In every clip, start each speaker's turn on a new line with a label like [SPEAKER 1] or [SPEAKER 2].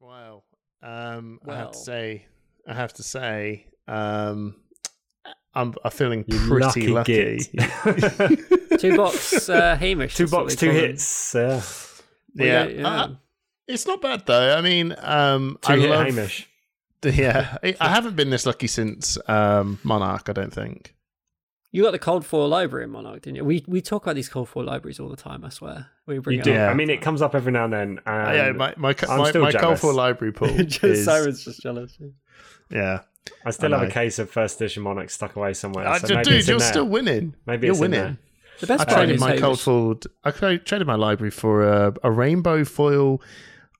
[SPEAKER 1] Wow. Um, I have
[SPEAKER 2] Well.
[SPEAKER 1] to say, I have to say, um, I'm, I'm feeling
[SPEAKER 3] You
[SPEAKER 1] pretty lucky.
[SPEAKER 3] git.
[SPEAKER 2] Two box uh, Hamish.
[SPEAKER 3] two
[SPEAKER 2] that's what
[SPEAKER 3] box,
[SPEAKER 2] they
[SPEAKER 3] two
[SPEAKER 2] call them.
[SPEAKER 3] hits. Yeah.
[SPEAKER 2] Well,
[SPEAKER 1] yeah,
[SPEAKER 2] yeah, yeah.
[SPEAKER 1] Uh, it's not bad though. I mean, um,
[SPEAKER 3] Two
[SPEAKER 1] I
[SPEAKER 3] hit
[SPEAKER 1] love.
[SPEAKER 3] Hamish.
[SPEAKER 1] Yeah, I- I haven't been this lucky since um, Monarch. I don't think.
[SPEAKER 2] You got the Cold War library in Monarch, didn't you? We we talk about these Cold War libraries all the time. I swear, we bring
[SPEAKER 3] You
[SPEAKER 2] it
[SPEAKER 3] do.
[SPEAKER 1] Yeah.
[SPEAKER 2] up.
[SPEAKER 3] I mean, it comes up every now and then. And
[SPEAKER 1] Uh, yeah, my my
[SPEAKER 3] I'm
[SPEAKER 1] my,
[SPEAKER 3] still
[SPEAKER 1] my
[SPEAKER 3] jealous.
[SPEAKER 1] Cold War library pool.
[SPEAKER 2] Just-
[SPEAKER 1] is,
[SPEAKER 2] Simon's just jealous.
[SPEAKER 1] yeah,
[SPEAKER 3] I still
[SPEAKER 1] I
[SPEAKER 3] have a
[SPEAKER 1] know.
[SPEAKER 3] case of first edition Monarch stuck away somewhere.
[SPEAKER 1] I
[SPEAKER 3] so
[SPEAKER 1] ju-
[SPEAKER 3] maybe
[SPEAKER 1] Uh, dude,
[SPEAKER 3] it's in
[SPEAKER 1] you're
[SPEAKER 3] there.
[SPEAKER 1] still winning.
[SPEAKER 3] Maybe
[SPEAKER 1] you're
[SPEAKER 3] it's in
[SPEAKER 1] winning.
[SPEAKER 3] there.
[SPEAKER 2] The best
[SPEAKER 1] I
[SPEAKER 2] part
[SPEAKER 1] traded
[SPEAKER 2] is
[SPEAKER 1] my
[SPEAKER 2] Hamish.
[SPEAKER 1] cold foiled. I tra- traded my library for a, a rainbow foil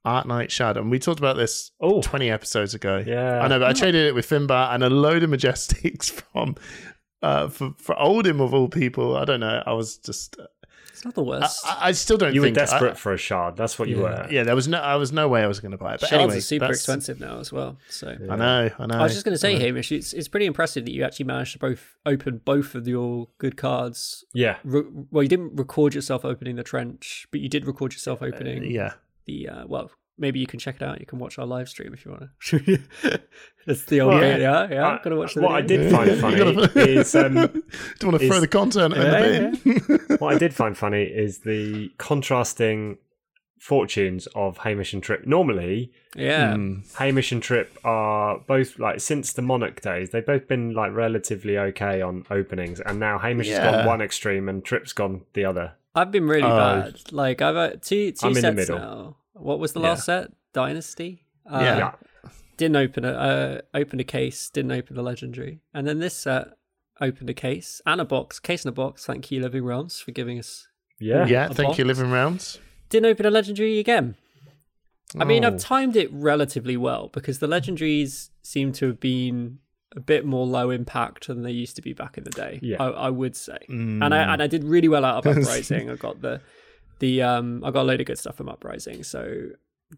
[SPEAKER 1] Art Night Shadow, and we talked about this
[SPEAKER 3] Oh.
[SPEAKER 1] twenty episodes ago.
[SPEAKER 3] Yeah.
[SPEAKER 1] I know,
[SPEAKER 2] Oh.
[SPEAKER 1] but I traded it with Finbar and a load of Majestics from uh, for for Oldham of all people. I don't know. I was just.
[SPEAKER 2] It's not the
[SPEAKER 1] I,
[SPEAKER 2] worst.
[SPEAKER 1] I- I still don't.
[SPEAKER 3] You were
[SPEAKER 1] think I-
[SPEAKER 3] desperate for a shard. That's what you
[SPEAKER 2] Yeah.
[SPEAKER 3] were.
[SPEAKER 1] yeah, there was no. I was no way I was going to buy it. But
[SPEAKER 2] Shards
[SPEAKER 1] anyway,
[SPEAKER 2] are super
[SPEAKER 1] that's-
[SPEAKER 2] expensive now as well. So
[SPEAKER 1] I know. I know. Uh,
[SPEAKER 2] I was just going to say,
[SPEAKER 1] I know.
[SPEAKER 2] Hamish, it's it's pretty impressive that you actually managed to both open both of your good cards.
[SPEAKER 3] Yeah.
[SPEAKER 2] Re- well, you didn't record yourself opening the trench, but you did record yourself opening
[SPEAKER 1] Yeah.
[SPEAKER 2] the. Uh, well, maybe you can check it out. You can watch our live stream if you want to. it's the old
[SPEAKER 3] Well,
[SPEAKER 2] yeah, yeah. yeah
[SPEAKER 3] I-
[SPEAKER 2] I'm gonna watch the
[SPEAKER 3] what I
[SPEAKER 2] video.
[SPEAKER 3] did find
[SPEAKER 1] You
[SPEAKER 3] funny
[SPEAKER 1] gotta-
[SPEAKER 3] is, um,
[SPEAKER 1] Don't want to throw
[SPEAKER 3] is-
[SPEAKER 1] the content
[SPEAKER 2] Yeah,
[SPEAKER 1] in the bin.
[SPEAKER 3] what I did find funny is the contrasting fortunes of Hamish and Trip. Normally,
[SPEAKER 2] Yeah,
[SPEAKER 1] Mm.
[SPEAKER 3] Hamish and Trip are both like since the Monarch days, they've both been like relatively okay on openings, and now Hamish has
[SPEAKER 1] Yeah.
[SPEAKER 3] gone one extreme and Trip's gone the other.
[SPEAKER 2] I've been really
[SPEAKER 1] Oh.
[SPEAKER 2] bad. Like I've uh, two two
[SPEAKER 3] I'm in the
[SPEAKER 2] sets
[SPEAKER 3] middle.
[SPEAKER 2] now. What was the last set? Dynasty. Uh,
[SPEAKER 1] Yeah.
[SPEAKER 3] yeah,
[SPEAKER 2] Didn't open a uh, opened a case. Didn't open a legendary. And then this set opened a case and a box. Case and a box. Thank you, Living Realms, for giving us.
[SPEAKER 3] yeah,
[SPEAKER 1] yeah.
[SPEAKER 2] A
[SPEAKER 1] Thank you,
[SPEAKER 2] box.
[SPEAKER 1] Living Rounds.
[SPEAKER 2] Didn't open a legendary again. I mean,
[SPEAKER 1] Oh.
[SPEAKER 2] I've timed it relatively well because the legendaries seem to have been a bit more low impact than they used to be back in the day.
[SPEAKER 3] Yeah.
[SPEAKER 2] I, I would say, and
[SPEAKER 1] Mm.
[SPEAKER 2] I and I did really well out of uprising. I got the the um, I got a load of good stuff from uprising, so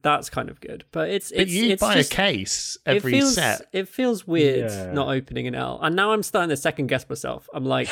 [SPEAKER 2] that's kind of good. But it's
[SPEAKER 1] But
[SPEAKER 2] it's
[SPEAKER 1] you
[SPEAKER 2] it's
[SPEAKER 1] buy
[SPEAKER 2] just,
[SPEAKER 1] a case every
[SPEAKER 2] it feels,
[SPEAKER 1] set.
[SPEAKER 2] It feels weird
[SPEAKER 3] Yeah.
[SPEAKER 2] not opening an L, and now I'm starting to second guess myself. I'm like,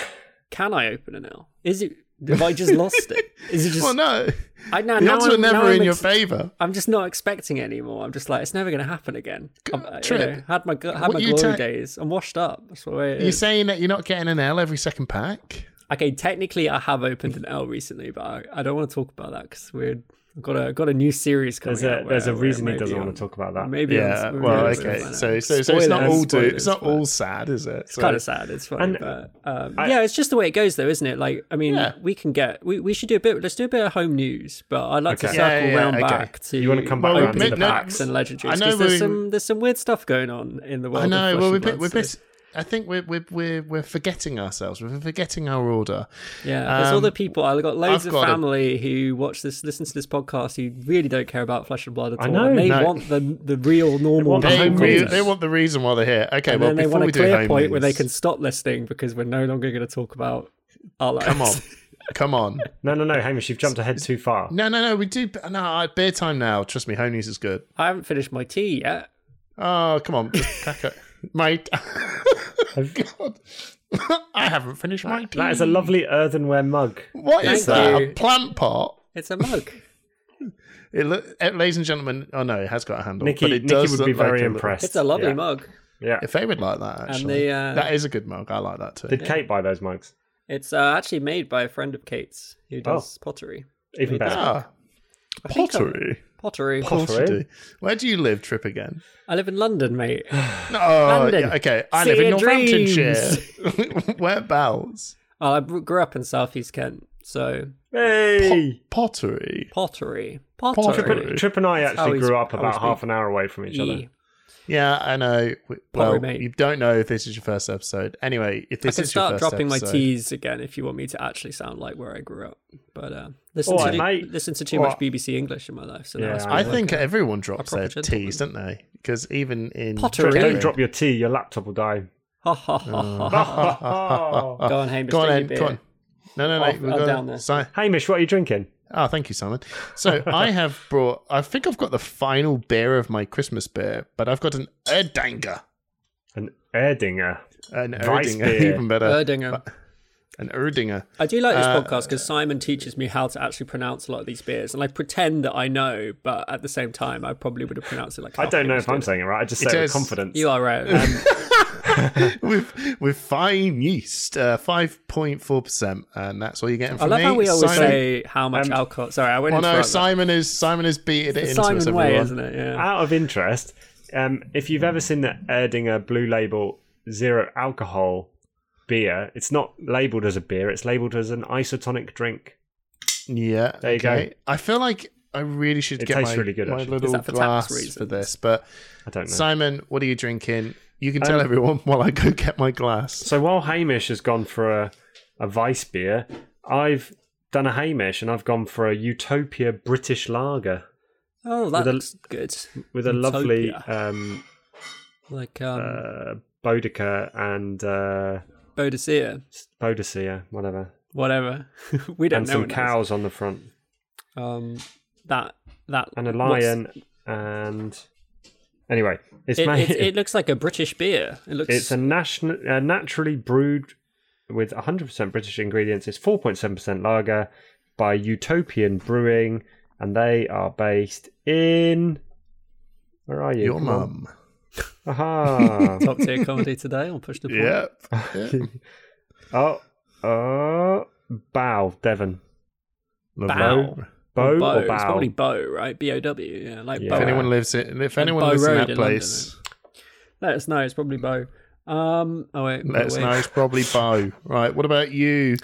[SPEAKER 2] can I open an L? Is it? Have I just lost it? Is it just?
[SPEAKER 1] well, no,
[SPEAKER 2] I now,
[SPEAKER 1] the
[SPEAKER 2] now
[SPEAKER 1] odds
[SPEAKER 2] I'm,
[SPEAKER 1] were
[SPEAKER 2] now
[SPEAKER 1] never
[SPEAKER 2] I'm
[SPEAKER 1] in your
[SPEAKER 2] ex-
[SPEAKER 1] favour.
[SPEAKER 2] I'm just not expecting it anymore. I'm just like, it's never going to happen again. I've, uh, you
[SPEAKER 1] Trip.
[SPEAKER 2] know, had my gl- had
[SPEAKER 1] What
[SPEAKER 2] my
[SPEAKER 1] you
[SPEAKER 2] glory
[SPEAKER 1] ta-
[SPEAKER 2] days. I'm washed up. That's what it
[SPEAKER 1] You're
[SPEAKER 2] is.
[SPEAKER 1] saying that you're not getting an L every second pack.
[SPEAKER 2] okay, technically, I have opened an L recently, but I, I don't want to talk about that because we're I've got a got a new series coming.
[SPEAKER 3] There's a
[SPEAKER 2] out
[SPEAKER 3] there's
[SPEAKER 2] where-
[SPEAKER 3] a
[SPEAKER 2] where
[SPEAKER 3] reason he
[SPEAKER 2] maybe
[SPEAKER 3] doesn't
[SPEAKER 2] I'm-
[SPEAKER 3] want to talk about that.
[SPEAKER 2] Maybe.
[SPEAKER 1] Yeah.
[SPEAKER 2] I'm,
[SPEAKER 1] Well,
[SPEAKER 2] maybe I'm
[SPEAKER 1] okay.
[SPEAKER 2] gonna
[SPEAKER 1] So,
[SPEAKER 2] find
[SPEAKER 1] so,
[SPEAKER 2] out.
[SPEAKER 1] so it's not
[SPEAKER 2] Spoilers,
[SPEAKER 1] all do. It's
[SPEAKER 2] spoilers,
[SPEAKER 1] not
[SPEAKER 2] but-
[SPEAKER 1] all sad, is it?
[SPEAKER 2] It's kind of sad. It's funny,
[SPEAKER 3] And-
[SPEAKER 2] but um,
[SPEAKER 3] I-
[SPEAKER 2] yeah, it's just the way it goes, though, isn't it? Like, I mean,
[SPEAKER 1] Yeah.
[SPEAKER 2] we can get we, we should do a bit. Let's do a bit of home news, but I'd like to
[SPEAKER 3] Okay.
[SPEAKER 2] circle
[SPEAKER 1] Yeah, yeah, yeah,
[SPEAKER 2] round
[SPEAKER 1] okay.
[SPEAKER 2] back to
[SPEAKER 3] You wanna come back
[SPEAKER 1] Well,
[SPEAKER 3] round
[SPEAKER 2] opening
[SPEAKER 3] to the
[SPEAKER 1] no,
[SPEAKER 2] packs and legendaries
[SPEAKER 1] I know
[SPEAKER 2] because there's
[SPEAKER 1] we-
[SPEAKER 2] some there's some weird stuff going on in the world.
[SPEAKER 1] I
[SPEAKER 2] of
[SPEAKER 1] know.
[SPEAKER 2] Flesh
[SPEAKER 1] Well,
[SPEAKER 2] and
[SPEAKER 1] we're,
[SPEAKER 2] Blood,
[SPEAKER 1] bit- we're,
[SPEAKER 2] so-
[SPEAKER 1] bit- I think we're, we're we're we're forgetting ourselves. We're forgetting our order.
[SPEAKER 2] Yeah, there's all
[SPEAKER 1] Um,
[SPEAKER 2] the people. I've got loads
[SPEAKER 1] I've
[SPEAKER 2] of
[SPEAKER 1] got a-
[SPEAKER 2] family who watch this, listen to this podcast, who really don't care about flesh and blood at all.
[SPEAKER 3] I know.
[SPEAKER 2] and they
[SPEAKER 1] No.
[SPEAKER 2] want the the real normal.
[SPEAKER 3] want the
[SPEAKER 1] They,
[SPEAKER 3] home
[SPEAKER 1] re-
[SPEAKER 3] news.
[SPEAKER 1] they want the reason why they're here. Okay.
[SPEAKER 2] and
[SPEAKER 1] well,
[SPEAKER 2] then they
[SPEAKER 1] before
[SPEAKER 2] want a
[SPEAKER 1] we do
[SPEAKER 2] clear
[SPEAKER 1] home
[SPEAKER 2] point where they
[SPEAKER 1] news-
[SPEAKER 2] can stop listening because we're no longer going to talk about our lives.
[SPEAKER 1] come on, come on.
[SPEAKER 3] No, no, no, Hamish, you've jumped ahead too far.
[SPEAKER 1] No, no, no. We do. No, I- beer time now. Trust me, home news is good.
[SPEAKER 2] I haven't finished my tea yet.
[SPEAKER 1] Oh, come on, just crack it, mate. God. I haven't finished my tea.
[SPEAKER 3] That is a lovely earthenware mug.
[SPEAKER 1] What is
[SPEAKER 2] Thank
[SPEAKER 1] that?
[SPEAKER 2] you.
[SPEAKER 1] A plant pot?
[SPEAKER 2] It's a mug.
[SPEAKER 1] It look, eh, ladies and gentlemen. Oh no, it has got a handle.
[SPEAKER 3] Nikki,
[SPEAKER 1] but it
[SPEAKER 3] Nikki
[SPEAKER 1] does
[SPEAKER 3] would be
[SPEAKER 1] look like
[SPEAKER 3] very
[SPEAKER 1] a little-
[SPEAKER 3] impressed.
[SPEAKER 2] It's a lovely
[SPEAKER 3] Yeah.
[SPEAKER 2] mug.
[SPEAKER 3] Yeah.
[SPEAKER 1] If they would like that, actually,
[SPEAKER 2] the, uh,
[SPEAKER 1] that is a good mug. I like that too.
[SPEAKER 3] Did Kate buy those mugs?
[SPEAKER 2] It's uh, actually made by a friend of Kate's who does pottery.
[SPEAKER 3] Even better.
[SPEAKER 1] ah,
[SPEAKER 2] I think I'm-
[SPEAKER 1] pottery.
[SPEAKER 2] Pottery.
[SPEAKER 1] Of course you
[SPEAKER 3] Pottery.
[SPEAKER 1] do. Where do you live, Trip again?
[SPEAKER 2] I live in London, mate. Uh,
[SPEAKER 1] No, oh,
[SPEAKER 2] London.
[SPEAKER 1] yeah, okay. I
[SPEAKER 2] See
[SPEAKER 1] live in
[SPEAKER 2] your dreams.
[SPEAKER 1] Northamptonshire. Whereabouts?
[SPEAKER 2] Well, I grew up in southeast Kent, so
[SPEAKER 3] Hey!
[SPEAKER 1] Pottery.
[SPEAKER 2] pottery.
[SPEAKER 1] Pottery.
[SPEAKER 2] Pottery.
[SPEAKER 3] Trip, Trip and I
[SPEAKER 2] how
[SPEAKER 3] actually
[SPEAKER 2] we
[SPEAKER 3] grew
[SPEAKER 2] sp-
[SPEAKER 3] up
[SPEAKER 2] how we
[SPEAKER 3] about
[SPEAKER 2] speak.
[SPEAKER 3] half an hour away from each other.
[SPEAKER 2] Yeah.
[SPEAKER 1] Yeah, I know. We-
[SPEAKER 2] Pottery,
[SPEAKER 1] Well,
[SPEAKER 2] mate.
[SPEAKER 1] you don't know if this is your first episode. Anyway, if
[SPEAKER 2] I
[SPEAKER 1] this
[SPEAKER 2] can
[SPEAKER 1] is
[SPEAKER 2] start
[SPEAKER 1] your first
[SPEAKER 2] dropping my
[SPEAKER 1] episode-
[SPEAKER 2] T's again if you want me to actually sound like where I grew up. But uh, listen,
[SPEAKER 3] Alright,
[SPEAKER 2] to,
[SPEAKER 3] mate.
[SPEAKER 2] listen to too
[SPEAKER 1] Alright.
[SPEAKER 2] much BBC English in my life, so now
[SPEAKER 3] Yeah,
[SPEAKER 2] it's
[SPEAKER 1] I
[SPEAKER 3] I'm
[SPEAKER 1] think everyone drops
[SPEAKER 2] proper
[SPEAKER 1] their
[SPEAKER 2] gentleman.
[SPEAKER 1] T's, don't they? Because even in
[SPEAKER 2] Pottery.
[SPEAKER 3] Trip,
[SPEAKER 2] Really?
[SPEAKER 3] don't drop your tea, your laptop will die.
[SPEAKER 2] ha ha ha ha.
[SPEAKER 3] Oh.
[SPEAKER 2] Go on, Hamish.
[SPEAKER 1] Go on,
[SPEAKER 2] take
[SPEAKER 1] Em,
[SPEAKER 2] your
[SPEAKER 1] go
[SPEAKER 2] beer.
[SPEAKER 1] on. Uh, No, no, no.
[SPEAKER 2] I'll-
[SPEAKER 1] we've
[SPEAKER 2] I'll
[SPEAKER 1] got-
[SPEAKER 2] down this.
[SPEAKER 1] Si-
[SPEAKER 3] Hamish, what are you drinking?
[SPEAKER 1] Oh, thank you, Simon. So I have brought. I think I've got the final beer of my Christmas beer, but I've got an Erdinger.
[SPEAKER 3] An Erdinger.
[SPEAKER 1] An
[SPEAKER 3] Weiss
[SPEAKER 1] Erdinger,
[SPEAKER 3] beer.
[SPEAKER 1] even better.
[SPEAKER 2] Erdinger.
[SPEAKER 1] an Erdinger.
[SPEAKER 2] I do like this
[SPEAKER 1] Uh,
[SPEAKER 2] podcast because Simon teaches me how to actually pronounce a lot of these beers, and I pretend that I know, but at the same time, I probably would have pronounced it like.
[SPEAKER 3] I
[SPEAKER 2] half
[SPEAKER 3] don't know
[SPEAKER 2] English
[SPEAKER 3] if I'm
[SPEAKER 2] did.
[SPEAKER 3] saying it right. I just say
[SPEAKER 1] It
[SPEAKER 3] it with
[SPEAKER 1] is-
[SPEAKER 3] confidence.
[SPEAKER 2] You are right. Um,
[SPEAKER 1] with with fine yeast, uh, five point four percent, and that's all you're getting
[SPEAKER 2] I
[SPEAKER 1] from
[SPEAKER 2] love
[SPEAKER 1] me.
[SPEAKER 2] how we always
[SPEAKER 1] Simon,
[SPEAKER 2] say how much
[SPEAKER 3] Um,
[SPEAKER 2] alcohol. Sorry, I went
[SPEAKER 1] Oh
[SPEAKER 2] into
[SPEAKER 1] no,
[SPEAKER 2] that.
[SPEAKER 1] Simon is Simon is beating it
[SPEAKER 2] It's
[SPEAKER 1] into
[SPEAKER 2] the
[SPEAKER 1] us.
[SPEAKER 2] Simon way,
[SPEAKER 1] everyone.
[SPEAKER 2] isn't it? Yeah.
[SPEAKER 3] Out of interest, um, if you've ever seen the Erdinger Blue Label Zero Alcohol beer, it's not labeled as a beer. It's labeled as an isotonic drink.
[SPEAKER 1] Yeah.
[SPEAKER 3] There you go.
[SPEAKER 1] okay. I feel like I really should
[SPEAKER 3] It
[SPEAKER 1] get
[SPEAKER 3] tastes
[SPEAKER 1] my,
[SPEAKER 3] really good,
[SPEAKER 1] my
[SPEAKER 3] actually.
[SPEAKER 1] little
[SPEAKER 2] Is that for tax
[SPEAKER 1] glass
[SPEAKER 2] reasons?
[SPEAKER 1] for this. But
[SPEAKER 3] I don't know. Um,
[SPEAKER 1] Simon, what are you drinking? You can tell everyone while I go get my glass.
[SPEAKER 3] So while Hamish has gone for a, a Weiss beer, I've done a Hamish and I've gone for a Utopia British Lager
[SPEAKER 2] Oh, that
[SPEAKER 3] With a-
[SPEAKER 2] looks good.
[SPEAKER 3] with a lovely
[SPEAKER 2] Utopia.
[SPEAKER 3] um,
[SPEAKER 2] Like um,
[SPEAKER 3] uh, Boudica and uh,
[SPEAKER 2] Boadicea,
[SPEAKER 3] Boudicca, whatever,
[SPEAKER 2] whatever. we don't
[SPEAKER 3] and
[SPEAKER 2] know.
[SPEAKER 3] some
[SPEAKER 2] what that is.
[SPEAKER 3] cows on the front,
[SPEAKER 2] Um, that that
[SPEAKER 3] and a
[SPEAKER 2] what's-
[SPEAKER 3] lion, and anyway, it's
[SPEAKER 2] It,
[SPEAKER 3] made.
[SPEAKER 2] it, it looks like a British beer. It looks.
[SPEAKER 3] It's a national, uh, naturally brewed with 100% British ingredients. It's 4.7% lager by Utopian Brewing, and they are based in. Where are you?
[SPEAKER 1] Your
[SPEAKER 3] Come on.
[SPEAKER 1] mum.
[SPEAKER 3] Aha.
[SPEAKER 2] top tier comedy today on Push the Point.
[SPEAKER 1] Yep.
[SPEAKER 3] oh, oh, Bow, Devon.
[SPEAKER 2] Bow.
[SPEAKER 1] Laval.
[SPEAKER 3] Oh, Bow
[SPEAKER 2] Bow.
[SPEAKER 3] or
[SPEAKER 2] It's
[SPEAKER 3] Bow?
[SPEAKER 2] probably Bow, right? B O W. Yeah, like
[SPEAKER 3] Yeah.
[SPEAKER 2] Bow.
[SPEAKER 1] If
[SPEAKER 3] Bow.
[SPEAKER 1] anyone lives in, if
[SPEAKER 2] And
[SPEAKER 1] anyone
[SPEAKER 2] Bow
[SPEAKER 1] lives in
[SPEAKER 2] Road
[SPEAKER 1] that
[SPEAKER 2] in London,
[SPEAKER 1] place,
[SPEAKER 2] Let us know. It's probably Bow. Um. Oh wait.
[SPEAKER 1] let us
[SPEAKER 2] wait.
[SPEAKER 1] know. It's probably Bow. Right. What about you,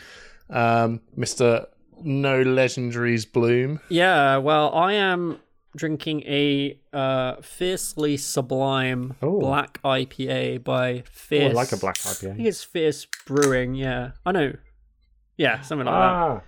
[SPEAKER 1] um, Mister No Legendaries Bloom?
[SPEAKER 2] Yeah. Well, I am drinking a uh, fiercely sublime
[SPEAKER 3] Oh.
[SPEAKER 2] black IPA by
[SPEAKER 3] Oh, I
[SPEAKER 2] Fierce.
[SPEAKER 3] like a black
[SPEAKER 2] I think
[SPEAKER 3] IPA.
[SPEAKER 2] it's Fierce Brewing. Yeah. I know. Yeah, something like that.
[SPEAKER 3] Ah,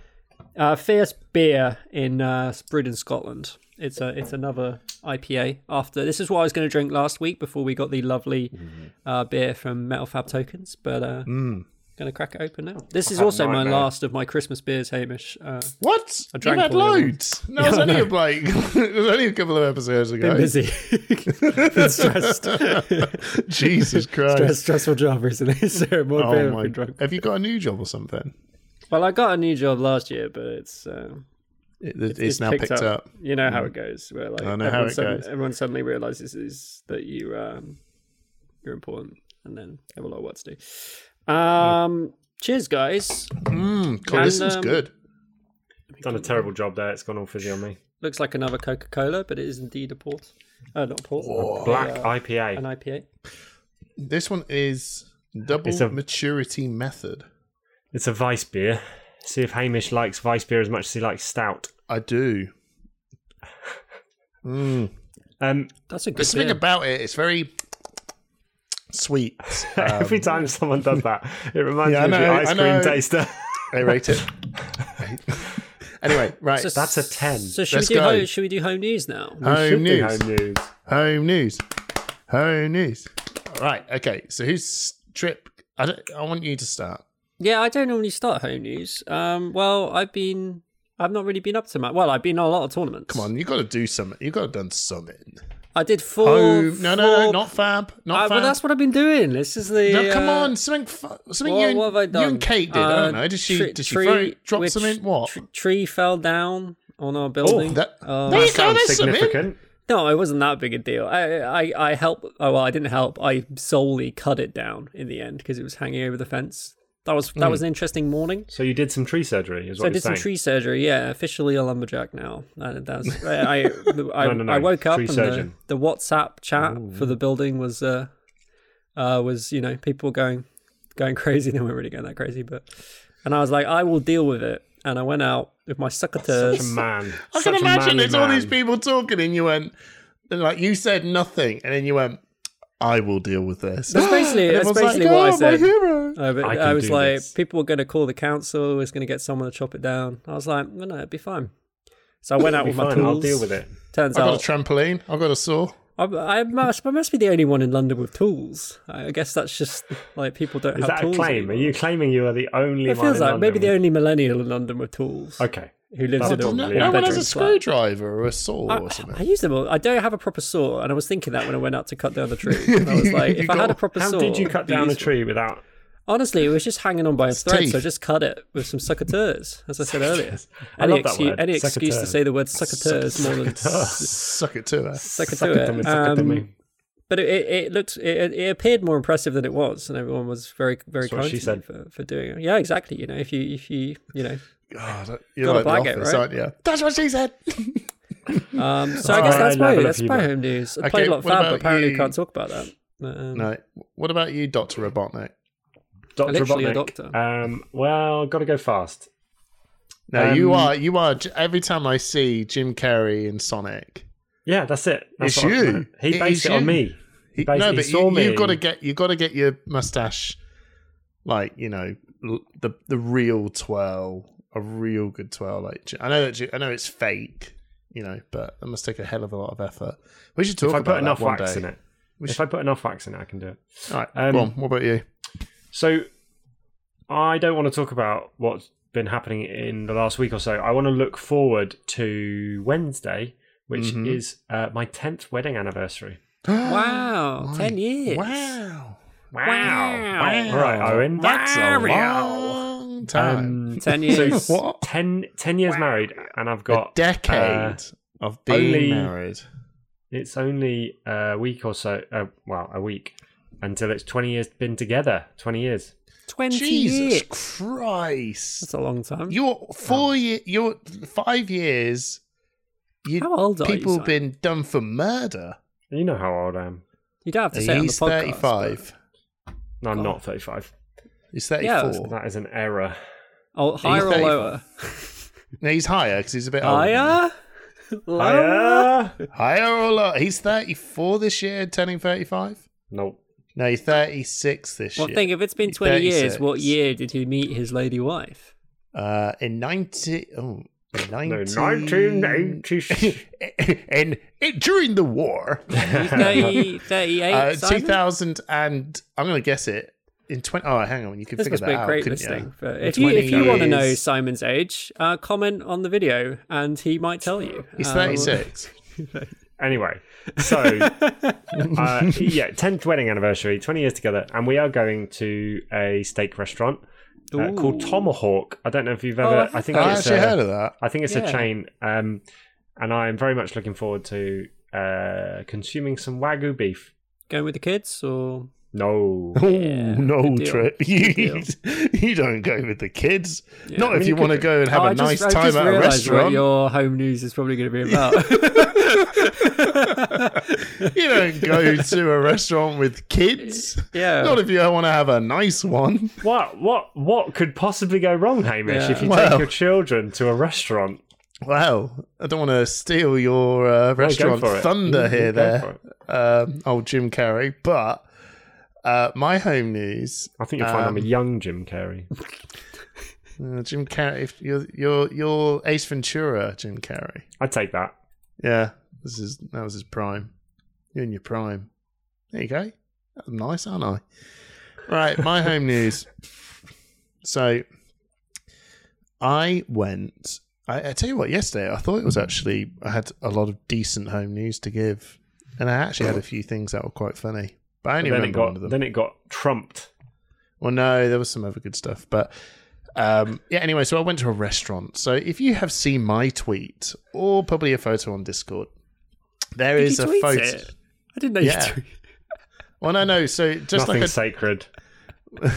[SPEAKER 2] Uh, Fierce Beer in uh, brewed in Scotland. It's a it's another IPA. After this is what I was going to drink last week before we got the lovely
[SPEAKER 1] Mm-hmm.
[SPEAKER 2] uh, beer from Metal Fab Tokens, but uh,
[SPEAKER 1] Mm.
[SPEAKER 2] going to crack it open now. This is
[SPEAKER 3] had
[SPEAKER 2] also my
[SPEAKER 3] nightmare.
[SPEAKER 2] last of my Christmas beers, Hamish. Uh,
[SPEAKER 1] What? I
[SPEAKER 2] drank
[SPEAKER 1] you had
[SPEAKER 2] all the other
[SPEAKER 1] loads. No, it was only like it was only a couple of episodes ago.
[SPEAKER 2] been busy, been stressed,
[SPEAKER 1] Jesus Christ.
[SPEAKER 2] stress, stressful job recently. So more beer
[SPEAKER 1] Oh
[SPEAKER 2] I've
[SPEAKER 1] my!
[SPEAKER 2] been drunk.
[SPEAKER 1] Have you got a new job or something?
[SPEAKER 2] Well, I got a new job last year, but it's. Uh,
[SPEAKER 1] It, it's, now picked, up. Mm.
[SPEAKER 2] You know how it goes. Where like
[SPEAKER 1] I know how
[SPEAKER 2] everyone,
[SPEAKER 1] it
[SPEAKER 2] sudden-
[SPEAKER 1] goes.
[SPEAKER 2] everyone suddenly realizes is that you um you're important, and then they have a lot of what to do. Um, cheers, guys.
[SPEAKER 1] Mm, God,
[SPEAKER 2] And,
[SPEAKER 1] this is
[SPEAKER 2] um,
[SPEAKER 1] good.
[SPEAKER 3] done a terrible job there. It's gone all fizzy on me.
[SPEAKER 2] Looks like another Coca Cola, but it is indeed a port. Uh, not a port.
[SPEAKER 1] Oh,
[SPEAKER 3] Black
[SPEAKER 2] uh,
[SPEAKER 3] IPA.
[SPEAKER 2] an IPA.
[SPEAKER 1] This one is double
[SPEAKER 3] It's a-
[SPEAKER 1] maturity method.
[SPEAKER 3] It's a Weiss beer. See if Hamish likes Weiss beer as much as he likes stout.
[SPEAKER 1] I do. Mm.
[SPEAKER 3] Um,
[SPEAKER 2] That's a good
[SPEAKER 1] The thing
[SPEAKER 2] beer.
[SPEAKER 1] about it, it's very sweet. Um,
[SPEAKER 3] Every time someone does that, it reminds
[SPEAKER 1] Yeah, I
[SPEAKER 3] me of the
[SPEAKER 1] know,
[SPEAKER 3] ice
[SPEAKER 1] I
[SPEAKER 3] cream
[SPEAKER 1] know.
[SPEAKER 3] taster.
[SPEAKER 1] I rate it. anyway, right.
[SPEAKER 2] So-
[SPEAKER 3] That's a 10.
[SPEAKER 2] So should
[SPEAKER 1] Let's
[SPEAKER 2] we do
[SPEAKER 1] go.
[SPEAKER 2] home, should we do home news now?
[SPEAKER 1] home news.
[SPEAKER 3] Home news.
[SPEAKER 1] Home news. Home news. Right. Okay. So whose trip? I don't, I want you to start.
[SPEAKER 2] Yeah, I don't normally start home news. Um, well, I've been I've not really been up to much. Well, I've been on a lot of tournaments.
[SPEAKER 1] Come on, you got to do something. You got to done something.
[SPEAKER 2] I did four.
[SPEAKER 1] Home. Oh, No, no, no,
[SPEAKER 2] four-
[SPEAKER 1] not fab. Not
[SPEAKER 2] Uh,
[SPEAKER 1] fab.
[SPEAKER 2] well, that's what I've been doing. This is the.
[SPEAKER 1] no, come
[SPEAKER 2] uh,
[SPEAKER 1] on, something, fu- something
[SPEAKER 2] What,
[SPEAKER 1] you, and,
[SPEAKER 2] what have I done? Uh,
[SPEAKER 1] you and Kate did. I don't know. Did she,
[SPEAKER 2] tree-
[SPEAKER 1] did she
[SPEAKER 2] tree-
[SPEAKER 1] throw, drop
[SPEAKER 2] which
[SPEAKER 1] something? What? Oh,
[SPEAKER 2] tr- tree fell down on our building.
[SPEAKER 1] that-
[SPEAKER 2] Um,
[SPEAKER 1] There you
[SPEAKER 3] That
[SPEAKER 1] go,
[SPEAKER 3] sounds
[SPEAKER 1] Oh, there's something.
[SPEAKER 3] significant.
[SPEAKER 2] no, it wasn't that big a deal. I, I, I helped. Oh well, I didn't help. I solely cut it down in the end because it was hanging over the fence. That was
[SPEAKER 1] Hmm.
[SPEAKER 2] that was an interesting morning.
[SPEAKER 3] So you did some tree surgery, is
[SPEAKER 2] So I
[SPEAKER 3] what you're
[SPEAKER 2] did some
[SPEAKER 3] saying.
[SPEAKER 2] tree surgery. Yeah, officially a lumberjack now. That, that was, I, I, I,
[SPEAKER 3] No, no, no,
[SPEAKER 2] I woke up
[SPEAKER 3] tree
[SPEAKER 2] and the,
[SPEAKER 3] surgeon.
[SPEAKER 2] the WhatsApp chat for the building was, uh, uh, was you know people were going, going crazy. They weren't really going that crazy, but, and I was like, I will deal with it. And I went out with my
[SPEAKER 3] Such a
[SPEAKER 2] succotash.
[SPEAKER 3] man.
[SPEAKER 1] I can imagine it's all these people talking, and you went, and like you said nothing, and then you went, I will deal with this.
[SPEAKER 2] That's basically-
[SPEAKER 1] And
[SPEAKER 2] that's
[SPEAKER 1] everyone's like,
[SPEAKER 2] basically what I
[SPEAKER 1] "Oh, My
[SPEAKER 2] said."
[SPEAKER 1] hero.
[SPEAKER 2] Uh, but
[SPEAKER 3] I
[SPEAKER 2] I,
[SPEAKER 3] can
[SPEAKER 2] was
[SPEAKER 3] do
[SPEAKER 2] like,
[SPEAKER 3] this.
[SPEAKER 2] people were going to call the council. It's going to get someone to chop it down. I was like, no, no, it'd be fine. So I went out with my
[SPEAKER 3] Fine,
[SPEAKER 2] tools.
[SPEAKER 3] I'll deal with it.
[SPEAKER 2] Turns
[SPEAKER 1] I've
[SPEAKER 2] out
[SPEAKER 1] got a trampoline. I've got a saw.
[SPEAKER 2] I, I must. I must be the only one in London with tools. I I guess that's just like people don't
[SPEAKER 3] Is
[SPEAKER 2] have
[SPEAKER 3] that a
[SPEAKER 2] tools.
[SPEAKER 3] claim? Are
[SPEAKER 2] anymore.
[SPEAKER 3] you claiming you are the only
[SPEAKER 2] It
[SPEAKER 3] one
[SPEAKER 2] feels
[SPEAKER 3] in
[SPEAKER 2] like
[SPEAKER 3] London
[SPEAKER 2] maybe the
[SPEAKER 3] with-
[SPEAKER 2] only millennial in London with tools
[SPEAKER 3] Okay.
[SPEAKER 2] who lives
[SPEAKER 3] That's
[SPEAKER 2] in a
[SPEAKER 1] No,
[SPEAKER 3] probably-
[SPEAKER 1] no
[SPEAKER 2] one
[SPEAKER 1] one has
[SPEAKER 2] bedroom
[SPEAKER 1] a
[SPEAKER 2] flat.
[SPEAKER 1] screwdriver or a saw or
[SPEAKER 2] I, I
[SPEAKER 1] something.
[SPEAKER 2] use them all. I don't have a proper saw, and I was thinking that when I went out to cut down the tree. And I was like,
[SPEAKER 1] You
[SPEAKER 2] if I had
[SPEAKER 1] got-
[SPEAKER 2] a proper
[SPEAKER 3] How
[SPEAKER 2] saw,
[SPEAKER 3] did you
[SPEAKER 2] it'd
[SPEAKER 3] cut
[SPEAKER 2] be
[SPEAKER 3] down a
[SPEAKER 2] useful.
[SPEAKER 3] tree without
[SPEAKER 2] Honestly, it was just hanging on by a
[SPEAKER 1] It's
[SPEAKER 2] thread,
[SPEAKER 1] teeth.
[SPEAKER 2] so just cut it with some suckateurs, as I said earlier.
[SPEAKER 3] I
[SPEAKER 2] any
[SPEAKER 3] love that
[SPEAKER 2] excuse,
[SPEAKER 3] word,
[SPEAKER 2] any excuse to
[SPEAKER 3] succotaur.
[SPEAKER 2] say the word suckateurs more than
[SPEAKER 1] Suck it to her.
[SPEAKER 2] Suck it
[SPEAKER 3] Suck
[SPEAKER 2] to
[SPEAKER 3] it
[SPEAKER 2] it.
[SPEAKER 3] to me, suck it to
[SPEAKER 2] Um,
[SPEAKER 3] me.
[SPEAKER 2] but it, it, it looked it, it appeared more impressive than it was, and everyone was very very
[SPEAKER 3] That's what
[SPEAKER 2] kind
[SPEAKER 3] she
[SPEAKER 2] to me for, for doing it. Yeah, exactly. You know, if you if you you know,
[SPEAKER 1] God, you're
[SPEAKER 2] Gotta
[SPEAKER 1] like the
[SPEAKER 2] blag it,
[SPEAKER 1] office,
[SPEAKER 2] right?
[SPEAKER 1] aren't you? That's what she said.
[SPEAKER 2] um, so I
[SPEAKER 3] Alright,
[SPEAKER 2] guess that's my
[SPEAKER 3] level of
[SPEAKER 2] that's my
[SPEAKER 3] humour.
[SPEAKER 2] home news. I
[SPEAKER 1] Okay,
[SPEAKER 2] played a lot of
[SPEAKER 1] what
[SPEAKER 2] Fab,
[SPEAKER 1] about
[SPEAKER 2] but apparently
[SPEAKER 1] you?
[SPEAKER 2] we can't talk about that. But, um,
[SPEAKER 1] no. What about you, Doctor Robotnik?
[SPEAKER 3] Doctor
[SPEAKER 2] literally a
[SPEAKER 3] Robotnik.
[SPEAKER 2] doctor.
[SPEAKER 3] Um, well, got to go fast.
[SPEAKER 1] No, you
[SPEAKER 3] Um,
[SPEAKER 1] are you are. Every time I see Jim Carrey in Sonic,
[SPEAKER 3] Yeah, that's it. That's
[SPEAKER 1] It's
[SPEAKER 3] what I-
[SPEAKER 1] you.
[SPEAKER 3] He
[SPEAKER 1] It
[SPEAKER 3] based
[SPEAKER 1] is
[SPEAKER 3] it on
[SPEAKER 1] you.
[SPEAKER 3] me.
[SPEAKER 1] he,
[SPEAKER 3] basically
[SPEAKER 1] no, but
[SPEAKER 3] saw
[SPEAKER 1] you,
[SPEAKER 3] me.
[SPEAKER 1] you've got to get you've got to get your mustache, like you know, l- the the real twirl, a real good twirl. Like J- I know that J- I know it's fake, you know, but that must take a hell of a lot of effort. We should talk
[SPEAKER 3] If I
[SPEAKER 1] about
[SPEAKER 3] put enough
[SPEAKER 1] that one
[SPEAKER 3] wax
[SPEAKER 1] day.
[SPEAKER 3] in it,
[SPEAKER 1] We
[SPEAKER 3] if
[SPEAKER 1] should-
[SPEAKER 3] I put enough wax in it, I can do it.
[SPEAKER 1] All right,
[SPEAKER 3] Um,
[SPEAKER 1] go on. What about you?
[SPEAKER 3] So I don't want to talk about what's been happening in the last week or so. I want to look forward to Wednesday, which
[SPEAKER 1] Mhm.
[SPEAKER 3] is uh, my tenth wedding anniversary.
[SPEAKER 2] Wow,
[SPEAKER 1] My-
[SPEAKER 2] 10 years.
[SPEAKER 1] Wow,
[SPEAKER 3] Wow!
[SPEAKER 2] Wow.
[SPEAKER 3] All right, Owen.
[SPEAKER 1] that's a
[SPEAKER 2] Mario.
[SPEAKER 1] long time.
[SPEAKER 3] Um,
[SPEAKER 2] Ten years.
[SPEAKER 3] So
[SPEAKER 1] What?
[SPEAKER 3] ten, 10 years married, and I've
[SPEAKER 1] a
[SPEAKER 3] got
[SPEAKER 1] decade
[SPEAKER 2] uh,
[SPEAKER 1] of being
[SPEAKER 3] only-
[SPEAKER 1] married.
[SPEAKER 3] It's only a week or so. Uh, well, a week until it's twenty years been together. Twenty years.
[SPEAKER 2] Twenty
[SPEAKER 1] Jesus
[SPEAKER 2] years.
[SPEAKER 1] Christ!
[SPEAKER 2] That's a long time.
[SPEAKER 1] You're four year. You're five years. You,
[SPEAKER 2] How old are you,
[SPEAKER 1] people
[SPEAKER 2] Simon?
[SPEAKER 1] been done for murder.
[SPEAKER 3] You know how old I am.
[SPEAKER 2] You don't have to say it on the
[SPEAKER 1] He's
[SPEAKER 2] podcast. but-
[SPEAKER 1] thirty-five.
[SPEAKER 3] No, I'm
[SPEAKER 2] God.
[SPEAKER 3] not thirty-five.
[SPEAKER 1] He's
[SPEAKER 2] Yeah,
[SPEAKER 1] thirty-four.
[SPEAKER 3] That is an error.
[SPEAKER 2] Oh, higher or
[SPEAKER 1] 35?
[SPEAKER 2] lower?
[SPEAKER 1] no, he's higher because he's a bit older.
[SPEAKER 2] Higher. Lower.
[SPEAKER 3] Hiya.
[SPEAKER 1] Oh, Higher or lower? He's thirty-four this year, turning thirty-five.
[SPEAKER 3] Nope.
[SPEAKER 1] No, he's thirty-six this
[SPEAKER 2] Well,
[SPEAKER 1] year.
[SPEAKER 2] think if it's been twenty years,
[SPEAKER 1] 36.
[SPEAKER 2] what year did he meet his lady wife?
[SPEAKER 1] Uh, in ninety. Oh. in 19...
[SPEAKER 3] No, 1986.
[SPEAKER 1] and it, during the war,
[SPEAKER 2] He's 30, 38,
[SPEAKER 1] uh,
[SPEAKER 2] Simon?
[SPEAKER 1] two thousand and I'm going to guess it in twenty. Oh, hang on, you can
[SPEAKER 2] This
[SPEAKER 1] figure
[SPEAKER 2] must
[SPEAKER 1] that
[SPEAKER 2] be a
[SPEAKER 1] out.
[SPEAKER 2] great
[SPEAKER 1] couldn't you?
[SPEAKER 2] listing. for-
[SPEAKER 1] In
[SPEAKER 2] If you, if
[SPEAKER 1] 20
[SPEAKER 2] you want to know
[SPEAKER 1] years.
[SPEAKER 2] Simon's age, uh, comment on the video and he might tell you.
[SPEAKER 1] He's
[SPEAKER 2] Uh,
[SPEAKER 1] 36.
[SPEAKER 3] Anyway, so uh, yeah, tenth wedding anniversary, twenty years together, and we are going to a steak restaurant uh, called
[SPEAKER 2] Ooh.
[SPEAKER 3] Tomahawk. I don't know if you've
[SPEAKER 2] Oh,
[SPEAKER 3] ever.
[SPEAKER 2] I
[SPEAKER 3] I think
[SPEAKER 1] I
[SPEAKER 3] it's
[SPEAKER 1] actually
[SPEAKER 3] a-
[SPEAKER 1] heard of that.
[SPEAKER 3] I think it's
[SPEAKER 2] Yeah.
[SPEAKER 3] a chain, um, and I am very much looking forward to uh, consuming some wagyu beef.
[SPEAKER 2] Going with the kids or
[SPEAKER 3] No,
[SPEAKER 1] Oh
[SPEAKER 2] Yeah,
[SPEAKER 1] no,
[SPEAKER 2] good deal.
[SPEAKER 1] Trip! You,
[SPEAKER 2] deal.
[SPEAKER 1] you don't go with the kids.
[SPEAKER 2] Yeah.
[SPEAKER 1] Not
[SPEAKER 2] I
[SPEAKER 1] if
[SPEAKER 3] mean,
[SPEAKER 1] you
[SPEAKER 3] you
[SPEAKER 1] want to
[SPEAKER 3] could-
[SPEAKER 1] go and have
[SPEAKER 2] Oh,
[SPEAKER 1] a
[SPEAKER 2] I
[SPEAKER 1] nice
[SPEAKER 2] just- I
[SPEAKER 1] time
[SPEAKER 2] just
[SPEAKER 1] at a
[SPEAKER 2] realised what
[SPEAKER 1] restaurant.
[SPEAKER 2] your home news is probably going to be about.
[SPEAKER 1] You don't go to a restaurant with kids.
[SPEAKER 2] yeah.
[SPEAKER 1] Not if you want to have a nice one.
[SPEAKER 3] what, what, what could possibly go wrong, Hamish?
[SPEAKER 2] Yeah.
[SPEAKER 3] If you
[SPEAKER 1] Well.
[SPEAKER 3] take your children to a restaurant,
[SPEAKER 1] Well, I don't want to steal your uh, restaurant
[SPEAKER 3] for it.
[SPEAKER 1] thunder
[SPEAKER 3] You-
[SPEAKER 2] Mm-hmm,
[SPEAKER 3] you
[SPEAKER 1] here,
[SPEAKER 3] go
[SPEAKER 1] there, um, old Jim Carrey. But uh, my home news
[SPEAKER 3] I think you'll find
[SPEAKER 1] Um,
[SPEAKER 3] I'm a young Jim Carrey.
[SPEAKER 1] Uh, Jim Carrey. If you're you're you're Ace Ventura, Jim Carrey.
[SPEAKER 3] I take that.
[SPEAKER 1] Yeah, this is that was his prime. You're in your prime. There you go. That's nice, aren't I? Right, my home news. So, I went. I, I tell you what, yesterday I thought it was actually I had a lot of decent home news to give, and I actually had a few things that were quite funny. But I
[SPEAKER 3] But
[SPEAKER 1] only
[SPEAKER 3] then it
[SPEAKER 1] remember one of
[SPEAKER 3] got
[SPEAKER 1] them.
[SPEAKER 3] then it got trumped.
[SPEAKER 1] Well, no, there was some other good stuff, but um, yeah. Anyway, so I went to a restaurant. So if you have seen my tweet or probably a photo on Discord, there
[SPEAKER 2] Did
[SPEAKER 1] is
[SPEAKER 2] you
[SPEAKER 1] a
[SPEAKER 2] tweet
[SPEAKER 1] photo.
[SPEAKER 2] it? I didn't know
[SPEAKER 1] Yeah.
[SPEAKER 2] you
[SPEAKER 1] Well, no, no. So just
[SPEAKER 3] Nothing
[SPEAKER 1] like a
[SPEAKER 3] sacred.
[SPEAKER 1] well,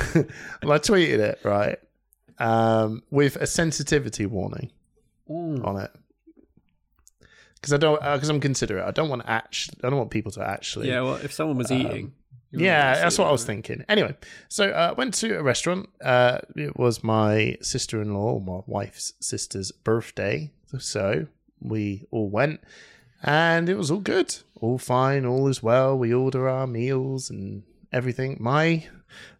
[SPEAKER 1] I tweeted it right um, with a sensitivity warning on it because I don't because I'm considerate. I don't want actually. I don't want people to actually.
[SPEAKER 2] Yeah, well, if someone was eating. you wouldn't
[SPEAKER 1] Um, Yeah,
[SPEAKER 2] wanna
[SPEAKER 1] that's
[SPEAKER 2] see
[SPEAKER 1] what I
[SPEAKER 2] them,
[SPEAKER 1] was
[SPEAKER 2] right?
[SPEAKER 1] thinking. Anyway, so I uh, went to a restaurant. Uh, it was my sister in law, my wife's sister's birthday. So we all went and it was all good, all fine, all is well. We order our meals and everything. My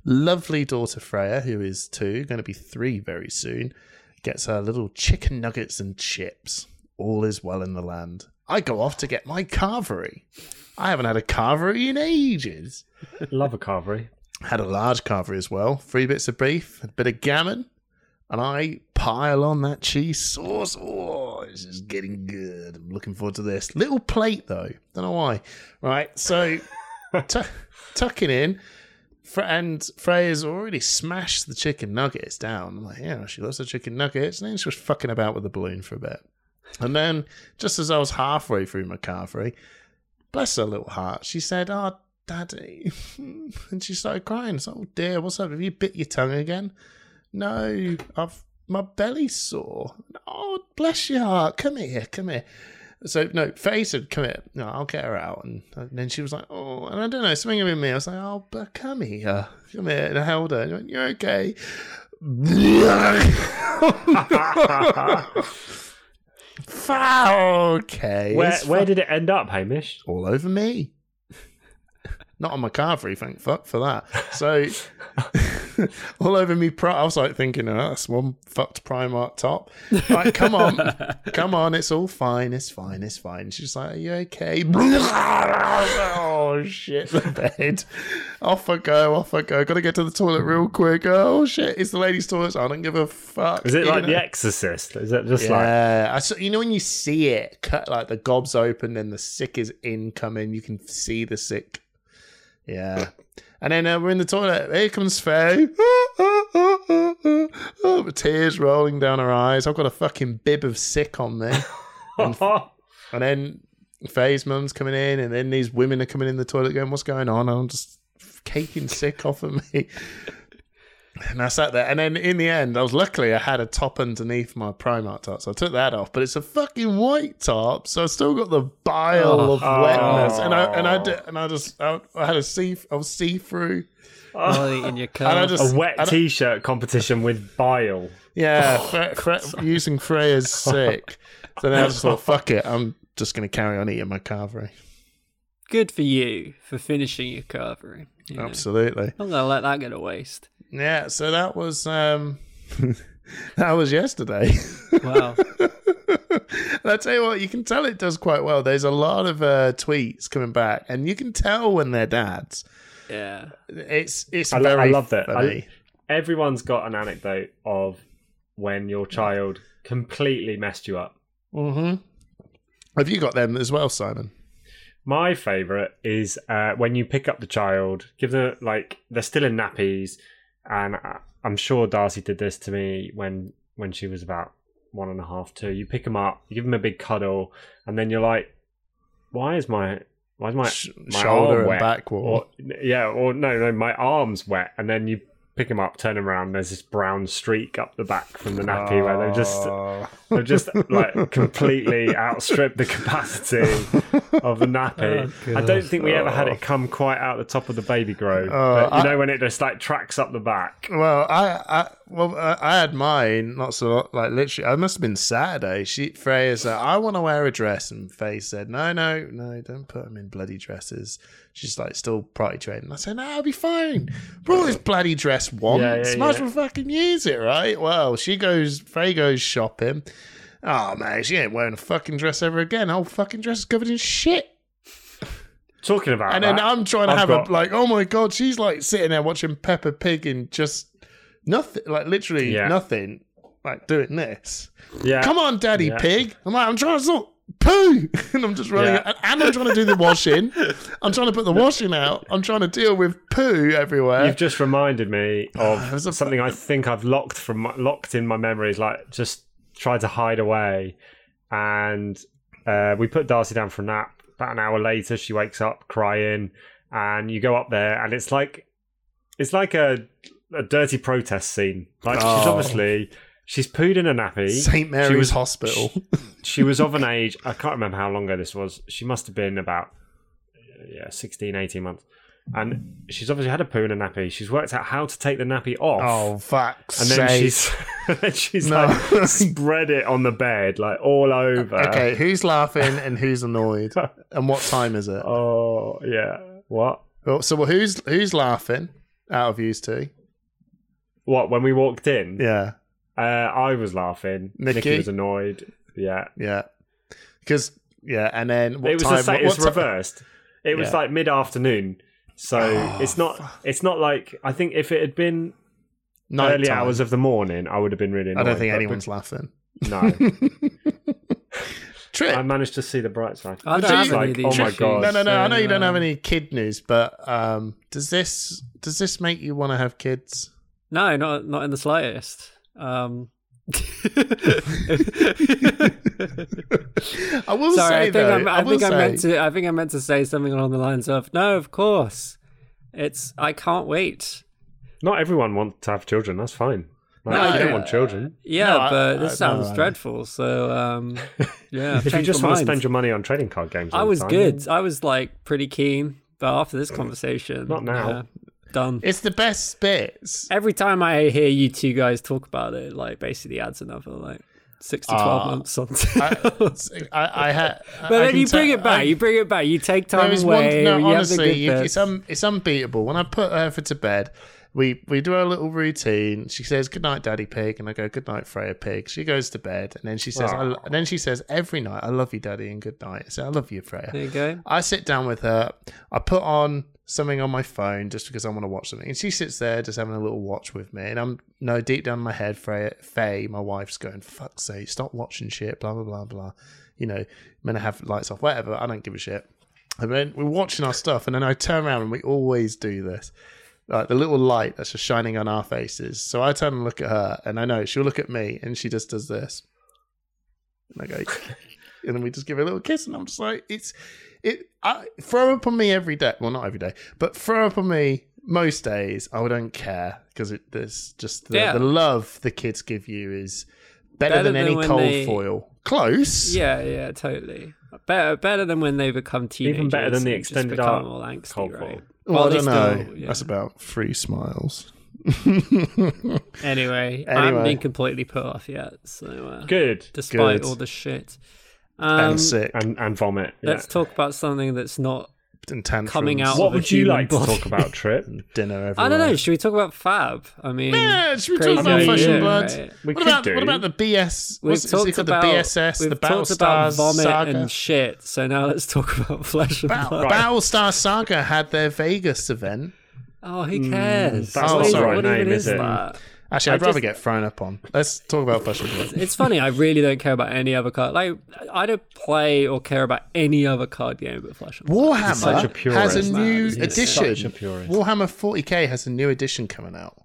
[SPEAKER 1] lovely daughter Freya, who is two, going to be three very soon, gets her little chicken nuggets and chips. All is well in the land. I go off to get my carvery. I haven't had a carvery in ages
[SPEAKER 3] Love a carvery.
[SPEAKER 1] had a large carvery as well. Three bits of beef, a bit of gammon, and I pile on that cheese sauce. Oh, this is getting good. I'm looking forward to this. Little plate though, don't know why. Right, so tu- tucking in, Fre- and Freya's already smashed the chicken nuggets down. I'm like, yeah, she loves the chicken nuggets. And then she was fucking about with the balloon for a bit. And then, just as I was halfway through my carvery, bless her little heart, she said, Oh, daddy. and she started crying. It's like, Oh, dear, what's up? Have you bit your tongue again? No, I've my belly's sore. Oh, bless your heart. Come here, come here. So no, Faye said, "Come here." No, I'll get her out, and, and then she was like, "Oh," and I don't know, something in me. I was like, "Oh, but come here, come here," and I held her. And she went, "You're okay." okay.
[SPEAKER 3] Where
[SPEAKER 1] it's
[SPEAKER 3] where did it end up, Hamish?
[SPEAKER 1] all over me. Not on my car free, thank fuck for that. So all over me. Pro- I was like thinking, oh, that's one fucked Primark top. Like, come on, come on, it's all fine, it's fine, it's fine. She's like, are you okay? oh shit, the bed. Off I go, off I go. Got to get to the toilet real quick. Oh shit, it's the ladies' toilet. I don't give a fuck.
[SPEAKER 3] Is it
[SPEAKER 1] you
[SPEAKER 3] like
[SPEAKER 1] know?
[SPEAKER 3] The Exorcist? Is it just like
[SPEAKER 1] Yeah, I saw, you know when you see it, cut like the gob's open and the sick is incoming. You can see the sick. Yeah, and then uh, we're in the toilet. Here comes Faye. Oh, tears rolling down her eyes. I've got a fucking bib of sick on me. And then Faye's mum's coming in, and then these women are coming in the toilet going, What's going on? I'm just caking sick off of me. And I sat there. And then in the end, I was luckily I had a top underneath my Primark top. So I took that off. But it's a fucking white top. So I still got the bile of
[SPEAKER 2] Oh.
[SPEAKER 1] wetness. And I and I did, and I just I, I had a see I was see through.
[SPEAKER 2] Molly in your
[SPEAKER 1] And I
[SPEAKER 2] car.
[SPEAKER 1] just
[SPEAKER 3] Uh, a
[SPEAKER 1] and
[SPEAKER 3] wet
[SPEAKER 1] I-
[SPEAKER 3] t-shirt competition with bile?
[SPEAKER 1] Yeah,
[SPEAKER 3] Oh,
[SPEAKER 1] Fre- Fre- using Freya's sick. So then I just thought, fuck it, I'm just gonna carry on eating my carvery.
[SPEAKER 2] Good for you for finishing your carvery. You know.
[SPEAKER 1] Absolutely.
[SPEAKER 2] I'm not gonna let that go to waste.
[SPEAKER 1] Yeah, so that was um that was yesterday.
[SPEAKER 2] Wow.
[SPEAKER 1] and I tell you what, you can tell it does quite well. There's a lot of uh, tweets coming back, and you can tell when they're dads.
[SPEAKER 2] yeah.
[SPEAKER 1] It's it's
[SPEAKER 3] I, lo-
[SPEAKER 1] very
[SPEAKER 3] I love that. I-
[SPEAKER 1] funny.
[SPEAKER 3] everyone's got an anecdote of when your child completely messed you up.
[SPEAKER 1] hmm Have you got them as well, Simon?
[SPEAKER 3] My favourite is uh, when you pick up the child, give them like they're still in nappies, and I- I'm sure Darcy did this to me when when she was about one and a half, two. You pick them up, you give them a big cuddle, and then you're like, "Why is my why is my,
[SPEAKER 1] Sh-
[SPEAKER 3] my
[SPEAKER 1] shoulder
[SPEAKER 3] arm
[SPEAKER 1] and
[SPEAKER 3] wet?
[SPEAKER 1] back
[SPEAKER 3] or
[SPEAKER 1] wall.
[SPEAKER 3] yeah, or no, no, my arm's wet, and then you pick them up, turn 'em around, there's this brown streak up the back from the nappy where they're just
[SPEAKER 1] Oh.
[SPEAKER 3] they're just like completely outstripped the capacity of the nappy.
[SPEAKER 2] Oh,
[SPEAKER 3] I don't think we ever had it come quite out the top of the baby grow.
[SPEAKER 1] Oh,
[SPEAKER 3] but you
[SPEAKER 1] I-
[SPEAKER 3] know when it just like tracks up the back.
[SPEAKER 1] Well, I, I well I I had mine not so long, like literally. I must have been Saturday. She Freya said, "I want to wear a dress," and Faye said, "No, no, no, don't put them in bloody dresses." She's like still party training. I said, "No, I'll be fine. Brought this bloody dress once.
[SPEAKER 3] Yeah, yeah,
[SPEAKER 1] Might as
[SPEAKER 3] yeah.
[SPEAKER 1] well fucking use it, right?" Well, she goes. Faye goes shopping. Oh man, she ain't wearing a fucking dress ever again. Whole fucking dress is covered in shit.
[SPEAKER 3] Talking about
[SPEAKER 1] And
[SPEAKER 3] that,
[SPEAKER 1] then I'm trying to
[SPEAKER 3] I've
[SPEAKER 1] have
[SPEAKER 3] got-
[SPEAKER 1] a like, oh my god, she's like sitting there watching Peppa Pig and just nothing, like literally
[SPEAKER 3] Yeah.
[SPEAKER 1] nothing, like doing this.
[SPEAKER 3] yeah,
[SPEAKER 1] Come on, Daddy
[SPEAKER 3] Yeah.
[SPEAKER 1] Pig. I'm like, I'm trying to sort poo, and I'm just running,
[SPEAKER 3] Yeah.
[SPEAKER 1] and, and I'm trying to do the washing. I'm trying to put the washing out. I'm trying to deal with poo everywhere.
[SPEAKER 3] You've just reminded me
[SPEAKER 1] It was a-
[SPEAKER 3] of something I think I've locked from my, locked in my memories, like just tried to hide away. And uh, we put Darcy down for a nap. About an hour later, she wakes up crying, and you go up there, and it's like it's like a a dirty protest scene. Like she's
[SPEAKER 1] Oh.
[SPEAKER 3] obviously she's pooed in a nappy.
[SPEAKER 1] St Mary's
[SPEAKER 3] was-
[SPEAKER 1] Hospital.
[SPEAKER 3] She was of an age I can't remember how long ago this was. She must have been about yeah 16, 18 months. And she's obviously had a poo in a nappy. She's worked out how to take the nappy off.
[SPEAKER 1] oh fuck's
[SPEAKER 3] And then
[SPEAKER 1] sake.
[SPEAKER 3] she's, then she's
[SPEAKER 1] No.
[SPEAKER 3] like spread it on the bed, like all over.
[SPEAKER 1] okay, who's laughing and who's annoyed, and what time is it?
[SPEAKER 3] Oh yeah. What?
[SPEAKER 1] Well, so well, who's who's laughing out of you two?
[SPEAKER 3] What? When we walked in,
[SPEAKER 1] Yeah.
[SPEAKER 3] uh, I was laughing.
[SPEAKER 1] Nikki?
[SPEAKER 3] was annoyed. Yeah.
[SPEAKER 1] Yeah, because yeah, and then what
[SPEAKER 3] it was
[SPEAKER 1] time?
[SPEAKER 3] the same.
[SPEAKER 1] what-
[SPEAKER 3] It was
[SPEAKER 1] what ti-
[SPEAKER 3] reversed. It was
[SPEAKER 1] Yeah.
[SPEAKER 3] like mid afternoon. So
[SPEAKER 1] Oh,
[SPEAKER 3] it's not. It's not like I think if it had been
[SPEAKER 1] Night
[SPEAKER 3] early
[SPEAKER 1] time.
[SPEAKER 3] hours of the morning, I would have been really. Annoyed,
[SPEAKER 1] I don't think
[SPEAKER 3] but-
[SPEAKER 1] anyone's laughing.
[SPEAKER 3] No.
[SPEAKER 1] Trip.
[SPEAKER 3] I managed to see the bright side.
[SPEAKER 2] I
[SPEAKER 1] don't
[SPEAKER 2] don't
[SPEAKER 1] have
[SPEAKER 2] have
[SPEAKER 1] any
[SPEAKER 3] of these
[SPEAKER 1] Trip,
[SPEAKER 3] Oh my God.
[SPEAKER 1] No, no, no. I know you don't have
[SPEAKER 2] any.
[SPEAKER 1] any kid news, but um, does this does this make you want to have kids?
[SPEAKER 2] No, not not in the slightest. Um,
[SPEAKER 1] I will
[SPEAKER 2] sorry,
[SPEAKER 1] say
[SPEAKER 2] I think,
[SPEAKER 1] though,
[SPEAKER 2] I'm, I,
[SPEAKER 1] will
[SPEAKER 2] think I
[SPEAKER 1] say,
[SPEAKER 2] meant to. I think I meant to say something along the lines of, "No, of course, it's. I can't wait."
[SPEAKER 3] Not everyone wants to have children. That's fine. Like,
[SPEAKER 2] No,
[SPEAKER 3] you don't
[SPEAKER 1] yeah.
[SPEAKER 3] want children.
[SPEAKER 2] Yeah,
[SPEAKER 1] No, I-
[SPEAKER 2] but
[SPEAKER 1] I-
[SPEAKER 2] this
[SPEAKER 1] no,
[SPEAKER 2] sounds
[SPEAKER 1] I-
[SPEAKER 2] dreadful. So, um, yeah,
[SPEAKER 3] If you
[SPEAKER 2] change
[SPEAKER 3] just
[SPEAKER 2] my
[SPEAKER 3] want to
[SPEAKER 2] mind.
[SPEAKER 3] spend your money on trading card games, all
[SPEAKER 2] I
[SPEAKER 3] the
[SPEAKER 2] was
[SPEAKER 3] time,
[SPEAKER 2] good. I was like pretty keen, but after this conversation,
[SPEAKER 3] Not now.
[SPEAKER 2] yeah, done.
[SPEAKER 1] It's the best bits.
[SPEAKER 2] Every time I hear you two guys talk about it, like basically adds another like six to twelve
[SPEAKER 1] Ah.
[SPEAKER 2] months on.
[SPEAKER 1] I, I had,
[SPEAKER 2] But then you bring it back. you bring it back. You take time
[SPEAKER 1] There is one.
[SPEAKER 2] away.
[SPEAKER 1] No,
[SPEAKER 2] you have the
[SPEAKER 1] honestly,
[SPEAKER 2] good
[SPEAKER 1] you,
[SPEAKER 2] bits.
[SPEAKER 1] it's un, it's unbeatable. When I put Hertha to bed, we we do our little routine. She says good night, Daddy Pig, and I go good night, Freya Pig. She goes to bed, and then she says, I, lo- and then she says every night, I love you, Daddy, and good night. I say, I love you, Freya.
[SPEAKER 2] there you go.
[SPEAKER 1] I sit down with her. I put on something on my phone just because I want to watch something. And she sits there just having a little watch with me. And I'm, no, deep down in my head, Freya, Faye, my wife's going, fuck's sake, stop watching shit, blah, blah, blah, blah. You know, men have lights off, whatever. I don't give a shit. And then we're watching our stuff. And then I turn around and we always do this. Like the little light that's just shining on our faces. So I turn and look at her, and I know she'll look at me, and she just does this. And I go, and then we just give her a little kiss, and I'm just like, it's it I, throw up on me every day. Well, not every day, but throw up on me most days. I don't care because it there's just the,
[SPEAKER 2] Yeah.
[SPEAKER 1] the love the kids give you is better,
[SPEAKER 2] Better
[SPEAKER 1] than,
[SPEAKER 2] than
[SPEAKER 1] any
[SPEAKER 2] when
[SPEAKER 1] cold
[SPEAKER 2] they-
[SPEAKER 1] foil. Close.
[SPEAKER 2] Yeah, yeah, totally. Better, better than when they become teenagers.
[SPEAKER 3] Even better than the
[SPEAKER 2] and just
[SPEAKER 3] extended
[SPEAKER 2] become
[SPEAKER 3] art
[SPEAKER 2] all angsty,
[SPEAKER 3] cold
[SPEAKER 2] right?
[SPEAKER 3] war.
[SPEAKER 1] Well, I
[SPEAKER 2] they
[SPEAKER 1] don't know.
[SPEAKER 2] still- yeah.
[SPEAKER 1] That's about three smiles.
[SPEAKER 2] Anyway, I haven't
[SPEAKER 1] Anyway.
[SPEAKER 2] been completely put off yet. So, uh,
[SPEAKER 3] Good.
[SPEAKER 2] despite
[SPEAKER 1] Good.
[SPEAKER 2] all the shit,
[SPEAKER 1] and
[SPEAKER 2] um,
[SPEAKER 1] sick
[SPEAKER 3] And and vomit. yeah.
[SPEAKER 2] let's talk about something that's not.
[SPEAKER 1] and tantrums.
[SPEAKER 2] coming out-
[SPEAKER 3] What
[SPEAKER 2] of a
[SPEAKER 3] would you
[SPEAKER 2] human
[SPEAKER 3] like
[SPEAKER 2] body.
[SPEAKER 3] to talk about, Trip?
[SPEAKER 1] dinner everywhere.
[SPEAKER 2] I don't know. Should we talk about Fab? I mean,
[SPEAKER 1] Yeah, should we
[SPEAKER 2] crazy
[SPEAKER 1] talk about
[SPEAKER 3] idea,
[SPEAKER 1] Flesh and
[SPEAKER 3] yeah,
[SPEAKER 1] Blood?
[SPEAKER 2] right?
[SPEAKER 3] We
[SPEAKER 1] what
[SPEAKER 3] could
[SPEAKER 1] about
[SPEAKER 3] do.
[SPEAKER 1] what about the BS?
[SPEAKER 2] We've
[SPEAKER 1] What's it- is
[SPEAKER 2] talked
[SPEAKER 1] it called?
[SPEAKER 2] about
[SPEAKER 1] the BSS,
[SPEAKER 2] we've
[SPEAKER 1] the
[SPEAKER 2] talked
[SPEAKER 1] Battlestar
[SPEAKER 2] about vomit
[SPEAKER 1] Saga.
[SPEAKER 2] and shit. So now let's talk about flesh and
[SPEAKER 1] Ba-
[SPEAKER 2] blood.
[SPEAKER 1] Battlestar Saga had their Vegas event.
[SPEAKER 2] Oh, who cares?
[SPEAKER 1] Mm,
[SPEAKER 3] that's
[SPEAKER 1] not
[SPEAKER 2] what
[SPEAKER 1] the
[SPEAKER 2] even-
[SPEAKER 1] right
[SPEAKER 2] what even
[SPEAKER 3] name,
[SPEAKER 2] is
[SPEAKER 3] is it?
[SPEAKER 2] that?
[SPEAKER 1] Actually, I'd
[SPEAKER 2] I
[SPEAKER 1] rather
[SPEAKER 2] just-
[SPEAKER 1] get thrown up on. Let's talk about Flesh and Blood.
[SPEAKER 2] It's funny. I really don't care about any other card. Like I don't play or care about any other card game but Flesh and Blood.
[SPEAKER 1] Warhammer
[SPEAKER 3] such a
[SPEAKER 1] has
[SPEAKER 3] purist,
[SPEAKER 1] a new
[SPEAKER 2] man. He's
[SPEAKER 1] edition.
[SPEAKER 3] such a purist.
[SPEAKER 1] Warhammer 40k has a new edition coming out.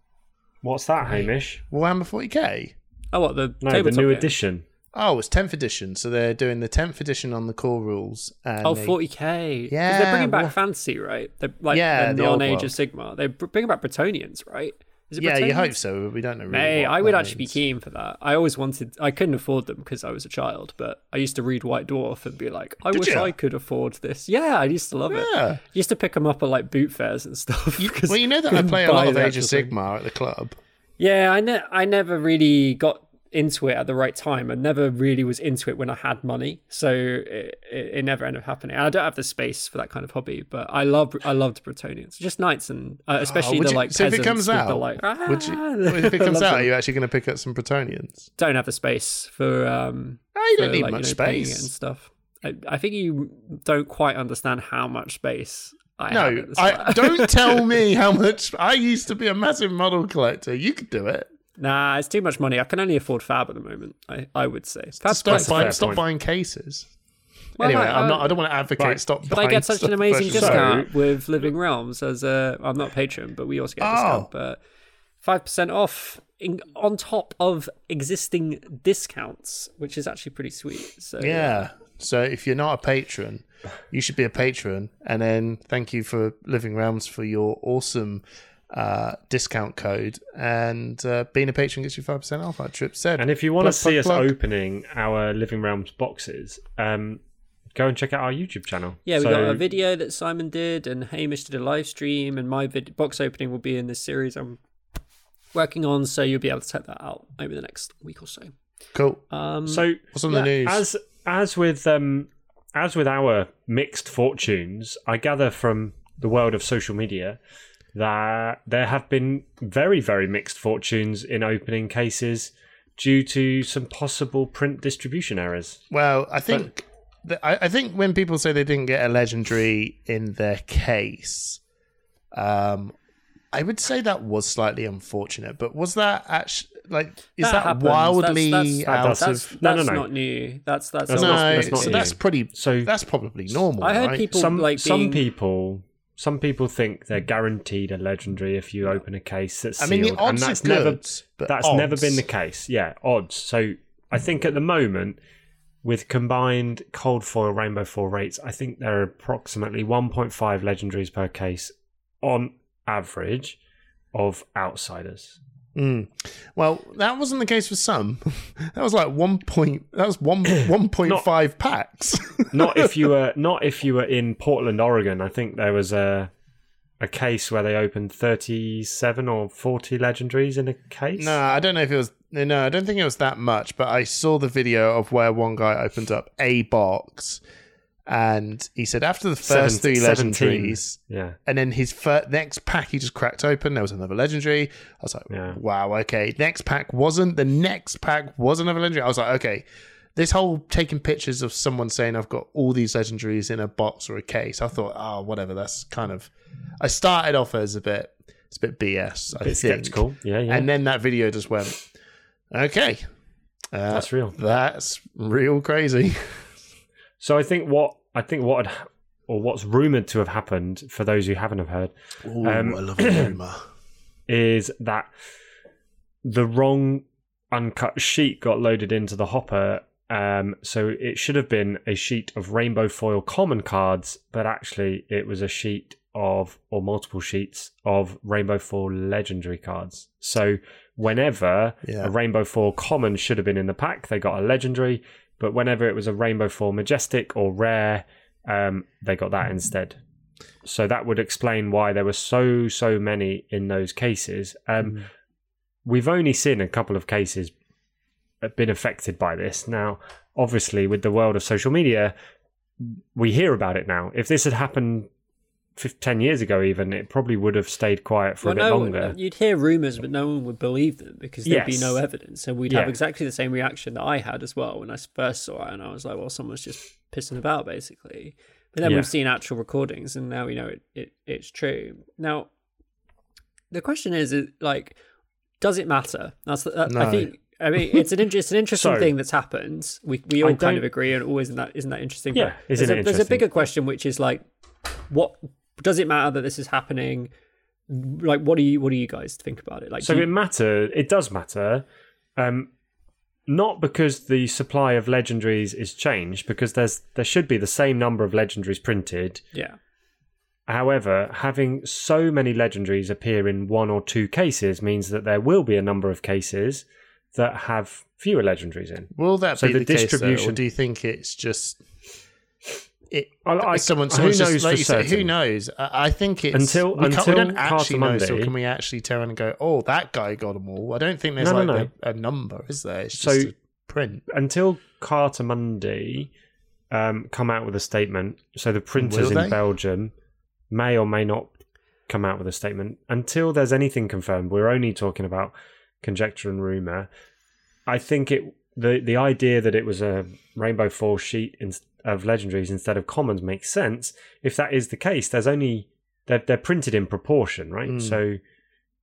[SPEAKER 3] What's that, Hamish?
[SPEAKER 1] Warhammer 40k.
[SPEAKER 2] Oh, what the
[SPEAKER 3] No, the
[SPEAKER 2] tabletop
[SPEAKER 3] new
[SPEAKER 2] game?
[SPEAKER 3] edition.
[SPEAKER 1] Oh, it's 10th edition, so they're doing the 10th edition on the core rules. And
[SPEAKER 2] Oh,
[SPEAKER 1] they-
[SPEAKER 2] 40k. 'Cause
[SPEAKER 1] Yeah,
[SPEAKER 2] they're bringing back
[SPEAKER 1] what-
[SPEAKER 2] fantasy, right? They're like
[SPEAKER 1] Yeah,
[SPEAKER 2] the
[SPEAKER 1] the old
[SPEAKER 2] non-Age
[SPEAKER 1] world.
[SPEAKER 2] of Sigma. They're br- bringing back Bretonians, right? Is it
[SPEAKER 1] Yeah, you
[SPEAKER 2] Bretonians?
[SPEAKER 1] hope so, but we don't know. Really
[SPEAKER 2] Hey,
[SPEAKER 1] what
[SPEAKER 2] I would
[SPEAKER 1] that
[SPEAKER 2] actually be
[SPEAKER 1] means.
[SPEAKER 2] keen for that. I always wanted. I couldn't afford them because I was a child, but I used to read White Dwarf and be like, I
[SPEAKER 1] Did
[SPEAKER 2] wish
[SPEAKER 1] ya?
[SPEAKER 2] I could afford this. Yeah, I used to love it.
[SPEAKER 1] Yeah.
[SPEAKER 2] I used to pick them up at like boot fairs and stuff.
[SPEAKER 1] You-
[SPEAKER 2] 'cause
[SPEAKER 1] well, you know that I
[SPEAKER 2] couldn't
[SPEAKER 1] play a lot
[SPEAKER 2] buy
[SPEAKER 1] of
[SPEAKER 2] the
[SPEAKER 1] Age of
[SPEAKER 2] actual thing.
[SPEAKER 1] Sigmar at the club.
[SPEAKER 2] Yeah, I ne- I never really got into it at the right time. I never really was into it when I had money, so it, it, it never ended up happening. And I don't have the space for that kind of hobby, but I love I loved Bretonians, just knights and uh,
[SPEAKER 1] Oh,
[SPEAKER 2] especially
[SPEAKER 1] would
[SPEAKER 2] the
[SPEAKER 1] you-
[SPEAKER 2] like.
[SPEAKER 1] so if it
[SPEAKER 2] peasants
[SPEAKER 1] comes
[SPEAKER 2] with
[SPEAKER 1] out,
[SPEAKER 2] the, like,
[SPEAKER 1] would you,
[SPEAKER 2] "Ah!"
[SPEAKER 1] if it comes
[SPEAKER 2] Love
[SPEAKER 1] out,
[SPEAKER 2] them.
[SPEAKER 1] are you actually going to pick up some Bretonians?
[SPEAKER 2] don't have the space for um
[SPEAKER 1] Oh, you don't
[SPEAKER 2] for,
[SPEAKER 1] need
[SPEAKER 2] like,
[SPEAKER 1] much
[SPEAKER 2] you know, painting it
[SPEAKER 1] space.
[SPEAKER 2] and stuff. I, I think you don't quite understand how much space I have
[SPEAKER 1] No,
[SPEAKER 2] at this
[SPEAKER 1] I
[SPEAKER 2] time.
[SPEAKER 1] don't tell me how much. I used to be a massive model collector. You could do it.
[SPEAKER 2] nah, it's too much money. I can only afford Fab at the moment. I, I would say Fab's
[SPEAKER 1] stop
[SPEAKER 2] quite
[SPEAKER 3] buy-
[SPEAKER 1] buying,
[SPEAKER 3] fair
[SPEAKER 1] stop
[SPEAKER 3] point.
[SPEAKER 1] buying cases.
[SPEAKER 2] Well,
[SPEAKER 1] anyway,
[SPEAKER 2] no,
[SPEAKER 1] I'm
[SPEAKER 2] I-
[SPEAKER 1] not. I don't want to advocate
[SPEAKER 3] Right.
[SPEAKER 1] stop
[SPEAKER 2] But I
[SPEAKER 1] buying.
[SPEAKER 2] get such
[SPEAKER 1] stuff
[SPEAKER 2] an amazing
[SPEAKER 1] versus-
[SPEAKER 2] discount with Living Realms as a. I'm not a patron, but we also get a
[SPEAKER 1] Oh.
[SPEAKER 2] discount. But five percent off in, on top of existing discounts, which is actually pretty sweet. So
[SPEAKER 1] Yeah. So if you're not a patron, you should be a patron, and then thank you for Living Realms for your awesome uh, discount code. And uh, being a patron gets you five percent off. Like Trip said.
[SPEAKER 3] And if you want
[SPEAKER 1] Plug,
[SPEAKER 3] to see
[SPEAKER 1] plug,
[SPEAKER 3] us
[SPEAKER 1] plug.
[SPEAKER 3] opening our Living Realms boxes, um, go and check out our YouTube channel.
[SPEAKER 2] Yeah, we
[SPEAKER 3] So-
[SPEAKER 2] got a video that Simon did, and Hamish did a live stream, and my vid- box opening will be in this series I'm working on, so you'll be able to check that out over the next week or so.
[SPEAKER 1] cool.
[SPEAKER 2] Um,
[SPEAKER 3] So
[SPEAKER 1] What's on the news?
[SPEAKER 3] as as with um as with our mixed fortunes, I gather from the world of social media that there have been very very mixed fortunes in opening cases due to some possible print distribution errors.
[SPEAKER 1] Well, I think th- I, I think when people say they didn't get a legendary in their case, um, I would say that was slightly unfortunate. But was that actually like is that,
[SPEAKER 2] happens.
[SPEAKER 1] wildly
[SPEAKER 2] that's,
[SPEAKER 3] That
[SPEAKER 1] out
[SPEAKER 3] does.
[SPEAKER 1] of?
[SPEAKER 2] that's,
[SPEAKER 3] of- No, no,
[SPEAKER 2] that's
[SPEAKER 3] no.
[SPEAKER 2] not new. That's that's,
[SPEAKER 3] That's
[SPEAKER 1] no,
[SPEAKER 3] not- that's not
[SPEAKER 1] so
[SPEAKER 3] new.
[SPEAKER 1] that's pretty.
[SPEAKER 3] So-
[SPEAKER 1] that's probably normal.
[SPEAKER 2] I heard
[SPEAKER 1] right?
[SPEAKER 2] people
[SPEAKER 3] some
[SPEAKER 2] like
[SPEAKER 3] some
[SPEAKER 2] being-
[SPEAKER 3] people some people think they're guaranteed a legendary if you open a case that's
[SPEAKER 1] I mean, the
[SPEAKER 3] sealed,
[SPEAKER 1] odds
[SPEAKER 3] and that's
[SPEAKER 1] are
[SPEAKER 3] never
[SPEAKER 1] good, but
[SPEAKER 3] that's never
[SPEAKER 1] odds.
[SPEAKER 3] been the case. Yeah, odds. So I think at the moment with combined cold foil rainbow foil rates, I think there are approximately 1.5 legendaries per case on average of outsiders.
[SPEAKER 1] Mm. Well, that wasn't the case for some. that was like one point. That was one one point five packs.
[SPEAKER 3] not if you were not if you were in Portland, Oregon. I think there was a a case where they opened thirty seven or forty legendaries in a case.
[SPEAKER 1] no, I don't know if it was. No, I don't think it was that much. But I saw the video of where one guy opened up a box, and he said after the first three
[SPEAKER 3] Seven- 17.
[SPEAKER 1] legendaries,
[SPEAKER 3] Yeah.
[SPEAKER 1] and then his fir- next pack he just cracked open. There was another legendary. I was like,
[SPEAKER 3] Yeah.
[SPEAKER 1] wow, okay. Next pack wasn't. The next pack was another legendary. I was like, okay. This whole taking pictures of someone saying I've got all these legendaries in a box or a case, I thought, oh, whatever. That's kind of. I started off as a bit, it's a bit BS. I
[SPEAKER 3] Bit
[SPEAKER 1] think.
[SPEAKER 3] skeptical. Yeah, yeah.
[SPEAKER 1] And then that video just went, okay, uh,
[SPEAKER 3] that's real.
[SPEAKER 1] that's real crazy.
[SPEAKER 3] So I think what I think what had, or what's rumored to have happened for those who haven't have heard
[SPEAKER 1] Ooh,
[SPEAKER 3] Um,
[SPEAKER 1] I love a rumor.
[SPEAKER 3] is that the wrong uncut sheet got loaded into the hopper. Um, so it should have been a sheet of rainbow foil common cards, but actually it was a sheet of or multiple sheets of rainbow foil legendary cards. So whenever
[SPEAKER 1] Yeah.
[SPEAKER 3] a rainbow foil common should have been in the pack, they got a legendary, but whenever it was a rainbow foil majestic or rare, um, they got that instead. So that would explain why there were so so many in those cases. Um,
[SPEAKER 2] Mm-hmm.
[SPEAKER 3] We've only seen a couple of cases have been affected by this. Now, obviously, with the world of social media, we hear about it now. If this had happened fif- ten years ago, even it probably would have stayed quiet for
[SPEAKER 2] Well,
[SPEAKER 3] a bit
[SPEAKER 2] no, uh,
[SPEAKER 3] longer.
[SPEAKER 2] you'd hear rumors, but no one would believe them because there'd be
[SPEAKER 3] Yes.
[SPEAKER 2] no evidence, and we'd
[SPEAKER 3] Yeah.
[SPEAKER 2] have exactly the same reaction that I had as well when I first saw it, and I was like, "Well, someone's just pissing about, basically." But then
[SPEAKER 3] Yeah.
[SPEAKER 2] we've seen actual recordings, and now we know it, it it's true. Now, the question is, is like, does it matter? That's the, that,
[SPEAKER 1] No.
[SPEAKER 2] I think. I mean, it's an in- it's an interesting
[SPEAKER 3] So-
[SPEAKER 2] thing that's happened. We we
[SPEAKER 3] I
[SPEAKER 2] all kind
[SPEAKER 3] don't-
[SPEAKER 2] of agree, and always isn't that isn't that interesting?
[SPEAKER 3] Yeah,
[SPEAKER 2] But
[SPEAKER 3] isn't
[SPEAKER 2] there's,
[SPEAKER 3] it
[SPEAKER 2] a, there's a
[SPEAKER 3] interesting?
[SPEAKER 2] bigger question, which is like, what does it matter that this is happening? like what do you what do you guys think about it like
[SPEAKER 3] So
[SPEAKER 2] do
[SPEAKER 3] it
[SPEAKER 2] you-
[SPEAKER 3] matter. It does matter, um, not because the supply of legendaries is changed, because there's there should be the same number of legendaries printed.
[SPEAKER 2] yeah
[SPEAKER 3] However, having so many legendaries appear in one or two cases means that there will be a number of cases that have fewer legendaries in.
[SPEAKER 1] Will that
[SPEAKER 3] So
[SPEAKER 1] be the,
[SPEAKER 3] the
[SPEAKER 1] distribution? Case, though, or
[SPEAKER 3] distribution-
[SPEAKER 1] do you think it's just it?
[SPEAKER 3] I- I-
[SPEAKER 1] someone,
[SPEAKER 3] who
[SPEAKER 1] someone just,
[SPEAKER 3] knows
[SPEAKER 1] like
[SPEAKER 3] for
[SPEAKER 1] you say, who
[SPEAKER 3] certain?
[SPEAKER 1] knows? I, I think it's
[SPEAKER 3] Until-
[SPEAKER 1] we, can't, we
[SPEAKER 3] until
[SPEAKER 1] don't actually
[SPEAKER 3] Carter
[SPEAKER 1] know. So
[SPEAKER 3] Monday-
[SPEAKER 1] can we actually turn and go? Oh, that guy got them all. I don't think there's
[SPEAKER 3] No,
[SPEAKER 1] like
[SPEAKER 3] no,
[SPEAKER 1] A, a number, is there? It's
[SPEAKER 3] So-
[SPEAKER 1] just a print.
[SPEAKER 3] Until Carter Monday um, come out with a statement, so the printers
[SPEAKER 1] Will they?
[SPEAKER 3] in Belgium may or may not come out with a statement. Until there's anything confirmed, we're only talking about conjecture and rumor. I think it the the idea that it was a rainbow foil sheet in, of legendaries instead of commons makes sense. If that is the case, there's only they're they're printed in proportion, right?
[SPEAKER 1] Mm.
[SPEAKER 3] So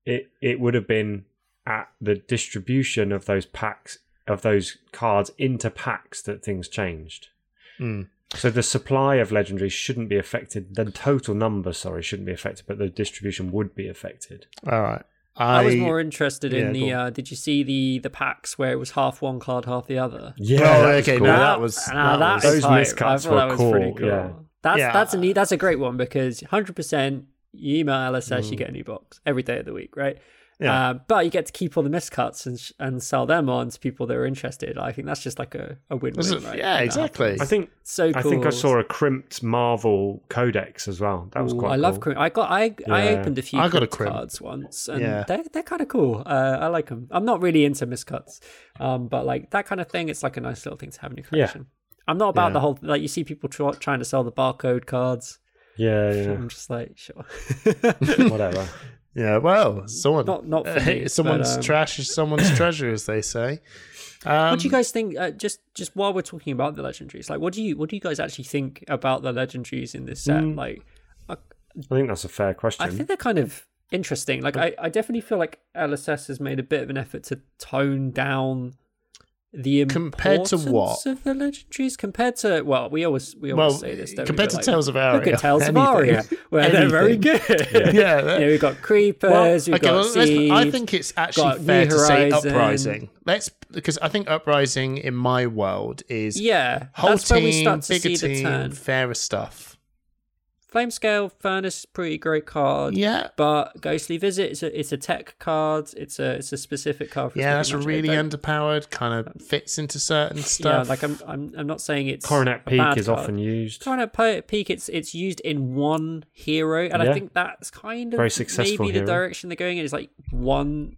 [SPEAKER 3] it it would have been at the distribution of those packs of those cards into packs that things changed. Hmm.
[SPEAKER 1] Mm.
[SPEAKER 3] So the supply of legendaries shouldn't be affected. The total number, sorry, shouldn't be affected, but the distribution would be affected.
[SPEAKER 1] All right.
[SPEAKER 2] I,
[SPEAKER 1] I,
[SPEAKER 2] was more interested
[SPEAKER 1] yeah,
[SPEAKER 2] in
[SPEAKER 1] go
[SPEAKER 2] the uh did you see the the packs where it was half one card half the other
[SPEAKER 3] Yeah.
[SPEAKER 1] Well, okay,
[SPEAKER 3] cool.
[SPEAKER 1] now that was-
[SPEAKER 2] now
[SPEAKER 1] that
[SPEAKER 2] that
[SPEAKER 1] was-
[SPEAKER 2] is
[SPEAKER 3] Those
[SPEAKER 2] hype.
[SPEAKER 3] miscuts
[SPEAKER 2] I thought
[SPEAKER 3] were
[SPEAKER 2] that was pretty
[SPEAKER 3] cool,
[SPEAKER 2] cool
[SPEAKER 3] yeah.
[SPEAKER 2] that's
[SPEAKER 1] Yeah.
[SPEAKER 2] that's a neat that's a great one because 100 percent you email LSS you get a new box every day of the week right
[SPEAKER 1] Mm. Yeah.
[SPEAKER 2] uh, but you get to keep all the miscuts and sh- and sell them on to people that are interested I think that's just like a, a win
[SPEAKER 1] was
[SPEAKER 2] win
[SPEAKER 1] it-
[SPEAKER 2] right
[SPEAKER 1] yeah,
[SPEAKER 2] That
[SPEAKER 1] exactly.
[SPEAKER 2] happens.
[SPEAKER 3] I think
[SPEAKER 2] so cool.
[SPEAKER 3] I think I saw a crimped Marvel codex as well. That was
[SPEAKER 2] Ooh,
[SPEAKER 3] quite.
[SPEAKER 2] I love
[SPEAKER 3] cool.
[SPEAKER 2] crimp. I got I I
[SPEAKER 3] Yeah.
[SPEAKER 2] opened a few
[SPEAKER 1] I got a
[SPEAKER 2] crimp
[SPEAKER 1] crimp.
[SPEAKER 2] cards once, and
[SPEAKER 1] Yeah.
[SPEAKER 2] they're they're kind of cool. Uh, I like them. I'm not really into miscuts, um, but like that kind of thing, it's like a nice little thing to have in your
[SPEAKER 3] Yeah.
[SPEAKER 2] collection. I'm not about
[SPEAKER 1] Yeah.
[SPEAKER 2] the whole like you see people try trying to sell the barcode cards.
[SPEAKER 3] Yeah, yeah,
[SPEAKER 2] I'm just like sure,
[SPEAKER 3] yeah. whatever.
[SPEAKER 1] yeah. Well, someone
[SPEAKER 2] not not for me.
[SPEAKER 1] someone's
[SPEAKER 2] but, um,
[SPEAKER 1] trash is someone's treasure, as they say. Um,
[SPEAKER 2] What do you guys think? Uh, just just while we're talking about the legendaries, like what do you what do you guys actually
[SPEAKER 1] Mm.
[SPEAKER 2] think about the legendaries in this set? Like
[SPEAKER 3] I think that's a fair question.
[SPEAKER 2] I think they're kind of interesting. Like I, I definitely feel like LSS has made a bit of an effort to tone down the importance
[SPEAKER 1] Compared to what?
[SPEAKER 2] of the legendaries compared to well, we always we always
[SPEAKER 1] Well,
[SPEAKER 2] say this. Don't
[SPEAKER 1] compared
[SPEAKER 2] we?
[SPEAKER 1] to
[SPEAKER 2] But,
[SPEAKER 1] Tales of
[SPEAKER 2] like, look
[SPEAKER 1] Aria.
[SPEAKER 2] at Tales
[SPEAKER 1] anything.
[SPEAKER 2] of Aria, where they're very good.
[SPEAKER 1] Um, Yeah, that-
[SPEAKER 2] you know, we've got creepers, we've
[SPEAKER 1] Okay,
[SPEAKER 2] got
[SPEAKER 1] well, let's- I
[SPEAKER 2] Siege.
[SPEAKER 1] think it's actually
[SPEAKER 2] got
[SPEAKER 1] fair
[SPEAKER 2] New
[SPEAKER 1] to say
[SPEAKER 2] Horizon.
[SPEAKER 1] uprising. Let's because I think uprising in my world is
[SPEAKER 2] yeah,
[SPEAKER 1] whole
[SPEAKER 2] that's
[SPEAKER 1] team,
[SPEAKER 2] where we start to
[SPEAKER 1] bigger
[SPEAKER 2] see the
[SPEAKER 1] team,
[SPEAKER 2] turn.
[SPEAKER 1] fairer stuff.
[SPEAKER 2] Flame Scale Furnace is a pretty great card.
[SPEAKER 1] Yeah,
[SPEAKER 2] But Ghostly Visit is a, it's a tech card. It's a it's a specific card. For
[SPEAKER 1] yeah, that's
[SPEAKER 2] specific
[SPEAKER 1] really
[SPEAKER 2] matchup.
[SPEAKER 1] underpowered. Kind of fits into certain
[SPEAKER 2] Yeah,
[SPEAKER 1] stuff.
[SPEAKER 2] like I'm I'm I'm not saying it's
[SPEAKER 3] Coronet
[SPEAKER 2] a
[SPEAKER 3] Peak
[SPEAKER 2] bad
[SPEAKER 3] is
[SPEAKER 2] card.
[SPEAKER 3] often used.
[SPEAKER 2] Coronet Pe- Peak. It's it's used in one hero, and
[SPEAKER 3] Yeah.
[SPEAKER 2] I think that's kind of
[SPEAKER 3] Very successful
[SPEAKER 2] maybe
[SPEAKER 3] hero.
[SPEAKER 2] the direction they're going in. Is like one.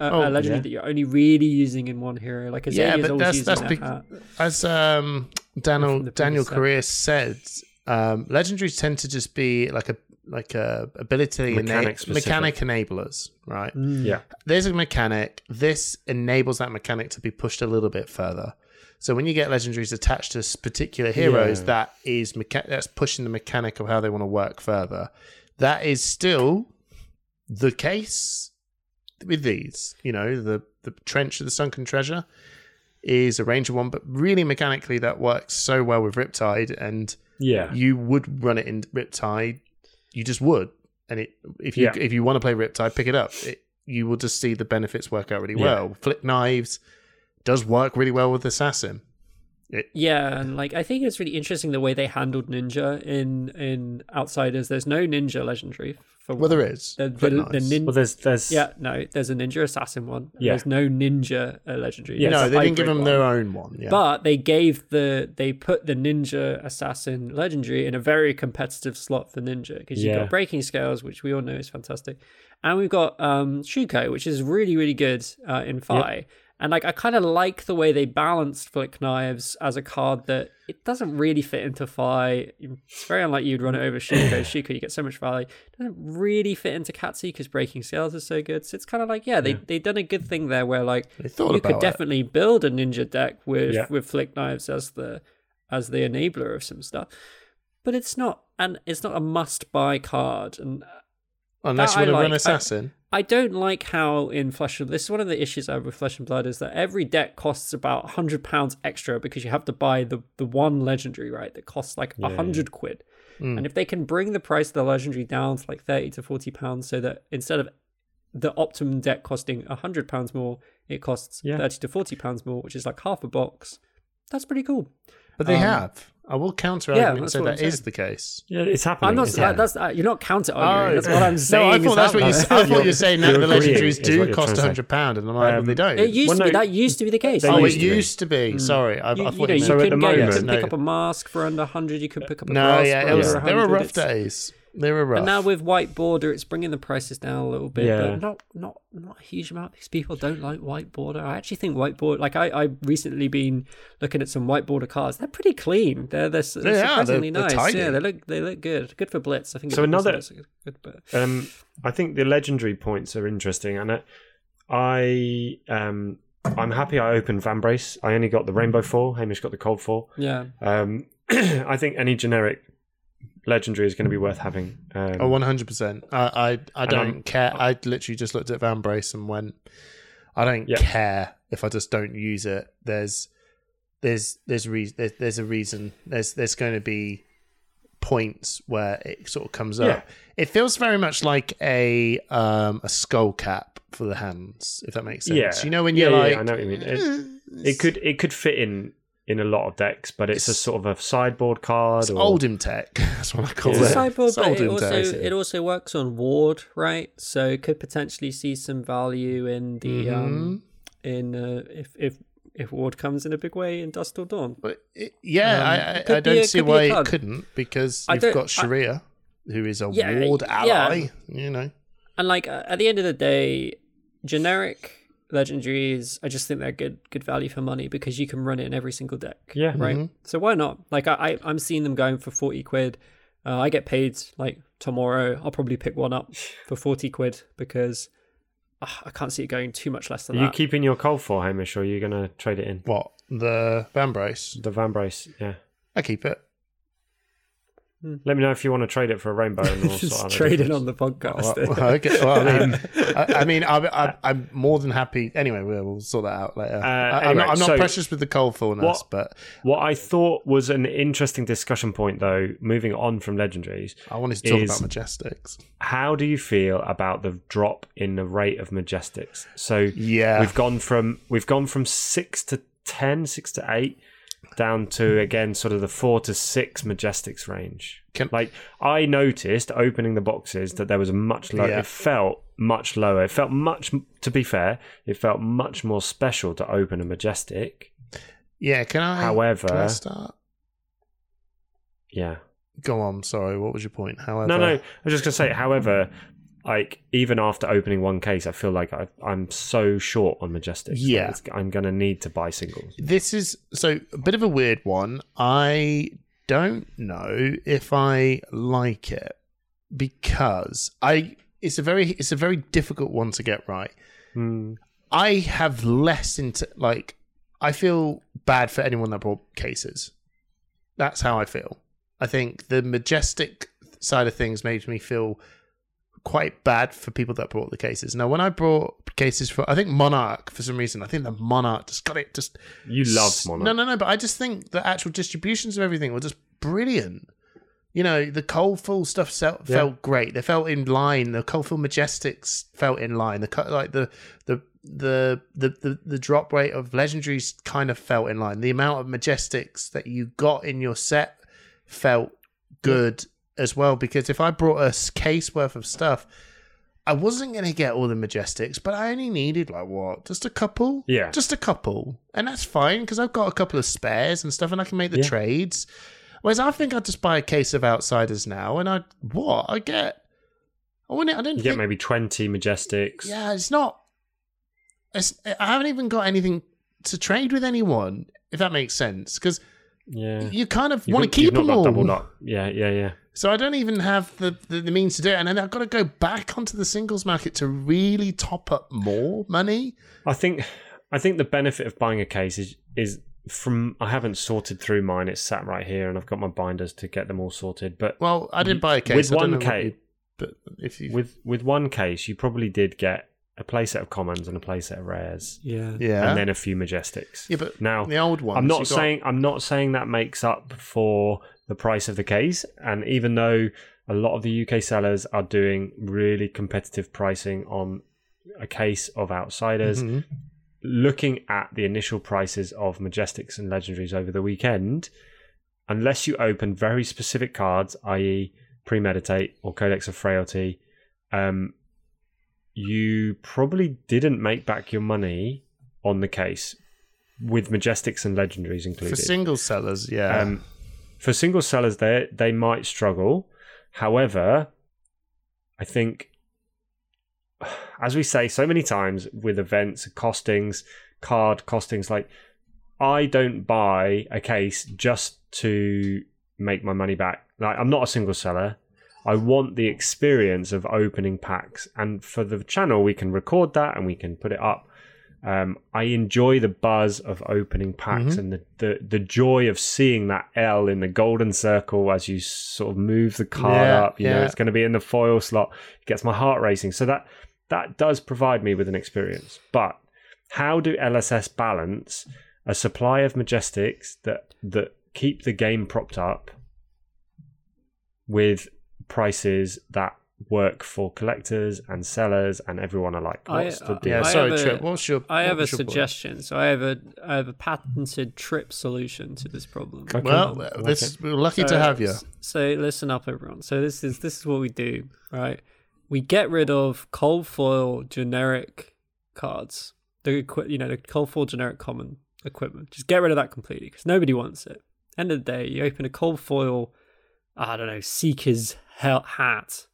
[SPEAKER 2] Uh,
[SPEAKER 1] Oh,
[SPEAKER 2] a legendary
[SPEAKER 3] yeah.
[SPEAKER 2] that you're only really using in one hero, like Azalia's
[SPEAKER 1] yeah, but
[SPEAKER 2] always
[SPEAKER 1] that's
[SPEAKER 2] using
[SPEAKER 1] that's
[SPEAKER 2] that
[SPEAKER 1] big,
[SPEAKER 2] hat.
[SPEAKER 1] as um, Daniel
[SPEAKER 2] the
[SPEAKER 1] Daniel
[SPEAKER 2] previous set.
[SPEAKER 1] Correa said. Um, legendaries tend to just be like a like a ability
[SPEAKER 3] Mechanic
[SPEAKER 1] ena-
[SPEAKER 3] specific.
[SPEAKER 1] mechanic enablers, right?
[SPEAKER 3] Yeah.
[SPEAKER 1] there's a mechanic. This enables that mechanic to be pushed a little bit further. So when you get legendaries attached to s- particular heroes,
[SPEAKER 3] Yeah.
[SPEAKER 1] that is mecha- that's pushing the mechanic of how they want to work further. That is still the case with these. You know, the the trench of the sunken treasure is a ranger one, but really mechanically that works so well with Riptide, and
[SPEAKER 3] Yeah.
[SPEAKER 1] you would run it in Riptide. You just would, and it if you
[SPEAKER 3] Yeah.
[SPEAKER 1] if you want to play Riptide, pick it up. It, you will just see the benefits work out really
[SPEAKER 3] Yeah.
[SPEAKER 1] well. Flick knives does work really well with assassin.
[SPEAKER 2] Yeah, and like I think it's really interesting the way they handled ninja in in Outsiders. There's no ninja legendary for
[SPEAKER 1] Well, there is
[SPEAKER 2] Oh, the, the,
[SPEAKER 1] Flick
[SPEAKER 2] the
[SPEAKER 1] knives.
[SPEAKER 2] nin-
[SPEAKER 3] Well, there's there's
[SPEAKER 2] yeah no. There's a ninja assassin one. and
[SPEAKER 3] Yeah.
[SPEAKER 2] There's no ninja uh, legendary.
[SPEAKER 3] Yeah,
[SPEAKER 2] There's
[SPEAKER 1] no,
[SPEAKER 2] a
[SPEAKER 1] they didn't give
[SPEAKER 2] hybrid
[SPEAKER 1] them
[SPEAKER 2] one.
[SPEAKER 1] their own one. Yeah.
[SPEAKER 2] But they gave the they put the ninja assassin legendary in a very competitive slot for ninja because you've
[SPEAKER 3] Yeah.
[SPEAKER 2] got breaking scales, which we all know is fantastic, and we've got um Shuko, which is really really good uh, in Fi. And like I kind of like the way they balanced flick knives as a card that it doesn't really fit into Fi. It's very unlikely you'd run it over Shuko. Shuko you get so much value. doesn't really fit into Katsu because breaking scales is so good. So it's kind of like yeah they they done a good thing there where like
[SPEAKER 1] They thought
[SPEAKER 2] you
[SPEAKER 1] about
[SPEAKER 2] could
[SPEAKER 1] it.
[SPEAKER 2] definitely build a ninja deck with
[SPEAKER 3] Yeah.
[SPEAKER 2] with flick knives as the as the enabler of some stuff but it's not and it's not a must buy card and
[SPEAKER 1] Unless you
[SPEAKER 2] that
[SPEAKER 1] want to
[SPEAKER 2] I
[SPEAKER 1] run
[SPEAKER 2] like. I- uh,
[SPEAKER 1] assassin,
[SPEAKER 2] i don't like how in flesh and this is one of the issues i have with flesh and blood is that every deck costs about 100 pounds extra because you have to buy the the one legendary right that costs like a
[SPEAKER 3] yeah.
[SPEAKER 2] 100 quid
[SPEAKER 1] Hmm.
[SPEAKER 2] and if they can bring the price of the legendary down to like 30 to 40 pounds so that instead of the optimum deck costing 100 pounds more it costs
[SPEAKER 3] Yeah.
[SPEAKER 2] 30 to 40 pounds more which is like half a box that's pretty cool
[SPEAKER 1] but they
[SPEAKER 2] um,
[SPEAKER 1] have. I will counter
[SPEAKER 2] yeah,
[SPEAKER 1] argument and
[SPEAKER 2] that's
[SPEAKER 1] say
[SPEAKER 2] what
[SPEAKER 1] that
[SPEAKER 2] I'm
[SPEAKER 1] is
[SPEAKER 2] saying.
[SPEAKER 1] the case.
[SPEAKER 3] yeah, it's happening.
[SPEAKER 2] i'm not
[SPEAKER 3] It's
[SPEAKER 2] that,
[SPEAKER 3] happening.
[SPEAKER 2] that's uh, you're not counter arguing that's what i'm
[SPEAKER 1] Oh, No, I
[SPEAKER 2] saying
[SPEAKER 1] thought
[SPEAKER 2] is
[SPEAKER 1] that's what you. s- I
[SPEAKER 2] happening.
[SPEAKER 1] thought you were saying that
[SPEAKER 3] You're
[SPEAKER 1] the
[SPEAKER 3] agreeing, is
[SPEAKER 1] legendaries
[SPEAKER 3] what
[SPEAKER 1] do
[SPEAKER 3] you're
[SPEAKER 1] cost
[SPEAKER 3] trying to say.
[SPEAKER 1] hundred pound, and I'm like, well,
[SPEAKER 3] Um,
[SPEAKER 1] they don't.
[SPEAKER 2] it used
[SPEAKER 3] Well,
[SPEAKER 2] to be
[SPEAKER 3] no.
[SPEAKER 2] that used to be the case
[SPEAKER 3] They
[SPEAKER 1] oh, it
[SPEAKER 3] used to be.
[SPEAKER 1] used to be. Sorry, I, I
[SPEAKER 2] you, you
[SPEAKER 1] thought
[SPEAKER 2] know, you
[SPEAKER 1] meant-
[SPEAKER 3] So at
[SPEAKER 2] couldn't
[SPEAKER 3] the
[SPEAKER 2] get- you
[SPEAKER 3] moment-
[SPEAKER 2] could pick up a mask for under 100 you could pick up a
[SPEAKER 1] No,
[SPEAKER 2] brass
[SPEAKER 1] yeah,
[SPEAKER 2] for
[SPEAKER 1] it was,
[SPEAKER 2] under 100
[SPEAKER 1] there were rough
[SPEAKER 2] It's-
[SPEAKER 1] days. They were rough.
[SPEAKER 2] And now with white border, it's bringing the prices down a little bit,
[SPEAKER 3] Yeah.
[SPEAKER 2] but not not not a huge amount because people don't like white border. I actually think white border, like I I recently been looking at some white border cars. They're pretty clean. They're they're, su-
[SPEAKER 1] They are,
[SPEAKER 2] surprisingly
[SPEAKER 1] they're- they're
[SPEAKER 2] nice.
[SPEAKER 1] tidy.
[SPEAKER 2] yeah, they look they look good. Good for blitz. I think.
[SPEAKER 3] So
[SPEAKER 2] it also
[SPEAKER 3] another-
[SPEAKER 2] looks good, good, but
[SPEAKER 3] Um, I think the legendary points are interesting, and I, I um, I'm happy I opened Vanbrace. I only got the Rainbow Four. Hamish got the Cold Four.
[SPEAKER 2] yeah,
[SPEAKER 3] Um, I think any generic legendary is going to be worth having. Um,
[SPEAKER 1] Oh, 100%. I, I, I don't
[SPEAKER 3] I'm-
[SPEAKER 1] care. I literally just looked at Van Brace and went, I don't
[SPEAKER 3] Yeah.
[SPEAKER 1] care if I just don't use it. There's there's there's re- there's, there's a reason. There's there's going to be points where it sort of comes
[SPEAKER 3] Yeah.
[SPEAKER 1] up. It feels very much like a um a skull cap for the hands, if that makes sense.
[SPEAKER 3] yeah,
[SPEAKER 1] You know when
[SPEAKER 3] Yeah,
[SPEAKER 1] you're
[SPEAKER 3] yeah,
[SPEAKER 1] like "Hmm,
[SPEAKER 3] yeah, I know what you mean. It, it could it could fit in in a lot of decks, but it's, a
[SPEAKER 1] It's-
[SPEAKER 3] sort of a sideboard card. Or,
[SPEAKER 1] Olden Tech. That's what I call
[SPEAKER 3] It's
[SPEAKER 1] it.
[SPEAKER 3] a
[SPEAKER 2] it's a cyborg, but it
[SPEAKER 1] Olden
[SPEAKER 2] also
[SPEAKER 1] Tech.
[SPEAKER 2] it also works on ward, right? So it could potentially see some value in the um
[SPEAKER 3] Mm-hmm.
[SPEAKER 2] in uh, if if if ward comes in a big way in Dust or Dawn.
[SPEAKER 1] But it, yeah,
[SPEAKER 2] it
[SPEAKER 1] I, I,
[SPEAKER 2] could
[SPEAKER 1] I
[SPEAKER 2] be
[SPEAKER 1] don't
[SPEAKER 2] a-
[SPEAKER 1] see
[SPEAKER 2] could be a
[SPEAKER 1] why it
[SPEAKER 2] card.
[SPEAKER 1] couldn't because
[SPEAKER 2] I
[SPEAKER 1] you've
[SPEAKER 2] don't-
[SPEAKER 1] got
[SPEAKER 2] I-
[SPEAKER 1] Sharia, who is a
[SPEAKER 2] Yeah,
[SPEAKER 1] ward
[SPEAKER 2] yeah.
[SPEAKER 1] ally. You know,
[SPEAKER 2] and like uh, at the end of the day, generic legendaries, I just think they're good good value for money because you can run it in every single deck.
[SPEAKER 3] Yeah.
[SPEAKER 2] Right. So why not? Like I, I I'm seeing them going for forty quid. Uh, I get paid like tomorrow. I'll probably pick one up for forty quid because ah, I can't see it going too much less
[SPEAKER 3] Are
[SPEAKER 2] than
[SPEAKER 3] Mm-hmm. you
[SPEAKER 2] that.
[SPEAKER 3] keeping your Cold Four, Hamish, or are you going to trade it in
[SPEAKER 1] what the Van Brace?
[SPEAKER 3] the Vanbrace? Yeah.
[SPEAKER 1] I keep it.
[SPEAKER 3] Let me know if you want to trade it for a rainbow. And we'll sort
[SPEAKER 2] Just
[SPEAKER 3] out
[SPEAKER 2] trading
[SPEAKER 3] difference.
[SPEAKER 2] on the podcast.
[SPEAKER 1] Well, okay. Well, I mean, I, I mean I'm, I'm, I'm more than happy. Anyway, we'll, we'll sort that out later. I, am
[SPEAKER 3] anyway,
[SPEAKER 1] not, I'm not
[SPEAKER 3] so-
[SPEAKER 1] precious with the coalfulness,
[SPEAKER 3] What-
[SPEAKER 1] but
[SPEAKER 3] What I thought was an interesting discussion point, though, moving on from legendaries,
[SPEAKER 1] I wanted to talk
[SPEAKER 3] Is-
[SPEAKER 1] about Majestics.
[SPEAKER 3] how do you feel about the drop in the rate of majestics? So
[SPEAKER 1] Yeah.
[SPEAKER 3] we've gone from we've gone from six to 10, 6 to eight, down to again sort of the four to six majestics range.
[SPEAKER 1] Can-
[SPEAKER 3] like I noticed opening the boxes that there was a much lower.
[SPEAKER 1] Yeah.
[SPEAKER 3] It felt much lower. It felt much. To be fair, it felt much more special to open a majestic.
[SPEAKER 1] Yeah, can I?
[SPEAKER 3] However-
[SPEAKER 1] can I start?
[SPEAKER 3] Yeah.
[SPEAKER 1] Go on. Sorry, what was your point? However,
[SPEAKER 3] No, no. I was just gonna say. However, like even after opening one case, I feel like I, I'm so short on Majestics. that
[SPEAKER 1] Yeah.
[SPEAKER 3] it's- I'm gonna need to buy singles.
[SPEAKER 1] This is so a bit of a weird one. I don't know if I like it because I it's a very it's a very difficult one to get right.
[SPEAKER 3] Hmm.
[SPEAKER 1] I have less into like I feel bad for anyone that bought cases. That's how I feel. I think the majestic side of things made me feel quite bad for people that brought the cases. Now, when I brought cases for, I think Monarch for some reason, I think the Monarch just got it just
[SPEAKER 3] You love Monarch.
[SPEAKER 1] no, no, no. But I just think the actual distributions of everything were just brilliant. You know, the cold full stuff felt,
[SPEAKER 3] Yeah.
[SPEAKER 1] felt great. They felt in line. The cold full majestics felt in line. The co- like the the the the the, the drop rate of legendaries kind of felt in line. The amount of majestics that you got in your set felt good as well. Because if I brought a s- case worth of stuff. I wasn't going to get all the majestics, but I only needed like what? Just a couple?
[SPEAKER 3] Yeah.
[SPEAKER 1] Just a couple. And that's fine because I've got a couple of spares and stuff and I can make the
[SPEAKER 3] Yeah.
[SPEAKER 1] trades. Whereas I think I'd just buy a case of outsiders now and I what? I get I wouldn't I don't
[SPEAKER 3] You
[SPEAKER 1] think,
[SPEAKER 3] get maybe twenty Majestics.
[SPEAKER 1] Yeah, it's not it's, I haven't even got anything to trade with anyone, if that makes sense. Because
[SPEAKER 3] yeah.
[SPEAKER 1] you kind of
[SPEAKER 3] You've
[SPEAKER 1] want to
[SPEAKER 3] not-
[SPEAKER 1] keep
[SPEAKER 3] you've not
[SPEAKER 1] them
[SPEAKER 3] got
[SPEAKER 1] all.
[SPEAKER 3] Doubled up. Yeah, yeah, yeah.
[SPEAKER 1] So I don't even have the, the, the means to do it. And then I've got to go back onto the singles market to really top up more money.
[SPEAKER 3] I think I think the benefit of buying a case is is from I haven't sorted through mine. It's sat right here, and I've got my binders to get them all sorted. But
[SPEAKER 1] Well, I didn't buy a case.
[SPEAKER 3] With
[SPEAKER 1] I don't
[SPEAKER 3] one
[SPEAKER 1] know what
[SPEAKER 3] case-
[SPEAKER 1] you- But if you.
[SPEAKER 3] with with one case, you probably did get a playset of commons and a playset of rares,
[SPEAKER 2] Yeah.
[SPEAKER 1] yeah.
[SPEAKER 3] and then a few majestics.
[SPEAKER 1] yeah, but
[SPEAKER 3] now
[SPEAKER 1] the old ones.
[SPEAKER 3] I'm
[SPEAKER 1] you
[SPEAKER 3] not
[SPEAKER 1] got-
[SPEAKER 3] saying I'm not saying that makes up for the price of the case, and even though a lot of the UK sellers are doing really competitive pricing on a case of outsiders,
[SPEAKER 1] Mhm.
[SPEAKER 3] looking at the initial prices of majestics and legendaries over the weekend, unless you open very specific cards, i.e., premeditate or codex of frailty, um, you probably didn't make back your money on the case with majestics and legendaries
[SPEAKER 1] For
[SPEAKER 3] included.
[SPEAKER 1] single sellers, yeah.
[SPEAKER 3] Um, for single sellers, they they might struggle. However, I think, as we say so many times with events, costings, card costings, like I don't buy a case just to make my money back. Like I'm not a single seller. I want the experience of opening packs, and for the channel, we can record that and we can put it up. Um, I enjoy the buzz of opening packs
[SPEAKER 1] Mhm.
[SPEAKER 3] and the, the the joy of seeing that L in the golden circle as you sort of move the card
[SPEAKER 1] Yeah,
[SPEAKER 3] up. You know,
[SPEAKER 1] yeah.
[SPEAKER 3] it's going to be in the foil slot. It gets my heart racing. So that that does provide me with an experience. But how do LSS balance a supply of majestics that that keep the game propped up with prices that work for collectors and sellers and everyone alike?
[SPEAKER 2] I-
[SPEAKER 3] What's the
[SPEAKER 2] I-
[SPEAKER 3] deal?
[SPEAKER 1] uh, yeah,
[SPEAKER 2] I
[SPEAKER 1] sorry,
[SPEAKER 2] have a-
[SPEAKER 1] Trip. What's your.
[SPEAKER 2] I have a
[SPEAKER 1] what was your point?
[SPEAKER 2] suggestion. So I have a I have a patented trip solution to this problem.
[SPEAKER 3] Okay.
[SPEAKER 1] Well,
[SPEAKER 3] Okay.
[SPEAKER 1] this we're lucky
[SPEAKER 2] So-
[SPEAKER 1] to have you.
[SPEAKER 2] So listen up, everyone. So this is this is what we do, right? We get rid of cold foil generic cards. The equi- you know the cold foil generic common equipment. Just get rid of that completely because nobody wants it. End of the day, you open a cold foil, I don't know, seeker's hel- hat.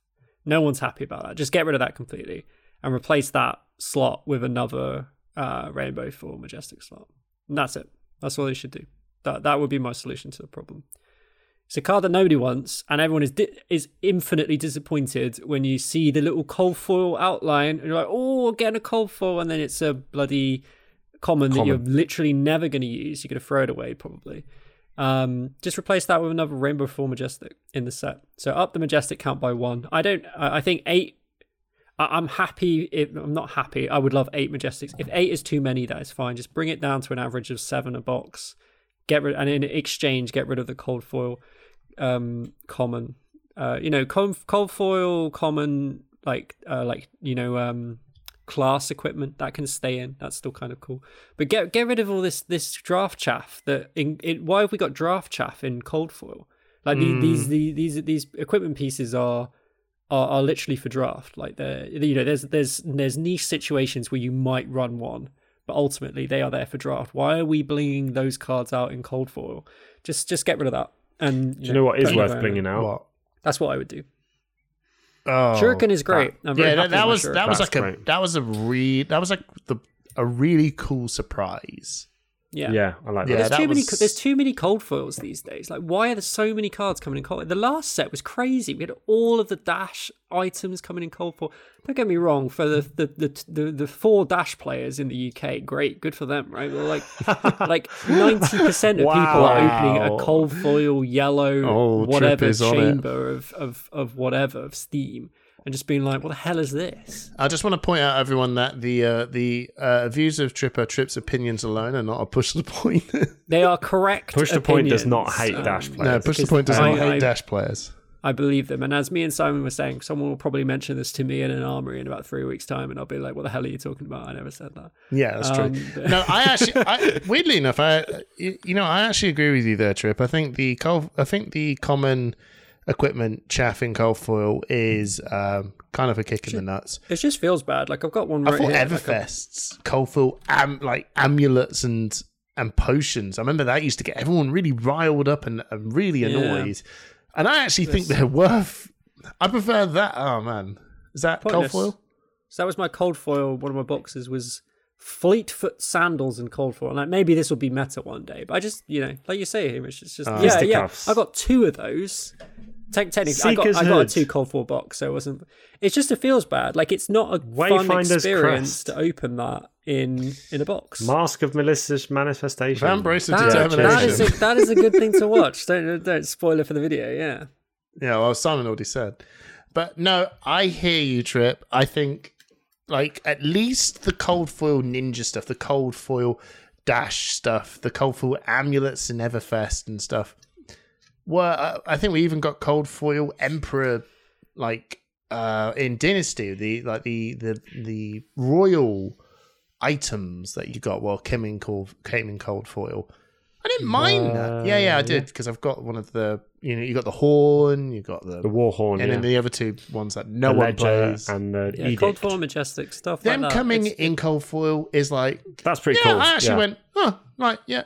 [SPEAKER 2] No one's happy about that. Just get rid of that completely and replace that slot with another uh, rainbow foil majestic slot. And that's it. That's all you should do. That that would be my solution to the problem. It's a card that nobody wants, and everyone is di- is infinitely disappointed when you see the little cold foil outline, and you're like, "Oh, again a cold foil," and then it's a bloody common, that
[SPEAKER 3] Common.
[SPEAKER 2] you're literally never going to use. You're going to throw it away probably. Um, just replace that with another Rainbow Four Majestic in the set. So up the Majestic count by one. I don't. I I think eight. I- I'm happy. If, I'm not happy. I would love eight Majestics. If eight is too many, that is fine. Just bring it down to an average of seven a box. Get rid and in exchange, get rid of the cold foil, um, common. Uh, you know, com- cold foil common like uh, like you know um class equipment that can stay in. That's still kind of cool. But get get rid of all this this draft chaff. That in, in why have we got draft chaff in cold foil? Like the, these the, these these equipment pieces are are, are literally for draft. Like they're you know there's there's there's niche situations where you might run one, but ultimately they are there for draft. Why are we bringing those cards out in cold foil? Just just get rid of that. And
[SPEAKER 3] Do you know what is
[SPEAKER 2] don't
[SPEAKER 3] worth
[SPEAKER 2] go-
[SPEAKER 3] bringing out?
[SPEAKER 1] What?
[SPEAKER 2] That's what I would do.
[SPEAKER 1] Oh,
[SPEAKER 2] Shuriken is great. I'm very
[SPEAKER 1] yeah,
[SPEAKER 2] happy
[SPEAKER 1] that, that
[SPEAKER 2] with my
[SPEAKER 1] was
[SPEAKER 2] Shuriken.
[SPEAKER 1] that was
[SPEAKER 3] That's
[SPEAKER 1] like a
[SPEAKER 3] great.
[SPEAKER 1] that was a re that was like the a really cool surprise.
[SPEAKER 3] Yeah. I like
[SPEAKER 1] Yeah.
[SPEAKER 3] that.
[SPEAKER 2] There's
[SPEAKER 1] that
[SPEAKER 2] too many.
[SPEAKER 1] was-
[SPEAKER 2] There's too many cold foils these days. Like, why are there so many cards coming in cold? The last set was crazy. We had all of the dash items coming in cold foil. Don't get me wrong. For the the the, the, the four dash players in the UK, great, good for them, right? Well, like like ninety percent of people are opening
[SPEAKER 1] Wow.
[SPEAKER 2] a cold foil yellow
[SPEAKER 1] Oh, Trip
[SPEAKER 2] whatever
[SPEAKER 1] is on it.
[SPEAKER 2] chamber of of of whatever of Steam, and just being like, what the hell is this?
[SPEAKER 1] I just want to point out everyone that the uh, the uh, views of Tripper Trip's opinions alone are not a push the point.
[SPEAKER 2] They are correct.
[SPEAKER 3] Push the point does not
[SPEAKER 2] opinions.
[SPEAKER 3] hate
[SPEAKER 2] Um,
[SPEAKER 3] dash
[SPEAKER 1] no,
[SPEAKER 3] players.
[SPEAKER 1] push the
[SPEAKER 2] because
[SPEAKER 1] point does not
[SPEAKER 2] I-
[SPEAKER 1] hate
[SPEAKER 2] I-
[SPEAKER 1] dash players.
[SPEAKER 2] I believe them. And as me and Simon were saying, someone will probably mention this to me in an armory in about three weeks' time, and I'll be like, "What the hell are you talking about? I never said that."
[SPEAKER 1] Yeah, that's true.
[SPEAKER 2] Um, but-
[SPEAKER 1] no, I actually, I, weirdly enough, I you you know I actually agree with you there, Trip. I think the coal, I think the common equipment chaff in coal foil is um, kind of a kick in the nuts.
[SPEAKER 2] It just feels bad. Like I've got one
[SPEAKER 1] I
[SPEAKER 2] right
[SPEAKER 1] thought
[SPEAKER 2] here. Like, I've-
[SPEAKER 1] Everfests, coal foil, am, like amulets and and potions. I remember that used to get everyone really riled up and, and really
[SPEAKER 2] Yeah.
[SPEAKER 1] annoyed. And I actually think they're worth. I prefer that. Oh man, is that coal
[SPEAKER 2] Pointless.
[SPEAKER 1] foil?
[SPEAKER 2] so that was my cold foil. One of my boxes was Fleetfoot sandals and cold foil. Like maybe this will be meta one day, but I just you know, like you say, Hamish, it's just yeah, yeah.
[SPEAKER 3] Ah, Fisticuffs.
[SPEAKER 2] I got two of those. Te- technically,
[SPEAKER 3] Seeker's
[SPEAKER 2] I got I got a
[SPEAKER 3] Hood.
[SPEAKER 2] two cold foil box, so it wasn't. It's just it feels bad. Like it's not a fun
[SPEAKER 3] Wayfinder's
[SPEAKER 2] experience
[SPEAKER 3] Crest.
[SPEAKER 2] to open that in in a box.
[SPEAKER 3] Mask of Melissa's manifestation.
[SPEAKER 1] Van Brace of
[SPEAKER 2] That-
[SPEAKER 1] determination.
[SPEAKER 2] that is a, that is a good thing to watch. Don't don't spoil it for the video. Yeah,
[SPEAKER 1] Yeah, well, Simon already said. But no, I hear you, Trip. I think, like, at least the cold foil ninja stuff, the cold foil dash stuff, the cold foil amulets and Everfest and stuff. Well, I, I think we even got cold foil emperor, like, uh, in Dynasty, the like the the the royal items that you got while came in cold, came in cold foil. I didn't mind that. Yeah, Uh, yeah, I did because I've got one of the you know you got the horn, you got the
[SPEAKER 3] The war horn.
[SPEAKER 1] and
[SPEAKER 3] yeah.
[SPEAKER 1] then the other two ones that no
[SPEAKER 3] The
[SPEAKER 1] one
[SPEAKER 3] ledger
[SPEAKER 1] plays.
[SPEAKER 3] and the
[SPEAKER 2] yeah.
[SPEAKER 3] edict.
[SPEAKER 2] Cold War majestic stuff.
[SPEAKER 1] Them
[SPEAKER 2] like that.
[SPEAKER 1] coming
[SPEAKER 2] It's-
[SPEAKER 1] in cold foil is like,
[SPEAKER 3] That's pretty
[SPEAKER 1] yeah,
[SPEAKER 3] cool.
[SPEAKER 1] I actually
[SPEAKER 3] yeah.
[SPEAKER 1] went, oh, right, yeah,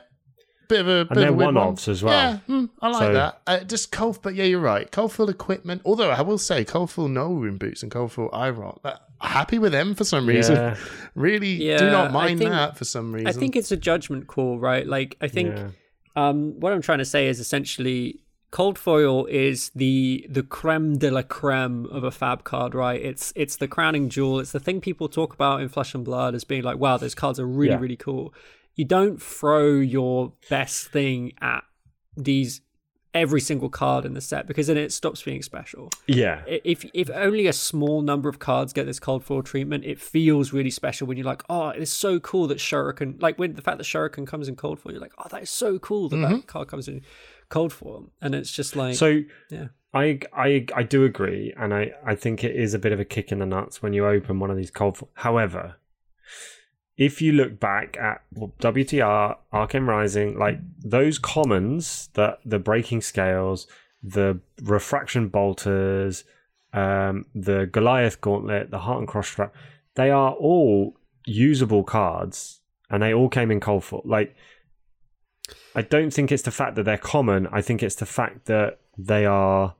[SPEAKER 1] bit of a bit
[SPEAKER 3] they're
[SPEAKER 1] of a weird
[SPEAKER 3] one-offs as well.
[SPEAKER 1] Yeah, hmm, I like
[SPEAKER 3] So-
[SPEAKER 1] that. Uh, just cold, but yeah, you're right. Cold foil equipment. Although I will say, cold foil no room boots and cold foil iron. Uh, happy with them for some reason.
[SPEAKER 3] Yeah.
[SPEAKER 1] really, do
[SPEAKER 2] Yeah, I
[SPEAKER 1] not mind
[SPEAKER 2] think-
[SPEAKER 1] that for some reason.
[SPEAKER 2] I think it's a judgment call, right? Like I think
[SPEAKER 3] Yeah.
[SPEAKER 2] um, what I'm trying to say is essentially cold foil is the the creme de la creme of a fab card, right? It's it's the crowning jewel. It's the thing people talk about in Flesh and Blood as being like, wow, those cards are really
[SPEAKER 3] Yeah.
[SPEAKER 2] really cool. You don't throw your best thing at these every single card in the set because then it stops being special
[SPEAKER 3] yeah.
[SPEAKER 2] i- if if only a small number of cards get this cold foil treatment, it feels really special when you're like, oh, it's so cool that Shuriken, like when the fact that Shuriken comes in cold foil, you're like, oh, that is so cool that that card comes in cold foil, and it's just like,
[SPEAKER 3] Mm-hmm. So
[SPEAKER 2] yeah,
[SPEAKER 3] I, I I do agree, and I, I think it is a bit of a kick in the nuts when you open one of these cold. fo- However, if you look back at WTR, Arkham Rising, like those commons, the the breaking scales, the refraction bolters, um, the Goliath gauntlet, the heart and cross strap, they are all usable cards, and they all came in cold foil. Like, I don't think it's the fact that they're common. I think it's the fact that they are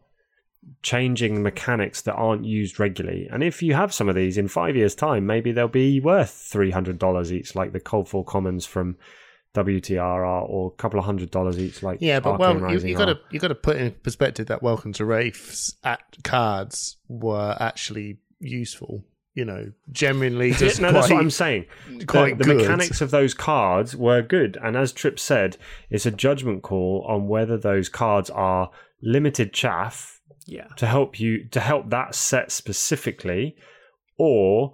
[SPEAKER 3] changing mechanics that aren't used regularly. And if you have some of these in five years' time, maybe they'll be worth three hundred dollars each, like the cold foil commons from WTR are, or a couple of hundred dollars each, like
[SPEAKER 1] Yeah, but
[SPEAKER 3] Arcane
[SPEAKER 1] well, you,
[SPEAKER 3] Rising
[SPEAKER 1] you
[SPEAKER 3] are.
[SPEAKER 1] gotta you gotta put in perspective that Welcome to Wraiths at cards were actually useful. you know, genuinely
[SPEAKER 3] Yeah,
[SPEAKER 1] just
[SPEAKER 3] no,
[SPEAKER 1] quite,
[SPEAKER 3] that's what I'm saying. The-
[SPEAKER 1] quite
[SPEAKER 3] the,
[SPEAKER 1] good.
[SPEAKER 3] mechanics of those cards were good, and as Tripp said, it's a judgment call on whether those cards are limited chaff
[SPEAKER 2] Yeah.
[SPEAKER 3] to help you to help that set specifically, or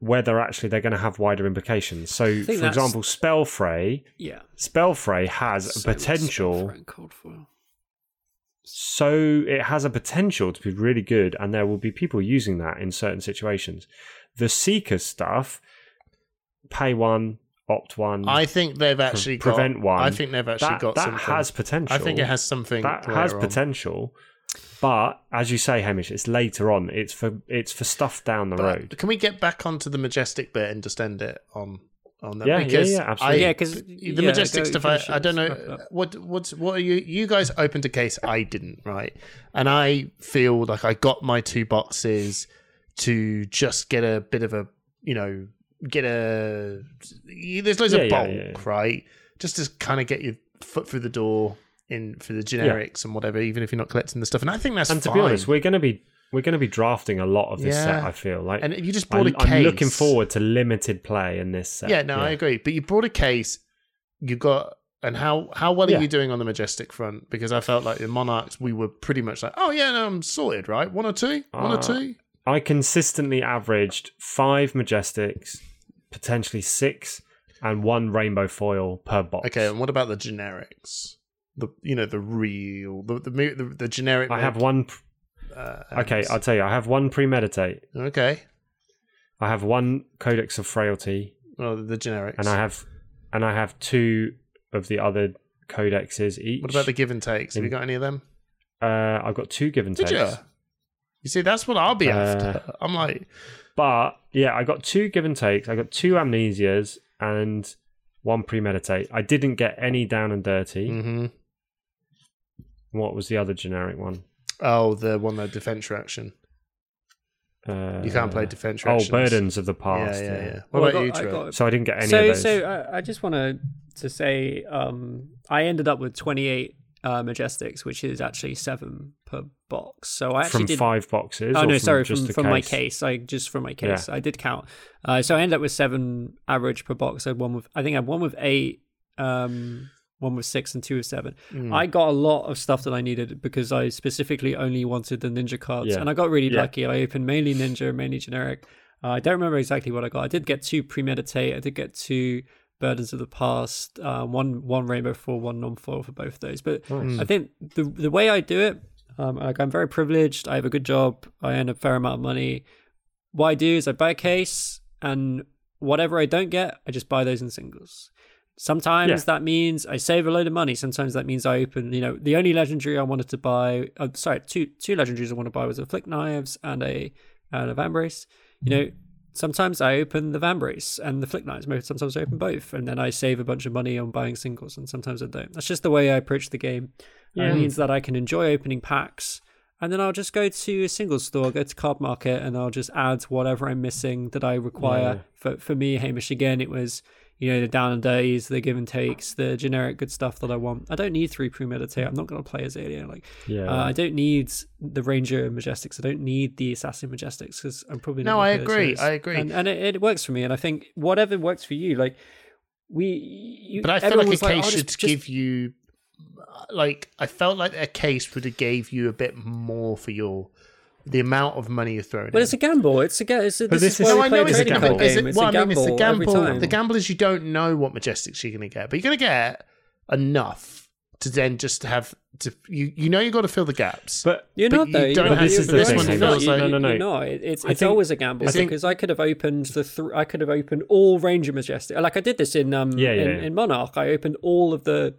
[SPEAKER 3] whether actually they're going to have wider implications. So, for
[SPEAKER 2] think that's-
[SPEAKER 3] example, Spellfray,
[SPEAKER 2] Yeah.
[SPEAKER 3] Spellfray has a
[SPEAKER 2] So it's
[SPEAKER 3] potential
[SPEAKER 2] Frank Cold Foil.
[SPEAKER 3] so it has a potential to be really good and there will be people using that in certain situations the seeker stuff pay one opt one
[SPEAKER 1] I think they've actually got-
[SPEAKER 3] prevent one
[SPEAKER 1] I think they've actually
[SPEAKER 3] that,
[SPEAKER 1] got
[SPEAKER 3] that
[SPEAKER 1] something.
[SPEAKER 3] has potential
[SPEAKER 1] I think it has something.
[SPEAKER 3] that
[SPEAKER 1] later
[SPEAKER 3] has
[SPEAKER 1] on.
[SPEAKER 3] potential but as you say hamish it's later on it's for it's for stuff down the
[SPEAKER 1] But
[SPEAKER 3] road
[SPEAKER 1] Can we get back onto the majestic bit and just end it on on that?
[SPEAKER 3] Yeah, yeah,
[SPEAKER 1] because
[SPEAKER 3] yeah, absolutely.
[SPEAKER 1] I-
[SPEAKER 2] Yeah, 'cause-
[SPEAKER 1] the
[SPEAKER 2] yeah,
[SPEAKER 1] majestic
[SPEAKER 2] go-
[SPEAKER 1] stuff. I,
[SPEAKER 2] finish it,
[SPEAKER 1] I don't
[SPEAKER 2] wrap it
[SPEAKER 1] know
[SPEAKER 2] up.
[SPEAKER 1] what what's what are you you guys opened a case. I didn't right, and I feel like I got my two boxes to just get a bit of a you know get a there's loads
[SPEAKER 3] Yeah,
[SPEAKER 1] of
[SPEAKER 3] yeah,
[SPEAKER 1] bulk
[SPEAKER 3] yeah, yeah.
[SPEAKER 1] right just to kind of get your foot through the door in for the generics and whatever even if you're not collecting the stuff and i think that's
[SPEAKER 3] and to
[SPEAKER 1] fine.
[SPEAKER 3] be honest we're going to be we're going to be drafting a lot of this set
[SPEAKER 1] Yeah.
[SPEAKER 3] i feel like
[SPEAKER 1] and you just bought
[SPEAKER 3] I'm,
[SPEAKER 1] a case
[SPEAKER 3] I'm looking forward to limited play in this set
[SPEAKER 1] Yeah, no, I agree. But you brought a case. You got and how how well
[SPEAKER 3] Yeah.
[SPEAKER 1] are you doing on the majestic front? Because I felt like the monarchs, we were pretty much like, oh yeah, no, I'm sorted, right? One or two, one
[SPEAKER 3] Uh,
[SPEAKER 1] or two.
[SPEAKER 3] I consistently averaged five majestics, potentially six, and one rainbow foil per box.
[SPEAKER 1] Okay, and what about the generics? The you know the real the the mo- the, the generic.
[SPEAKER 3] I have
[SPEAKER 1] mo-
[SPEAKER 3] one.
[SPEAKER 1] Uh,
[SPEAKER 3] Okay,
[SPEAKER 1] and-
[SPEAKER 3] I'll tell you. I have one premeditate.
[SPEAKER 1] okay.
[SPEAKER 3] I have one codex of frailty,
[SPEAKER 1] Well, the generics.
[SPEAKER 3] and I have, and I have two of the other codexes each.
[SPEAKER 1] what about the give and takes? Have you got any of them?
[SPEAKER 3] Uh, I've got two given
[SPEAKER 1] Did
[SPEAKER 3] takes.
[SPEAKER 1] you? You see, that's what I'll be
[SPEAKER 3] Uh,
[SPEAKER 1] after. I'm like,
[SPEAKER 3] But yeah, I got two give and takes. I got two amnesias and one premeditate. I didn't get any down and dirty.
[SPEAKER 1] mhm.
[SPEAKER 3] What was the other generic one?
[SPEAKER 1] oh, the one that defense reaction.
[SPEAKER 3] Uh,
[SPEAKER 1] You can't play defense
[SPEAKER 3] Oh,
[SPEAKER 1] reactions.
[SPEAKER 3] burdens of the past.
[SPEAKER 1] Yeah, yeah, yeah. What
[SPEAKER 2] Well, I
[SPEAKER 1] about you,
[SPEAKER 2] got- I
[SPEAKER 1] Trey?
[SPEAKER 2] got-
[SPEAKER 3] So I didn't get any
[SPEAKER 2] so
[SPEAKER 3] of those.
[SPEAKER 2] so I, I just want to to say um, I ended up with 28 uh, majestics, which is actually seven per box. So I actually
[SPEAKER 3] from
[SPEAKER 2] did.
[SPEAKER 3] five boxes.
[SPEAKER 2] Oh
[SPEAKER 3] or
[SPEAKER 2] no,
[SPEAKER 3] from
[SPEAKER 2] sorry,
[SPEAKER 3] just
[SPEAKER 2] from,
[SPEAKER 3] the
[SPEAKER 2] from my case. I just from my case, I did count. Uh, so I ended up with seven average per box. I had one with I think I had one with eight, um, one with six, and two with seven.
[SPEAKER 3] Hmm.
[SPEAKER 2] I got a lot of stuff that I needed because I specifically only wanted the ninja cards,
[SPEAKER 3] Yeah.
[SPEAKER 2] and I got really
[SPEAKER 3] Yeah.
[SPEAKER 2] lucky. I opened mainly ninja, mainly generic. Uh, I don't remember exactly what I got. I did get two premeditate. I did get two burdens of the past. Uh, one one rainbow foil, one non foil for both of those. But I think the the way I do it, um, like I'm very privileged. I have a good job. I earn a fair amount of money. What I do is I buy a case, and whatever I don't get, I just buy those in singles. Sometimes
[SPEAKER 3] Yeah.
[SPEAKER 2] that means I save a load of money. Sometimes that means I open, you know, the only legendary I wanted to buy. Uh, sorry, two two legendaries I want to buy was a flick knives and a and a vambrace. You know, sometimes I open the vambrace and the flick knives. Most sometimes I open both, and then I save a bunch of money on buying singles, and sometimes I don't. That's just the way I approach the game. And It means that I can enjoy opening packs. And then I'll just go to a single store, go to card market, and I'll just add whatever I'm missing that I require. For for me, Hamish, again, it was you know the down and dirties, the give and takes, the generic good stuff that I want. I don't need three premeditate. I'm not going to play as alien. Like
[SPEAKER 1] Um,
[SPEAKER 3] Yeah.
[SPEAKER 2] uh, I don't need the ranger majestics. I don't need the assassin majestics because I'm probably not
[SPEAKER 1] No,
[SPEAKER 2] gonna
[SPEAKER 1] I
[SPEAKER 2] play as
[SPEAKER 1] agree,
[SPEAKER 2] those.
[SPEAKER 1] I agree.
[SPEAKER 2] and, and it, it works for me. And I think whatever works for you, like we. You,
[SPEAKER 1] But I feel
[SPEAKER 2] everyone
[SPEAKER 1] like a
[SPEAKER 2] was
[SPEAKER 1] case
[SPEAKER 2] "Oh,
[SPEAKER 1] should
[SPEAKER 2] just- just
[SPEAKER 1] give you, like, I felt like a case would have gave you a bit more for your the amount of money you're throwing.
[SPEAKER 2] But
[SPEAKER 1] in.
[SPEAKER 2] it's a gamble. It's a gamble. It's a, this
[SPEAKER 3] this
[SPEAKER 2] is
[SPEAKER 3] is-
[SPEAKER 2] why we
[SPEAKER 3] No, I
[SPEAKER 2] play
[SPEAKER 3] know it's a
[SPEAKER 2] trading
[SPEAKER 3] gamble.
[SPEAKER 2] card game.
[SPEAKER 1] Is it-
[SPEAKER 2] It's
[SPEAKER 1] well,
[SPEAKER 2] a
[SPEAKER 1] I mean,
[SPEAKER 2] gamble.
[SPEAKER 1] it's a gamble.
[SPEAKER 2] Every time.
[SPEAKER 1] The gamble is you don't know what majestics you're going to get, but you're going to get enough to then just have to. You you know you got to fill the gaps.
[SPEAKER 3] but
[SPEAKER 2] You're
[SPEAKER 1] But
[SPEAKER 2] not
[SPEAKER 1] you
[SPEAKER 2] though.
[SPEAKER 1] don't
[SPEAKER 2] You're
[SPEAKER 3] have
[SPEAKER 2] not-
[SPEAKER 3] to-
[SPEAKER 2] you're
[SPEAKER 3] this
[SPEAKER 2] not.
[SPEAKER 3] one
[SPEAKER 2] You're not.
[SPEAKER 3] feels like-
[SPEAKER 2] You're-
[SPEAKER 3] No, no, no.
[SPEAKER 2] you're not. It- It's,
[SPEAKER 3] I
[SPEAKER 2] it's
[SPEAKER 3] think-
[SPEAKER 2] always a gamble
[SPEAKER 3] I think-
[SPEAKER 2] because I could have opened the thr I could have opened all Ranger Majestic. Like I did this in um
[SPEAKER 3] Yeah, yeah,
[SPEAKER 2] in,
[SPEAKER 3] yeah.
[SPEAKER 2] in Monarch. I opened all of the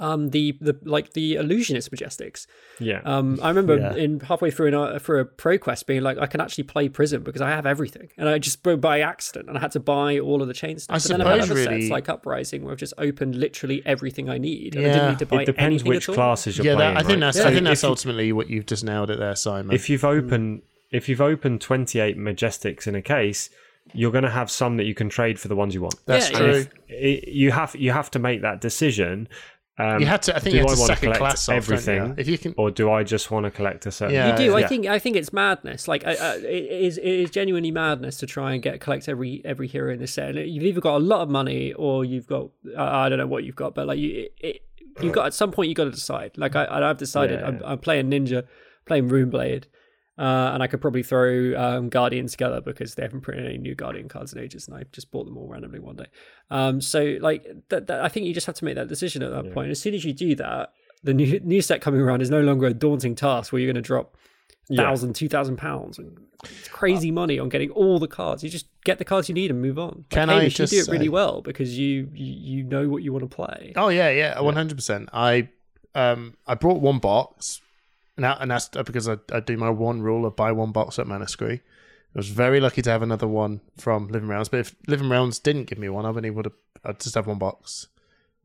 [SPEAKER 2] um the the like the illusionist majestics.
[SPEAKER 3] yeah.
[SPEAKER 2] Um, I remember
[SPEAKER 1] Yeah.
[SPEAKER 2] in halfway through an, for a pro quest being like, I can actually play prison because I have everything, and I just by accident, and I had to buy all of the chain stuff.
[SPEAKER 1] I
[SPEAKER 2] and then I've had
[SPEAKER 1] suppose
[SPEAKER 2] other
[SPEAKER 1] really-
[SPEAKER 2] sets like Uprising where I've just opened literally everything I need, and I
[SPEAKER 1] Yeah.
[SPEAKER 2] didn't need to buy
[SPEAKER 3] it depends
[SPEAKER 2] anything
[SPEAKER 3] which
[SPEAKER 2] at all.
[SPEAKER 3] classes you're
[SPEAKER 1] yeah,
[SPEAKER 3] playing.
[SPEAKER 1] that, I think
[SPEAKER 3] right?
[SPEAKER 1] that's
[SPEAKER 3] So
[SPEAKER 1] I think that's
[SPEAKER 3] if, you-
[SPEAKER 1] ultimately what you've just nailed it there, Simon.
[SPEAKER 3] if you've opened if you've opened twenty eight majestics in a case, you're going to have some that you can trade for the ones you want.
[SPEAKER 1] that's
[SPEAKER 2] Yeah,
[SPEAKER 1] true.
[SPEAKER 2] yeah.
[SPEAKER 3] It, you have you have to make that decision. Um,
[SPEAKER 1] you had to. I think
[SPEAKER 3] do
[SPEAKER 1] you had
[SPEAKER 3] I
[SPEAKER 1] to
[SPEAKER 3] wanna
[SPEAKER 1] second
[SPEAKER 3] collect
[SPEAKER 1] class off, don't you?
[SPEAKER 3] everything?
[SPEAKER 1] If you can,
[SPEAKER 3] or do I just want to collect a certain?
[SPEAKER 1] Yeah.
[SPEAKER 2] You do. I
[SPEAKER 3] yeah.
[SPEAKER 2] think. I think it's madness. Like, I, I, it is. It is genuinely madness to try and get collect every every hero in this set. And you've either got a lot of money or you've got. I I don't know what you've got, but like you, it, it, you've got at some point you got to decide. Like I, I've decided.
[SPEAKER 3] Yeah.
[SPEAKER 2] I'm, I'm playing Ninja, playing Runeblade, uh, and I could probably throw um, Guardian together because they haven't printed any new Guardian cards in ages, and I just bought them all randomly one day. Um, so like that, that, I think you just have to make that decision at that point. As soon as you do that, the new new set coming around is no longer a daunting task where you're going to drop
[SPEAKER 3] Yeah.
[SPEAKER 2] thousand, two thousand pounds and it's crazy money on getting all the cards. You just get the cards you need and move on. Like,
[SPEAKER 1] Can I
[SPEAKER 2] Hamish,
[SPEAKER 1] just
[SPEAKER 2] you do it really
[SPEAKER 1] say-
[SPEAKER 2] well because you you, you know what you want to play.
[SPEAKER 1] Oh yeah, yeah, one hundred percent. I um I brought one box, and that, and that's because I, I do my one rule of buy one box at Manuscree. I was very lucky to have another one from Living Rounds, but if Living Rounds didn't give me one, I only would have. I'd uh, just have one box.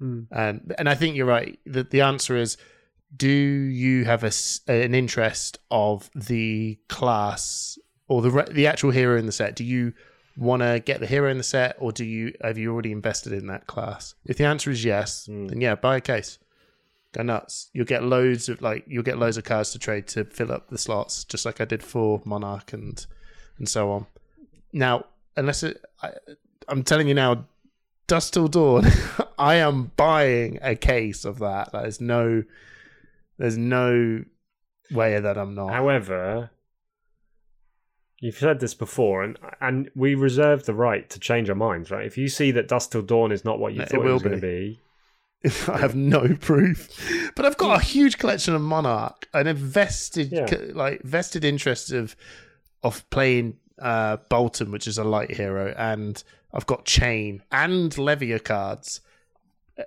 [SPEAKER 2] Mm.
[SPEAKER 1] And and I think you're right. The the answer is, do you have a s an interest of the class or the re- the actual hero in the set? Do you want to get the hero in the set, or do you have you already invested in that class? If the answer is yes, then yeah, buy a case. Go nuts. You'll get loads of like you'll get loads of cards to trade to fill up the slots, just like I did for Monarch and and so on. Now, unless it, I, I'm telling you now, Dust Till Dawn, I am buying a case of that. There's no, there's no way that I'm not.
[SPEAKER 3] However, you've said this before, and and we reserve the right to change our minds, right? If you see that Dust Till Dawn is not what you
[SPEAKER 1] It
[SPEAKER 3] thought it,
[SPEAKER 1] will
[SPEAKER 3] was going
[SPEAKER 1] be.
[SPEAKER 3] to be,
[SPEAKER 1] I have no proof, but I've got a huge collection of Monarch and a vested,
[SPEAKER 3] Hmm. Yeah.
[SPEAKER 1] co- like vested interest of of playing uh, Bolton, which is a light hero, and I've got Chain and Levier cards,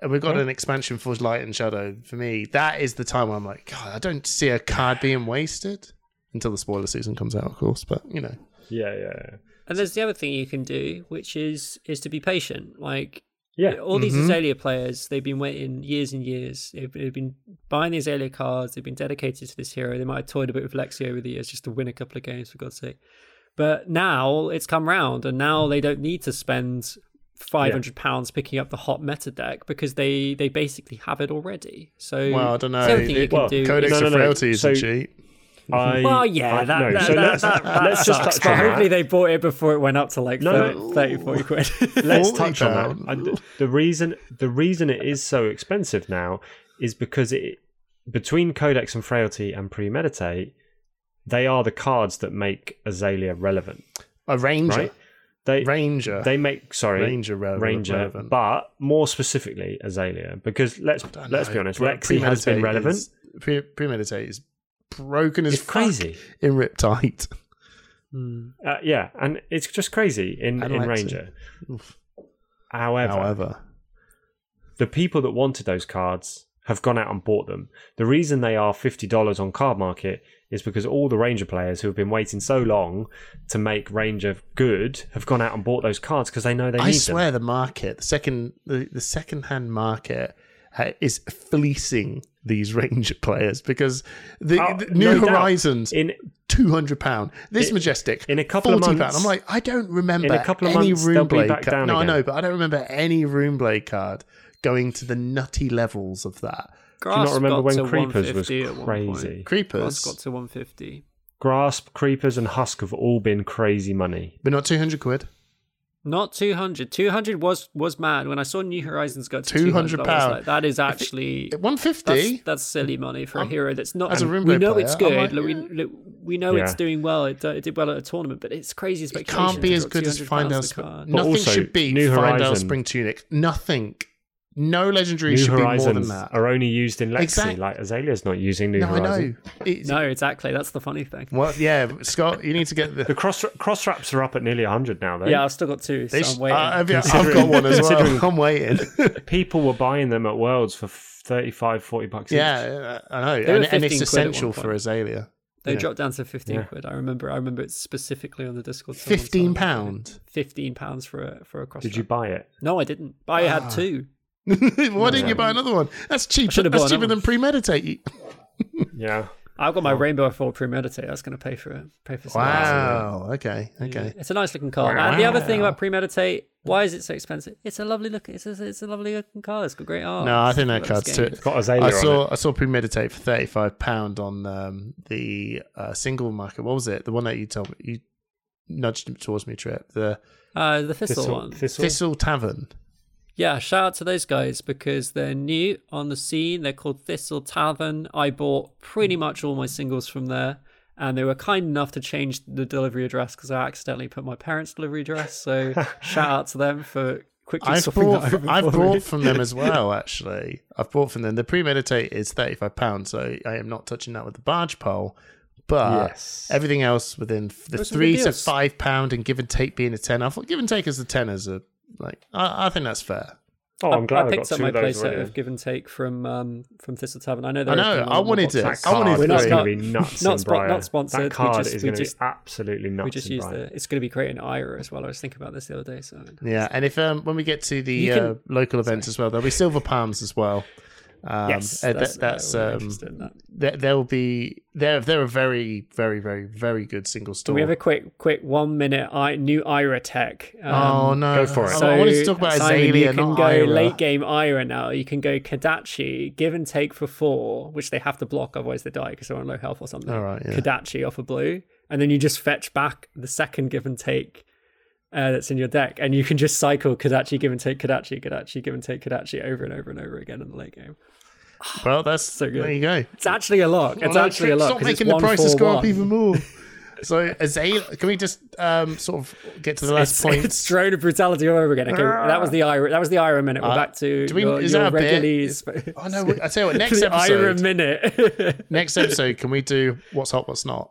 [SPEAKER 1] and we've got an expansion for Light and Shadow. For me, that is the time where I'm like, God, I don't see a card being wasted until the spoiler season comes out, of course. But you know,
[SPEAKER 3] yeah, yeah,
[SPEAKER 2] And there's the other thing you can do, which is is to be patient. Like
[SPEAKER 3] yeah. yeah.
[SPEAKER 2] all these
[SPEAKER 1] Mhm.
[SPEAKER 2] Azalea players, they've been waiting years and years. They've, they've been buying the Azalea cards. They've been dedicated to this hero. They might have toyed a bit with Lexi over the years just to win a couple of games, for God's sake. But now it's come round, and now they don't need to spend five hundred pounds picking up the hot meta deck because they they basically have it already. So
[SPEAKER 1] well, I don't know.
[SPEAKER 2] it's the other thing you
[SPEAKER 1] It-
[SPEAKER 2] can
[SPEAKER 3] well,
[SPEAKER 2] do.
[SPEAKER 1] Codex
[SPEAKER 3] No,
[SPEAKER 1] of
[SPEAKER 3] no, no.
[SPEAKER 1] Frailty isn't
[SPEAKER 3] So-
[SPEAKER 1] cheap.
[SPEAKER 3] I,
[SPEAKER 2] Well, yeah,
[SPEAKER 3] I-
[SPEAKER 2] that,
[SPEAKER 3] no,
[SPEAKER 2] that,
[SPEAKER 3] so
[SPEAKER 2] that-
[SPEAKER 3] let's,
[SPEAKER 2] that- that
[SPEAKER 3] let's just
[SPEAKER 2] sucks,
[SPEAKER 3] touch
[SPEAKER 2] but
[SPEAKER 3] on that.
[SPEAKER 2] hopefully they bought it before it went up to like
[SPEAKER 3] No,
[SPEAKER 2] thir-
[SPEAKER 3] no.
[SPEAKER 2] 30, 40 quid.
[SPEAKER 3] let's
[SPEAKER 1] Falling
[SPEAKER 3] touch on
[SPEAKER 1] down.
[SPEAKER 3] that. And the reason the reason it is so expensive now is because it between Codex and Frailty and Premeditate, they are the cards that make Azalea relevant,
[SPEAKER 1] A Ranger,
[SPEAKER 3] right? They
[SPEAKER 1] Ranger.
[SPEAKER 3] they make sorry
[SPEAKER 1] Ranger relevant-
[SPEAKER 3] Ranger,
[SPEAKER 1] relevant.
[SPEAKER 3] but more specifically Azalea because let's
[SPEAKER 1] don't
[SPEAKER 3] let's
[SPEAKER 1] know.
[SPEAKER 3] be honest,
[SPEAKER 1] Pre-
[SPEAKER 3] Lexi has been
[SPEAKER 1] premeditate
[SPEAKER 3] relevant.
[SPEAKER 1] is- pre- premeditate is broken as
[SPEAKER 3] It's crazy,
[SPEAKER 1] fuck in Riptide.
[SPEAKER 3] uh, yeah, and it's just crazy in
[SPEAKER 1] And
[SPEAKER 3] in
[SPEAKER 1] Lexi.
[SPEAKER 3] Ranger.
[SPEAKER 1] Oof.
[SPEAKER 3] However,
[SPEAKER 1] However,
[SPEAKER 3] the people that wanted those cards have gone out and bought them. The reason they are $50 on card market is because all the Ranger players who have been waiting so long to make Ranger good have gone out and bought those cards because they know they
[SPEAKER 1] I
[SPEAKER 3] need
[SPEAKER 1] swear the market, the second the, the second hand market ha- is fleecing these Ranger players because the,
[SPEAKER 3] Oh,
[SPEAKER 1] the New
[SPEAKER 3] no doubt.
[SPEAKER 1] Horizons
[SPEAKER 3] them. In
[SPEAKER 1] two hundred pound, this
[SPEAKER 3] In-
[SPEAKER 1] majestic
[SPEAKER 3] in a couple of
[SPEAKER 1] 40
[SPEAKER 3] months-
[SPEAKER 1] I'm like, I don't remember
[SPEAKER 3] in a couple of
[SPEAKER 1] any
[SPEAKER 3] months, they'll
[SPEAKER 1] Runeblade
[SPEAKER 3] be back
[SPEAKER 1] card.
[SPEAKER 3] down
[SPEAKER 1] no, I
[SPEAKER 3] again.
[SPEAKER 1] know, but I don't remember any Runeblade card going to the nutty levels of that.
[SPEAKER 3] do you
[SPEAKER 2] Grass
[SPEAKER 3] not remember
[SPEAKER 2] got to
[SPEAKER 3] when Creepers was
[SPEAKER 2] 150 at one point.
[SPEAKER 3] crazy?
[SPEAKER 1] Creepers,
[SPEAKER 2] Grass got to 150.
[SPEAKER 3] Grasp, Creepers, and Husk have all been crazy money.
[SPEAKER 1] but not two hundred quid.
[SPEAKER 2] Not 200. 200 was was mad when I saw New Horizons got to
[SPEAKER 1] 200
[SPEAKER 2] 200 pounds.
[SPEAKER 1] pound.
[SPEAKER 2] Like, that is actually
[SPEAKER 1] One
[SPEAKER 2] that's,
[SPEAKER 1] fifty.
[SPEAKER 2] that's silly money for a
[SPEAKER 1] I'm-
[SPEAKER 2] hero that's not.
[SPEAKER 1] as a Rimblade
[SPEAKER 2] we know it's
[SPEAKER 1] player,
[SPEAKER 2] good.
[SPEAKER 1] I'm like,
[SPEAKER 2] look, we,
[SPEAKER 1] yeah.
[SPEAKER 2] look, we know it's
[SPEAKER 3] Yeah.
[SPEAKER 2] doing well. It, do- it did well at a tournament, but it's crazy.
[SPEAKER 1] It can't be as good as Find Out. Spring.
[SPEAKER 2] No,
[SPEAKER 1] Nothing
[SPEAKER 3] also,
[SPEAKER 1] should be
[SPEAKER 3] New
[SPEAKER 1] Find Out
[SPEAKER 3] Horizon-
[SPEAKER 1] Spring Tunic. Nothing. No legendary
[SPEAKER 3] New
[SPEAKER 1] should be more
[SPEAKER 3] Horizons
[SPEAKER 1] than that.
[SPEAKER 3] are only used in Lexi.
[SPEAKER 1] Exact-
[SPEAKER 3] Like Azalea's not using New
[SPEAKER 1] no, I know.
[SPEAKER 3] Horizon.
[SPEAKER 1] It's,
[SPEAKER 2] no, exactly. That's the funny thing.
[SPEAKER 1] Well, yeah, Scott, you need to get
[SPEAKER 3] The
[SPEAKER 1] the.
[SPEAKER 3] cross cross wraps are up at nearly 100 now, though.
[SPEAKER 2] Yeah, I've still got two. So
[SPEAKER 1] They sh- uh,
[SPEAKER 2] I'm waiting.
[SPEAKER 1] I- I've, I've got
[SPEAKER 3] Considering-
[SPEAKER 1] one as well.
[SPEAKER 3] considering-
[SPEAKER 1] I'm waiting.
[SPEAKER 3] People were buying them at Worlds for 35, 40 bucks each.
[SPEAKER 1] yeah, I know,
[SPEAKER 2] They were
[SPEAKER 1] and, and
[SPEAKER 2] 15 quid
[SPEAKER 1] it's
[SPEAKER 2] at
[SPEAKER 1] essential
[SPEAKER 2] one point.
[SPEAKER 1] for Azalea.
[SPEAKER 2] They
[SPEAKER 1] Yeah.
[SPEAKER 2] dropped down to fifteen
[SPEAKER 3] Yeah.
[SPEAKER 2] quid. I remember. I remember it specifically on the Discord. someone
[SPEAKER 1] Fifteen
[SPEAKER 2] told me.
[SPEAKER 1] pound.
[SPEAKER 2] Fifteen pounds for a for a cross.
[SPEAKER 3] Did you buy it?
[SPEAKER 2] No, I didn't. But I
[SPEAKER 1] Ah.
[SPEAKER 2] had two.
[SPEAKER 1] Why didn't you buy another one? That's cheap.
[SPEAKER 2] should've
[SPEAKER 1] That's
[SPEAKER 2] bought
[SPEAKER 1] cheaper
[SPEAKER 2] another
[SPEAKER 1] than premeditate.
[SPEAKER 3] Yeah.
[SPEAKER 2] I've got my Rainbow Four Premeditate. That's going to pay for it. Pay for some of that.
[SPEAKER 1] Wow. Okay. Okay.
[SPEAKER 2] It's a nice looking car. And the other thing about Premeditate, why is it so expensive? It's a lovely look. It's a, it's a lovely looking car. It's got great art.
[SPEAKER 1] No, I think that
[SPEAKER 2] Looks
[SPEAKER 1] cuts to
[SPEAKER 2] game.
[SPEAKER 1] it.
[SPEAKER 3] Got Azalea
[SPEAKER 1] I
[SPEAKER 3] on it.
[SPEAKER 1] saw I saw premeditate for thirty five pound on um, the uh, single market. What was it? The one that you told me you nudged towards me, Trip. The
[SPEAKER 2] Uh, the Thistle,
[SPEAKER 3] Thistle-
[SPEAKER 2] one.
[SPEAKER 3] Thistle?
[SPEAKER 1] Thistle Tavern.
[SPEAKER 2] Yeah, shout out to those guys because they're new on the scene. They're called Thistle Tavern. I bought
[SPEAKER 1] Hmm.
[SPEAKER 2] pretty much all my singles from there, and they were kind enough to change the delivery address because I accidentally put my parents' delivery address. So shout out to them for quickly
[SPEAKER 1] I've
[SPEAKER 2] swapping
[SPEAKER 1] bought
[SPEAKER 2] that over.
[SPEAKER 1] I've
[SPEAKER 2] for me.
[SPEAKER 1] bought from them as well. Actually, I've bought from them. The premeditate is thirty five pounds, so I am not touching that with the barge pole. But
[SPEAKER 3] Yes.
[SPEAKER 1] everything else within f- the
[SPEAKER 2] Those are good
[SPEAKER 1] three to
[SPEAKER 2] deals.
[SPEAKER 1] five pound and give and take being a ten. I thought give and take as a ten is a like. I, I think that's fair.
[SPEAKER 3] Oh, I'm glad I,
[SPEAKER 2] I
[SPEAKER 3] got
[SPEAKER 2] picked
[SPEAKER 3] two
[SPEAKER 2] up my
[SPEAKER 3] of those.
[SPEAKER 2] playset
[SPEAKER 3] already.
[SPEAKER 2] of give and take from um, from Thistle Tavern. I know.
[SPEAKER 1] I
[SPEAKER 2] they're
[SPEAKER 1] know.
[SPEAKER 2] opening
[SPEAKER 1] I
[SPEAKER 2] all the
[SPEAKER 1] wanted
[SPEAKER 2] boxes.
[SPEAKER 1] it.
[SPEAKER 3] That
[SPEAKER 1] I
[SPEAKER 3] card
[SPEAKER 1] wanted
[SPEAKER 2] We're not-
[SPEAKER 3] is
[SPEAKER 1] three.
[SPEAKER 3] going to be
[SPEAKER 2] not-
[SPEAKER 3] nuts.
[SPEAKER 2] not
[SPEAKER 3] in
[SPEAKER 2] spon- not
[SPEAKER 3] Briar.
[SPEAKER 2] sponsored. We
[SPEAKER 3] That card
[SPEAKER 2] just-
[SPEAKER 3] is
[SPEAKER 2] we
[SPEAKER 3] going to be
[SPEAKER 2] just-
[SPEAKER 3] absolutely nuts.
[SPEAKER 2] We just
[SPEAKER 3] in
[SPEAKER 2] used
[SPEAKER 3] Briar.
[SPEAKER 2] the. It's going to be great in Ira as well. I was thinking about this the other day. So
[SPEAKER 1] Yeah, and if um, when we get to the
[SPEAKER 2] You can-
[SPEAKER 1] uh, local events as well, there'll be silver palms as well. Um,
[SPEAKER 2] yes,
[SPEAKER 1] uh,
[SPEAKER 2] that's,
[SPEAKER 1] that, that's
[SPEAKER 2] uh, we're
[SPEAKER 1] um,
[SPEAKER 2] interested in that.
[SPEAKER 1] there, there will be there. They're a very, very, very, very good single store.
[SPEAKER 2] We have a quick, quick one minute I, new Ira tech. Um,
[SPEAKER 1] oh no,
[SPEAKER 3] Go for it.
[SPEAKER 1] Oh,
[SPEAKER 2] So
[SPEAKER 1] I wanted to talk about
[SPEAKER 2] Simon,
[SPEAKER 1] Azalea,
[SPEAKER 2] you can
[SPEAKER 1] not
[SPEAKER 2] go
[SPEAKER 1] Ira.
[SPEAKER 2] late game Ira now. You can go Kadachi, give and take for four, which they have to block, otherwise they die because they're on low health or something.
[SPEAKER 1] All right, yeah.
[SPEAKER 2] Kadachi off a blue, and then you just fetch back the second give and take uh, that's in your deck, and you can just cycle Kadachi, give and take Kadachi, Kadachi, give and take Kadachi over and over and over again in the late game.
[SPEAKER 1] Well, that's
[SPEAKER 2] good.
[SPEAKER 1] there. You go.
[SPEAKER 2] It's actually a lock. It's
[SPEAKER 1] Well, no,
[SPEAKER 2] actually a
[SPEAKER 1] Trip's
[SPEAKER 2] lock.
[SPEAKER 1] Stop
[SPEAKER 2] 'cause it's
[SPEAKER 1] making the
[SPEAKER 2] one,
[SPEAKER 1] prices
[SPEAKER 2] four,
[SPEAKER 1] go up
[SPEAKER 2] one.
[SPEAKER 1] even more. So Azalea, can we just um, sort of get to the last
[SPEAKER 2] It's,
[SPEAKER 1] point? Ah.
[SPEAKER 2] it's drone of brutality all over again. Okay, that was the Ira. That was the Ira minute. We're back to
[SPEAKER 1] do we-
[SPEAKER 2] your,
[SPEAKER 1] is
[SPEAKER 2] your
[SPEAKER 1] that a bit-
[SPEAKER 2] regularly.
[SPEAKER 1] I know. Oh, I tell you what. Next
[SPEAKER 2] the Ira
[SPEAKER 1] episode.
[SPEAKER 2] minute.
[SPEAKER 1] Next episode, can we do what's hot, what's not?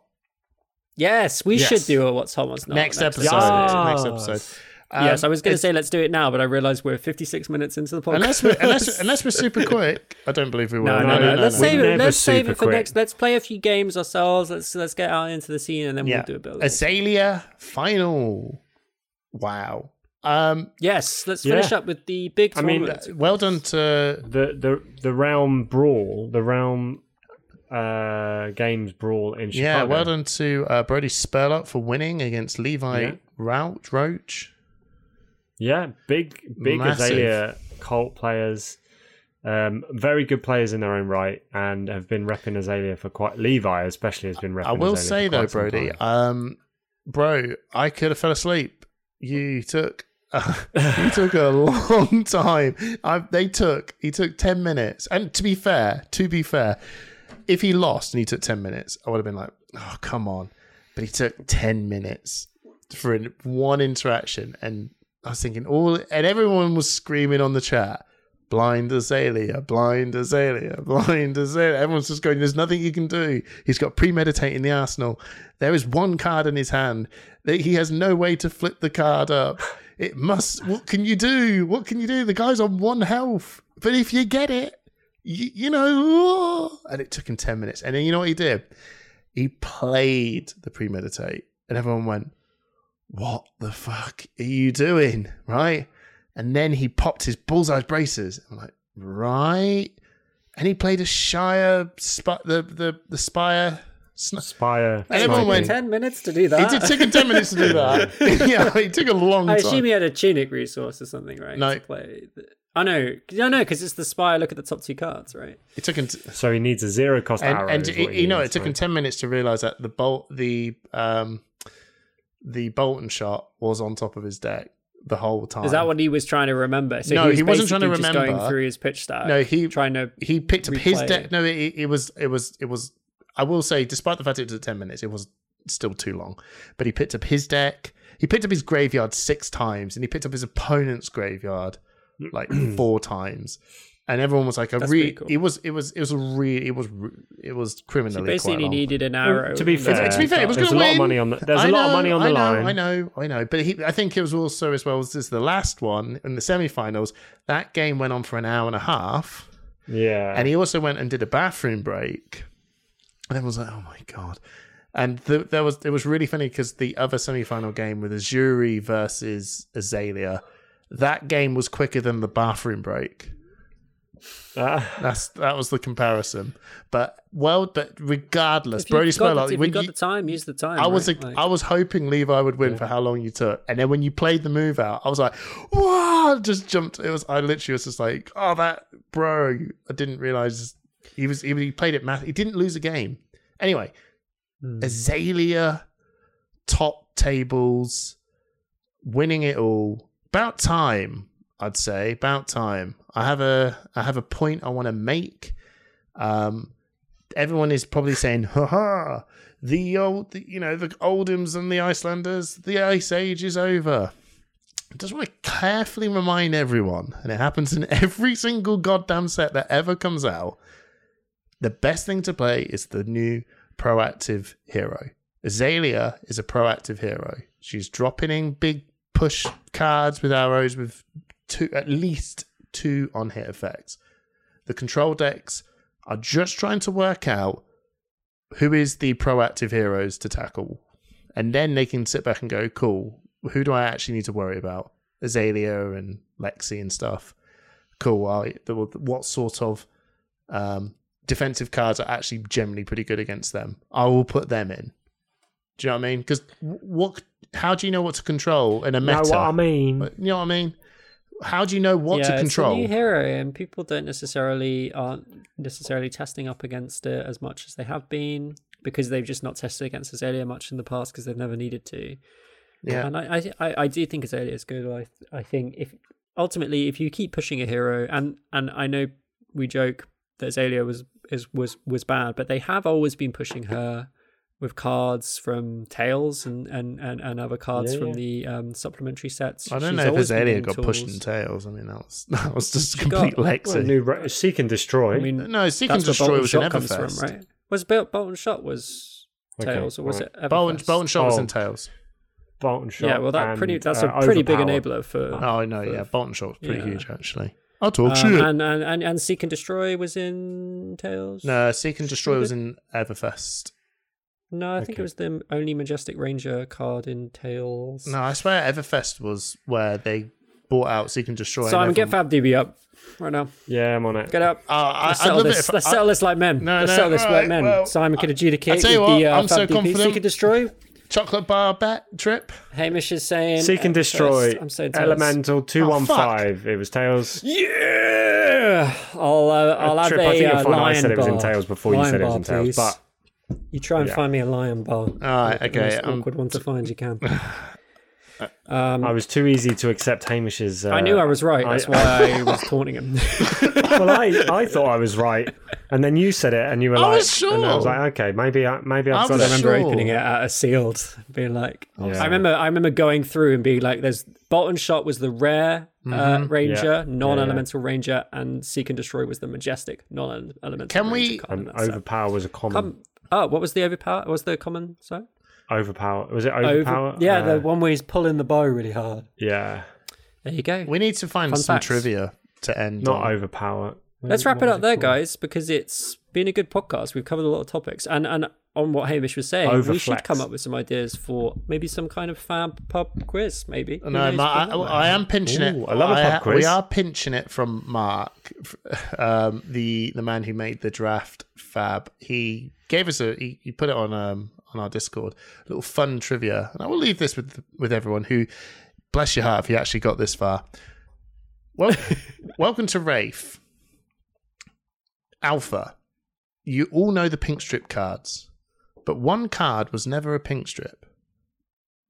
[SPEAKER 2] yes, we
[SPEAKER 1] Yes.
[SPEAKER 2] should do a what's hot, what's not.
[SPEAKER 1] Oh, Next episode. Next episode. Um,
[SPEAKER 2] yes, I was going to
[SPEAKER 1] it's-
[SPEAKER 2] say let's do it now, but I realized we're 56 minutes into the podcast.
[SPEAKER 1] unless we're unless unless we're super quick. I don't believe we will.
[SPEAKER 2] no, no, no,
[SPEAKER 3] no, no,
[SPEAKER 2] Let's
[SPEAKER 3] no.
[SPEAKER 2] save
[SPEAKER 3] We're
[SPEAKER 2] it.
[SPEAKER 3] never
[SPEAKER 2] Let's save
[SPEAKER 3] super
[SPEAKER 2] it for
[SPEAKER 3] quick.
[SPEAKER 2] next. Let's play a few games ourselves. Let's let's get out into the scene and then
[SPEAKER 1] Yeah.
[SPEAKER 2] we'll do a bit. of this.
[SPEAKER 1] Azalea final. Wow. Um.
[SPEAKER 2] Yes, let's finish
[SPEAKER 3] Yeah.
[SPEAKER 2] up with the big.
[SPEAKER 3] I mean,
[SPEAKER 2] tournament.
[SPEAKER 1] Well done to
[SPEAKER 3] the the the realm brawl, the realm uh, games brawl in Chicago.
[SPEAKER 1] yeah. Well done to uh, Brody Spurlock for winning against Levi
[SPEAKER 3] Yeah.
[SPEAKER 1] Rout Roach.
[SPEAKER 3] Yeah, big big
[SPEAKER 1] Massive.
[SPEAKER 3] Azalea cult players, um, very good players in their own right, and have been repping Azalea for quite. Levi especially has been repping.
[SPEAKER 1] I will
[SPEAKER 3] Azalea
[SPEAKER 1] say
[SPEAKER 3] for quite
[SPEAKER 1] though, Brody,
[SPEAKER 3] some time.
[SPEAKER 1] um, bro, I could have fell asleep. You took. you took a long time. I, they took. He took ten minutes. And to be fair, to be fair, if he lost and he took ten minutes, I would have been like, "Oh, come on!" But he took ten minutes for an, one interaction, and I was thinking all, and everyone was screaming on the chat, blind azalea, blind azalea, blind azalea. Everyone's just going, there's nothing you can do. He's got premeditate in the arsenal. There is one card in his hand. That He has no way to flip the card up. It must. What can you do? What can you do? The guy's on one health. But if you get it, you, you know. And it took him 10 minutes. And then you know what he did? He played the premeditate. And everyone went, what the fuck are you doing? Right? And then he popped his bullseye braces. I'm like, right? And he played a Shire, sp- the, the, the Spire. Sn-
[SPEAKER 3] Spire.
[SPEAKER 1] And everyone
[SPEAKER 3] sniping.
[SPEAKER 1] went-
[SPEAKER 2] ten minutes to do
[SPEAKER 1] he
[SPEAKER 2] that.
[SPEAKER 1] did take him 10 minutes to do that. yeah, he took a long
[SPEAKER 2] I
[SPEAKER 1] time.
[SPEAKER 2] assume he had a tunic resource or something, right?
[SPEAKER 1] No.
[SPEAKER 2] To play. the- I know. I know because it's the spy. Look at the top two cards, right?
[SPEAKER 1] It took him. T-
[SPEAKER 3] So he needs a zero cost
[SPEAKER 1] and
[SPEAKER 3] arrow.
[SPEAKER 1] and
[SPEAKER 3] is
[SPEAKER 1] it,
[SPEAKER 3] what he
[SPEAKER 1] you know, it
[SPEAKER 3] needs,
[SPEAKER 1] took him
[SPEAKER 3] right?
[SPEAKER 1] 10 minutes to realize that the bolt, the, um, the Bolton shot was on top of his deck the whole time.
[SPEAKER 2] Is that what he was trying to remember? So
[SPEAKER 1] No,
[SPEAKER 2] he, was
[SPEAKER 1] he wasn't trying to
[SPEAKER 2] basically just
[SPEAKER 1] remember.
[SPEAKER 2] Going through his pitch stack.
[SPEAKER 1] No, he-
[SPEAKER 2] trying to.
[SPEAKER 1] he picked up his
[SPEAKER 2] replay.
[SPEAKER 1] deck. No, it, it was it was it was. I will say, despite the fact it was ten minutes, it was still too long. But he picked up his deck. He picked up his graveyard six times, and he picked up his opponent's graveyard
[SPEAKER 3] Mm.
[SPEAKER 1] like four times. And everyone was like, "I
[SPEAKER 2] That's
[SPEAKER 1] re."
[SPEAKER 2] pretty cool.
[SPEAKER 1] It was it was it was a re. It was re- it was criminally
[SPEAKER 2] He
[SPEAKER 1] quite
[SPEAKER 2] basically
[SPEAKER 1] long.
[SPEAKER 2] needed an arrow.
[SPEAKER 3] to be
[SPEAKER 2] in the
[SPEAKER 3] fair-
[SPEAKER 1] to be fair, it was
[SPEAKER 3] There's
[SPEAKER 1] going
[SPEAKER 3] a
[SPEAKER 1] to
[SPEAKER 3] lot of
[SPEAKER 1] win.
[SPEAKER 3] money on the- there's a
[SPEAKER 1] I
[SPEAKER 3] lot of money on the
[SPEAKER 1] I know,
[SPEAKER 3] line.
[SPEAKER 1] I know, I know. But he, I think it was also as well as this the last one in the semi-finals. That game went on for an hour and a half.
[SPEAKER 3] Yeah.
[SPEAKER 1] And he also went and did a bathroom break. And everyone was like, oh my God. And th- there was it was really funny because the other semi final game with Azuri versus Azalea, that game was quicker than the bathroom break.
[SPEAKER 3] Ah.
[SPEAKER 1] That's that was the comparison. But well, but regardless,
[SPEAKER 2] If you've
[SPEAKER 1] Brody
[SPEAKER 2] got the-
[SPEAKER 1] Spurlock.
[SPEAKER 2] if
[SPEAKER 1] when
[SPEAKER 2] you've got
[SPEAKER 1] you-
[SPEAKER 2] the time, use the time.
[SPEAKER 1] I was
[SPEAKER 2] right?
[SPEAKER 1] I
[SPEAKER 2] Like-
[SPEAKER 1] was hoping Levi would win for how long you took, and then when you played the move out, I was like, "Wow!" Just jumped. It was I literally was just like, "Oh, that bro!" I didn't realize he was he, he played it math. He didn't lose a game. Anyway,
[SPEAKER 2] Hmm.
[SPEAKER 1] Azalea, top tables, winning it all. About time, I'd say. About time. I have a I have a point I want to make. Um, everyone is probably saying, "Ha ha! The old, the, you know, the Oldhams and the Icelanders, the Ice Age is over." I just want to carefully remind everyone, and it happens in every single goddamn set that ever comes out. The best thing to play is the new proactive hero. Azalea is a proactive hero. She's dropping in big push cards with arrows with two, at least two on hit effects. The control decks are just trying to work out who is the proactive heroes to tackle. And then they can sit back and go, cool, who do I actually need to worry about? Azalea and Lexi and stuff. Cool. I, the, what sort of um, defensive cards are actually generally pretty good against them. I will put them in. Do you know what I mean? Because what? How do you know what to control in a
[SPEAKER 3] Know
[SPEAKER 1] meta?
[SPEAKER 3] what I mean?
[SPEAKER 1] But you know what I mean? How do you know what
[SPEAKER 2] yeah,
[SPEAKER 1] to
[SPEAKER 2] It's a
[SPEAKER 1] control?
[SPEAKER 2] new hero, and people don't necessarily aren't necessarily testing up against it as much as they have been because they've just not tested against Azalea much in the past because they've never needed to.
[SPEAKER 1] Yeah.
[SPEAKER 2] and I I, I, I do think Azalea is good. I I think if ultimately if you keep pushing a hero, and and I know we joke that Azalea was is was was bad, but they have always been pushing her. With cards from Tails and, and, and, and other cards
[SPEAKER 3] Yeah,
[SPEAKER 2] from
[SPEAKER 3] yeah.
[SPEAKER 2] the um, supplementary sets.
[SPEAKER 1] I
[SPEAKER 2] She's
[SPEAKER 1] don't know if
[SPEAKER 2] always been
[SPEAKER 1] Azalea
[SPEAKER 2] using
[SPEAKER 1] got pushed
[SPEAKER 2] tools.
[SPEAKER 1] in tails. I mean, that was that was just
[SPEAKER 2] got-
[SPEAKER 1] complete
[SPEAKER 3] Well,
[SPEAKER 1] Lexi.
[SPEAKER 3] new re- seek and destroy.
[SPEAKER 2] I mean,
[SPEAKER 1] no, Seek and
[SPEAKER 2] That's
[SPEAKER 1] Destroy
[SPEAKER 2] where Bolton
[SPEAKER 1] was in
[SPEAKER 2] Shot comes
[SPEAKER 1] Everfest.
[SPEAKER 2] from, right? Was Bolt, Bolton Shot was
[SPEAKER 3] Okay,
[SPEAKER 2] Tails, or was
[SPEAKER 3] right.
[SPEAKER 2] it Everfest?
[SPEAKER 1] Bolton, Bolton Shot was in
[SPEAKER 3] Oh.
[SPEAKER 1] tails.
[SPEAKER 3] Bolton shot.
[SPEAKER 2] Yeah, well, that pretty.
[SPEAKER 3] and,
[SPEAKER 2] That's
[SPEAKER 3] uh,
[SPEAKER 2] a pretty big
[SPEAKER 3] Overpower.
[SPEAKER 2] enabler for.
[SPEAKER 1] Oh, I know.
[SPEAKER 2] for-
[SPEAKER 1] Yeah, Bolton Shot was pretty
[SPEAKER 2] yeah.
[SPEAKER 1] huge actually. I'll talk
[SPEAKER 2] um,
[SPEAKER 1] shit.
[SPEAKER 2] and, and and and Seek and Destroy was in Tails.
[SPEAKER 1] No, Seek and Destroy was in Everfest.
[SPEAKER 2] no, I think
[SPEAKER 3] okay.
[SPEAKER 2] it was the only Majestic Ranger card in Tails.
[SPEAKER 1] No, I swear Everfest was where they bought out Seek and Destroy.
[SPEAKER 2] so I'm
[SPEAKER 1] and
[SPEAKER 2] get
[SPEAKER 1] everyone-
[SPEAKER 2] Fab DB up right now.
[SPEAKER 3] Yeah, I'm on it.
[SPEAKER 2] Get up.
[SPEAKER 1] Uh, I,
[SPEAKER 2] Let's
[SPEAKER 1] I
[SPEAKER 2] settle
[SPEAKER 1] love it.
[SPEAKER 2] this.
[SPEAKER 1] If
[SPEAKER 2] Let's
[SPEAKER 1] I-
[SPEAKER 2] settle this like men.
[SPEAKER 1] No,
[SPEAKER 2] Let's
[SPEAKER 1] no,
[SPEAKER 2] settle this like
[SPEAKER 1] alright,
[SPEAKER 2] men.
[SPEAKER 1] well,
[SPEAKER 2] Simon can adjudicate
[SPEAKER 1] I tell you
[SPEAKER 2] with the
[SPEAKER 1] what,
[SPEAKER 2] uh,
[SPEAKER 1] I'm so
[SPEAKER 2] Fab DB. Seek
[SPEAKER 1] confident.
[SPEAKER 2] and Destroy.
[SPEAKER 1] chocolate bar bet trip.
[SPEAKER 2] Hamish is saying
[SPEAKER 3] Seek and
[SPEAKER 2] uh, first.
[SPEAKER 3] destroy.
[SPEAKER 2] I'm Oh, saying Tails.
[SPEAKER 3] Elemental two one five. It was tails.
[SPEAKER 2] Yeah, I'll uh, I'll have
[SPEAKER 3] Trip,
[SPEAKER 2] a
[SPEAKER 3] I think you'll
[SPEAKER 2] uh,
[SPEAKER 3] find out I
[SPEAKER 2] lion
[SPEAKER 3] said it was in
[SPEAKER 2] bar.
[SPEAKER 3] tails before you
[SPEAKER 2] Lion
[SPEAKER 3] said it was
[SPEAKER 2] bar,
[SPEAKER 3] in tails,
[SPEAKER 2] please.
[SPEAKER 3] but-
[SPEAKER 2] you try and
[SPEAKER 3] Yeah. Oh,
[SPEAKER 2] find me a lion bar. All
[SPEAKER 1] right, okay,
[SPEAKER 2] The most
[SPEAKER 1] um,
[SPEAKER 2] awkward one to find. You can.
[SPEAKER 3] I was too easy to accept Hamish's. Uh,
[SPEAKER 2] Um, I knew I was right. That's
[SPEAKER 3] I-
[SPEAKER 2] why I was taunting him.
[SPEAKER 3] well, I, I thought I was right, and then you said it, and you were like,
[SPEAKER 1] was sure.
[SPEAKER 3] and I was like, okay, maybe I maybe I've
[SPEAKER 1] I
[SPEAKER 3] got
[SPEAKER 1] was
[SPEAKER 3] it.
[SPEAKER 2] I remember
[SPEAKER 1] Sure.
[SPEAKER 2] opening it at a sealed, being like,
[SPEAKER 3] Oh, Yeah.
[SPEAKER 2] I remember, I remember going through and being like, "There's Bolton Shot was the rare uh, ranger,
[SPEAKER 3] Mm-hmm. Yeah.
[SPEAKER 2] non-elemental ranger, and Seek and Destroy was the majestic non-elemental."
[SPEAKER 1] Can we-
[SPEAKER 2] ranger card in
[SPEAKER 3] And
[SPEAKER 2] that set.
[SPEAKER 3] overpower was a common.
[SPEAKER 2] Um, oh, what was the overpower? What was the common? Sorry,
[SPEAKER 3] overpower was it
[SPEAKER 2] Over-
[SPEAKER 3] overpower?
[SPEAKER 2] yeah,
[SPEAKER 3] Uh,
[SPEAKER 2] the one where he's pulling the bow really hard.
[SPEAKER 3] yeah,
[SPEAKER 2] There you go.
[SPEAKER 1] We need to find
[SPEAKER 2] Fun
[SPEAKER 1] some
[SPEAKER 2] facts.
[SPEAKER 1] trivia to end.
[SPEAKER 3] not
[SPEAKER 1] on.
[SPEAKER 3] overpower.
[SPEAKER 2] Let's wrap
[SPEAKER 3] What
[SPEAKER 2] it
[SPEAKER 3] was
[SPEAKER 2] up there,
[SPEAKER 3] called?
[SPEAKER 2] guys, because it's been a good podcast. We've covered a lot of topics, and and on what Hamish was saying, we should
[SPEAKER 3] Overflex.
[SPEAKER 2] come up with some ideas for maybe some kind of fab pub quiz, maybe. Who
[SPEAKER 1] No,
[SPEAKER 2] knows?
[SPEAKER 1] Ma- I, I am pinching
[SPEAKER 3] Ooh,
[SPEAKER 1] it.
[SPEAKER 3] I love a pub quiz.
[SPEAKER 1] We are pinching it from Mark, um, the the man who made the draft fab. He gave us a he, he put it on um on our Discord a little fun trivia, and I will leave this with with everyone who, bless your heart, if you actually got this far. Well, welcome to Rafe. Alpha, you all know the pink strip cards, but one card was never a pink strip.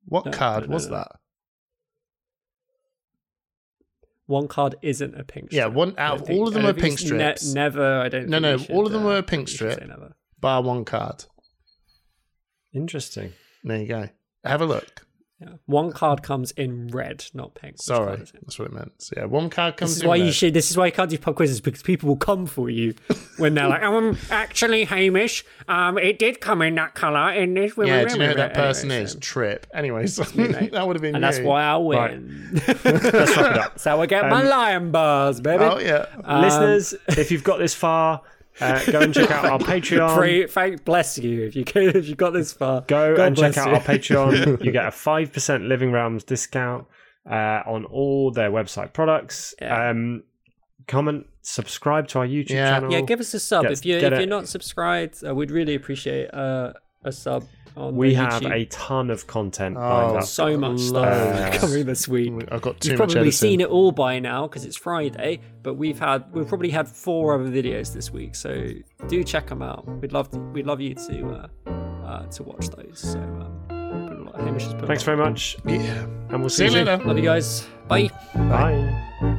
[SPEAKER 1] What
[SPEAKER 2] No,
[SPEAKER 1] card
[SPEAKER 2] no, no,
[SPEAKER 1] was
[SPEAKER 2] no.
[SPEAKER 1] that?
[SPEAKER 2] one card isn't a pink.
[SPEAKER 1] Yeah,
[SPEAKER 2] strip.
[SPEAKER 1] one
[SPEAKER 2] I
[SPEAKER 1] out
[SPEAKER 2] don't
[SPEAKER 1] of all of them
[SPEAKER 2] I
[SPEAKER 1] are
[SPEAKER 2] don't think
[SPEAKER 1] pink
[SPEAKER 2] it's ne-
[SPEAKER 1] strips.
[SPEAKER 2] never, I don't.
[SPEAKER 1] No,
[SPEAKER 2] think
[SPEAKER 1] no,
[SPEAKER 2] we should,
[SPEAKER 1] all of them
[SPEAKER 2] uh,
[SPEAKER 1] were a pink
[SPEAKER 2] we should say
[SPEAKER 1] strip.
[SPEAKER 2] never.
[SPEAKER 1] Bar one card.
[SPEAKER 3] Interesting.
[SPEAKER 1] There you go. Have a look.
[SPEAKER 2] Yeah. One card comes in red, not pink. Which
[SPEAKER 1] Sorry,
[SPEAKER 2] card is it?
[SPEAKER 1] that's what it meant. So, yeah, one card comes
[SPEAKER 2] This is
[SPEAKER 1] in.
[SPEAKER 2] why you
[SPEAKER 1] red.
[SPEAKER 2] should. This is why you can't do pub quizzes because people will come for you when they're like, "Um, actually, Hamish, um, it did come in that color in this."
[SPEAKER 1] yeah, do you know who that person is? Trip. Anyways, that would have been
[SPEAKER 2] And that's
[SPEAKER 1] you.
[SPEAKER 2] why I win.
[SPEAKER 3] Let's wrap it up.
[SPEAKER 2] So I get my
[SPEAKER 3] Um,
[SPEAKER 2] lion bars, baby.
[SPEAKER 1] Oh yeah.
[SPEAKER 2] Um,
[SPEAKER 3] Listeners, if you've got this far, uh, go and check out our Patreon.
[SPEAKER 2] Pray, thank, bless you if you could, if you got this far.
[SPEAKER 3] um, go
[SPEAKER 2] God
[SPEAKER 3] and check
[SPEAKER 2] bless
[SPEAKER 3] out
[SPEAKER 2] you.
[SPEAKER 3] our Patreon. you get a five percent Living Realms discount uh, on all their website products.
[SPEAKER 2] Yeah.
[SPEAKER 3] Um, comment subscribe to our YouTube
[SPEAKER 1] Yeah.
[SPEAKER 3] channel.
[SPEAKER 2] Yeah, give us a sub
[SPEAKER 3] Get-
[SPEAKER 2] if you if
[SPEAKER 3] get
[SPEAKER 2] you're
[SPEAKER 3] it.
[SPEAKER 2] not subscribed. Uh, we'd really appreciate uh, a sub on
[SPEAKER 3] we
[SPEAKER 2] the
[SPEAKER 3] have
[SPEAKER 2] YouTube.
[SPEAKER 3] a ton of content
[SPEAKER 1] Oh,
[SPEAKER 3] lined up.
[SPEAKER 2] so much
[SPEAKER 1] Loads.
[SPEAKER 2] stuff coming this week.
[SPEAKER 1] I've got too
[SPEAKER 2] You've
[SPEAKER 1] much
[SPEAKER 2] probably
[SPEAKER 1] editing.
[SPEAKER 2] seen it all by now because it's Friday, but we've had we've probably had four other videos this week, so do check them out. We'd love to, we'd love you to uh, uh, to watch those. So um, put a lot, Hamish has put a
[SPEAKER 3] Thanks
[SPEAKER 2] lot.
[SPEAKER 3] very much,
[SPEAKER 1] Yeah.
[SPEAKER 3] and we'll
[SPEAKER 1] See you later.
[SPEAKER 2] Love you guys. Bye.
[SPEAKER 3] Bye.